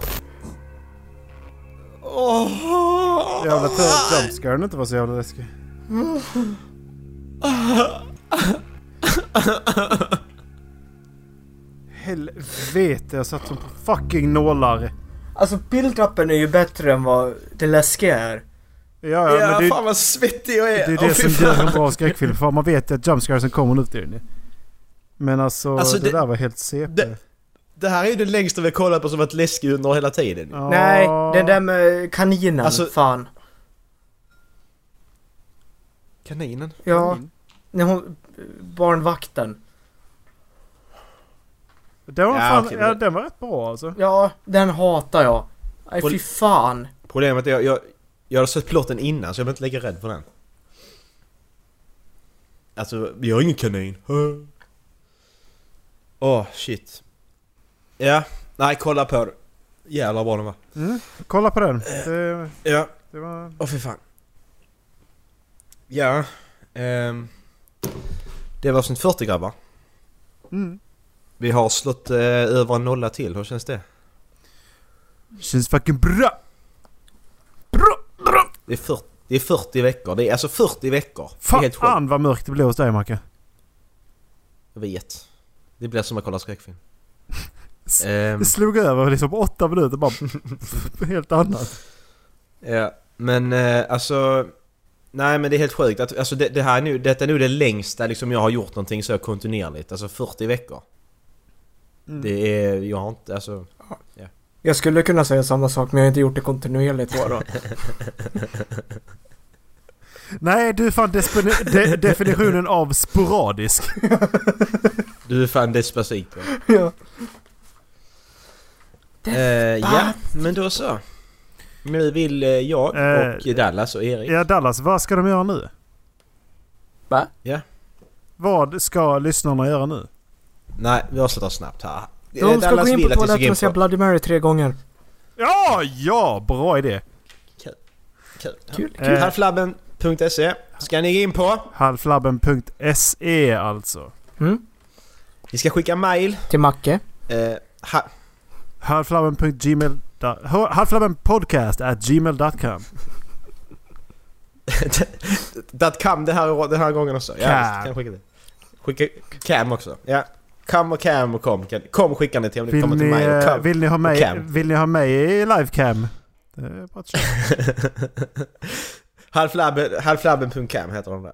[SPEAKER 11] Jävla tur att jumpscaren inte var så jävla läskig. Helvete, jag satt som på fucking nålar.
[SPEAKER 8] Alltså build-upen är ju bättre än vad det läskiga är.
[SPEAKER 11] Ja, ja, men det, är-
[SPEAKER 10] vad svettig jag
[SPEAKER 11] det är det som gör en bra skräckfilm. För man vet ju att jumpscaresen kommer nu till den. Men alltså,
[SPEAKER 10] Alltså,
[SPEAKER 11] det,
[SPEAKER 10] det-
[SPEAKER 11] där var helt CP.
[SPEAKER 10] Det, det här är ju det längsta vi kollat på som varit läskig under hela tiden.
[SPEAKER 8] Nej, den där med kaninen.
[SPEAKER 10] Alltså-
[SPEAKER 8] fan.
[SPEAKER 10] Kaninen?
[SPEAKER 8] Ja. När hon... Barnvakten.
[SPEAKER 11] Den var,
[SPEAKER 8] Ja,
[SPEAKER 11] fan,
[SPEAKER 8] okej, men-
[SPEAKER 11] ja, den var rätt bra alltså.
[SPEAKER 8] Ja, den hatar jag. Nej
[SPEAKER 10] Pol-
[SPEAKER 8] fy fan.
[SPEAKER 10] Problemet är att jag, jag har sett plotten innan så jag blir inte lika rädd för den. Alltså, vi har ingen kanin. Åh, shit. Ja, nej kolla på det. Jävlar vad den var.
[SPEAKER 11] Mm, kolla på den. Det,
[SPEAKER 10] Ja.
[SPEAKER 11] det var...
[SPEAKER 10] Åh fy fan. Ja. ehm. Det var avsnitt 40 grabbar.
[SPEAKER 11] Mm.
[SPEAKER 10] Vi har slått eh, över en nolla till, hur känns det?
[SPEAKER 11] Känns fucking bra!
[SPEAKER 10] Det är 40, det är 40 veckor, det är alltså 40 veckor. det är helt sjukt.
[SPEAKER 11] Fan vad mörkt det blir hos dig Macke.
[SPEAKER 10] Jag vet. Det blir som att kolla skräckfilm.
[SPEAKER 11] Det
[SPEAKER 10] Ehm,
[SPEAKER 11] slog över liksom på åtta minuter bara. helt annat.
[SPEAKER 10] Ja, men eh, alltså... Nej men det är helt sjukt. Att, alltså det, det här är nu, detta är nu det längsta liksom jag har gjort någonting så kontinuerligt. Alltså 40 veckor.
[SPEAKER 11] Mm.
[SPEAKER 10] Det är... Jag har inte... Alltså... Ja.
[SPEAKER 8] Jag skulle kunna säga samma sak men jag har inte gjort det kontinuerligt bara.
[SPEAKER 11] Nej du är fan desponi- de- definitionen av sporadisk.
[SPEAKER 10] Du är fan Despacito.
[SPEAKER 8] ja.
[SPEAKER 10] Eh, ja, men då så. Nu vill eh, jag och
[SPEAKER 11] Eh,
[SPEAKER 10] Dallas och Erik...
[SPEAKER 11] Ja Dallas, vad ska de göra nu?
[SPEAKER 10] Va? Ja.
[SPEAKER 11] Vad ska lyssnarna göra nu?
[SPEAKER 10] Nej, vi avslutar snabbt här.
[SPEAKER 8] De ska gå in på toaletten och säga
[SPEAKER 10] på...
[SPEAKER 8] Bloody Mary tre gånger.
[SPEAKER 11] Ja, ja, bra idé.
[SPEAKER 10] Kul.
[SPEAKER 8] Kul,
[SPEAKER 11] kul. Eh.
[SPEAKER 10] Halflabben.se ska ni gå in på.
[SPEAKER 11] Halflabben.se alltså.
[SPEAKER 10] Ni ska skicka mail.
[SPEAKER 8] Till Macke.
[SPEAKER 10] Eh, ha...
[SPEAKER 11] Halflabben.gmail... Halflabbenpodcast at gmail.com.
[SPEAKER 10] That cam det här, den här gången också. Ja,
[SPEAKER 11] Cam.
[SPEAKER 10] visst, kan jag skicka det. Skicka cam också. Ja. Cam och cam och kom. Kan- Kom skickar ni till om ni
[SPEAKER 11] Vill
[SPEAKER 10] kommer till
[SPEAKER 11] ni,
[SPEAKER 10] mig. och
[SPEAKER 11] eh,
[SPEAKER 10] Cam
[SPEAKER 11] vill, ni ha
[SPEAKER 10] och
[SPEAKER 11] mig,
[SPEAKER 10] cam.
[SPEAKER 11] vill ni ha mig i livecam? Det är bara att köra.
[SPEAKER 10] Halflabben- Halflabben.cam heter de där.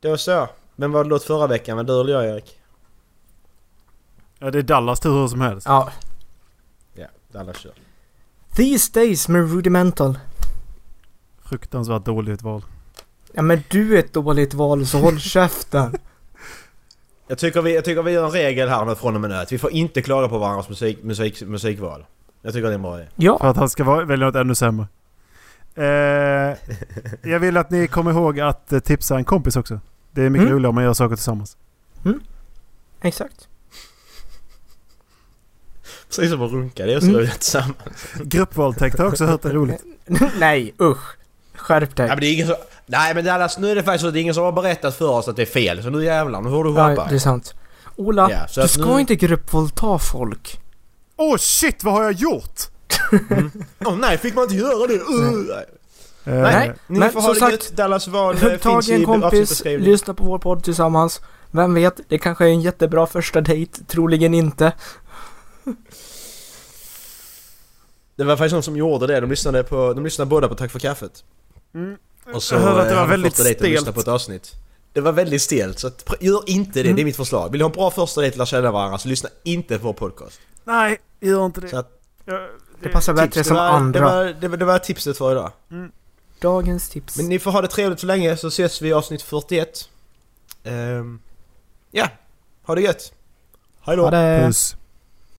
[SPEAKER 10] Då så. Men vad låt förra veckan? Var du eller jag Erik?
[SPEAKER 11] Ja, det är Dallas tur hur som helst.
[SPEAKER 8] Ja.
[SPEAKER 10] Ja, alla kör.
[SPEAKER 8] These Days med Rudimental.
[SPEAKER 11] Fruktansvärt dåligt val.
[SPEAKER 8] Ja men du är ett dåligt val så håll käften.
[SPEAKER 10] Jag tycker, vi, jag tycker vi gör en regel här nu från och med nu. Att vi får inte klaga på varandras musik, musik, musikval. Jag tycker det är en bra idé.
[SPEAKER 8] Ja.
[SPEAKER 11] För att han ska vara- välja något ännu sämre. Eh, jag vill att ni kommer ihåg att eh, tipsa en kompis också. Det är mycket
[SPEAKER 8] Mm.
[SPEAKER 11] roligare om man gör saker tillsammans.
[SPEAKER 8] Exakt.
[SPEAKER 10] Precis som att runka, det är så mm. tillsammans.
[SPEAKER 11] Gruppvåldtäkt har jag också hört är roligt.
[SPEAKER 8] Nej usch. Skärp dig.
[SPEAKER 10] Nej men det är ingen som... Nej men Dallas, nu är det faktiskt så att det är ingen som har berättat för oss att det är fel. Så nu jävlar, nu får du skärpa
[SPEAKER 8] Ja,
[SPEAKER 10] dig.
[SPEAKER 8] det är sant. Ola,
[SPEAKER 10] Ja, så
[SPEAKER 8] du
[SPEAKER 10] att
[SPEAKER 8] ska
[SPEAKER 10] nu-
[SPEAKER 8] inte gruppvåldta folk.
[SPEAKER 11] Åh oh, shit, vad har jag gjort?
[SPEAKER 10] Åh nej, fick man inte göra det? Uh. Nej.
[SPEAKER 11] Eh,
[SPEAKER 10] ni
[SPEAKER 8] men
[SPEAKER 10] får
[SPEAKER 8] som
[SPEAKER 10] ha det
[SPEAKER 8] sagt,
[SPEAKER 10] gött. Dallas val eh,
[SPEAKER 8] Hugg tag
[SPEAKER 10] finns
[SPEAKER 8] i
[SPEAKER 10] i
[SPEAKER 8] en kompis,
[SPEAKER 10] avsnittbeskrivningen.
[SPEAKER 8] lyssna på vår podd tillsammans. Vem vet, det kanske är en jättebra första dejt, troligen inte.
[SPEAKER 10] Det var faktiskt någon som gjorde det. De lyssnade, på, de lyssnade båda på Tack för kaffet.
[SPEAKER 11] Mm.
[SPEAKER 10] Och så
[SPEAKER 11] Jag hörde att det
[SPEAKER 10] eh,
[SPEAKER 11] var
[SPEAKER 10] hade
[SPEAKER 11] väldigt
[SPEAKER 10] första dejten att
[SPEAKER 11] stelt. Mm.
[SPEAKER 10] lyssna på ett avsnitt. Det var väldigt stelt, så att, pr- gör inte det. Det är mitt förslag. Vill du ha en bra första dejt, lära känna varandra, så lyssna inte på vår podcast.
[SPEAKER 11] Mm. Nej, gör inte
[SPEAKER 10] Så
[SPEAKER 11] det.
[SPEAKER 10] att,
[SPEAKER 11] Jag-
[SPEAKER 8] Det passar
[SPEAKER 10] tips,
[SPEAKER 8] bättre som
[SPEAKER 10] det var,
[SPEAKER 8] andra.
[SPEAKER 10] Det var, det, var, det var tipset för idag.
[SPEAKER 8] Dagens tips.
[SPEAKER 10] Men ni får ha det trevligt så länge, så ses vi i avsnitt 41. Ehm, ja, ha det gött! Hej då!
[SPEAKER 8] Ha det.
[SPEAKER 11] Puss.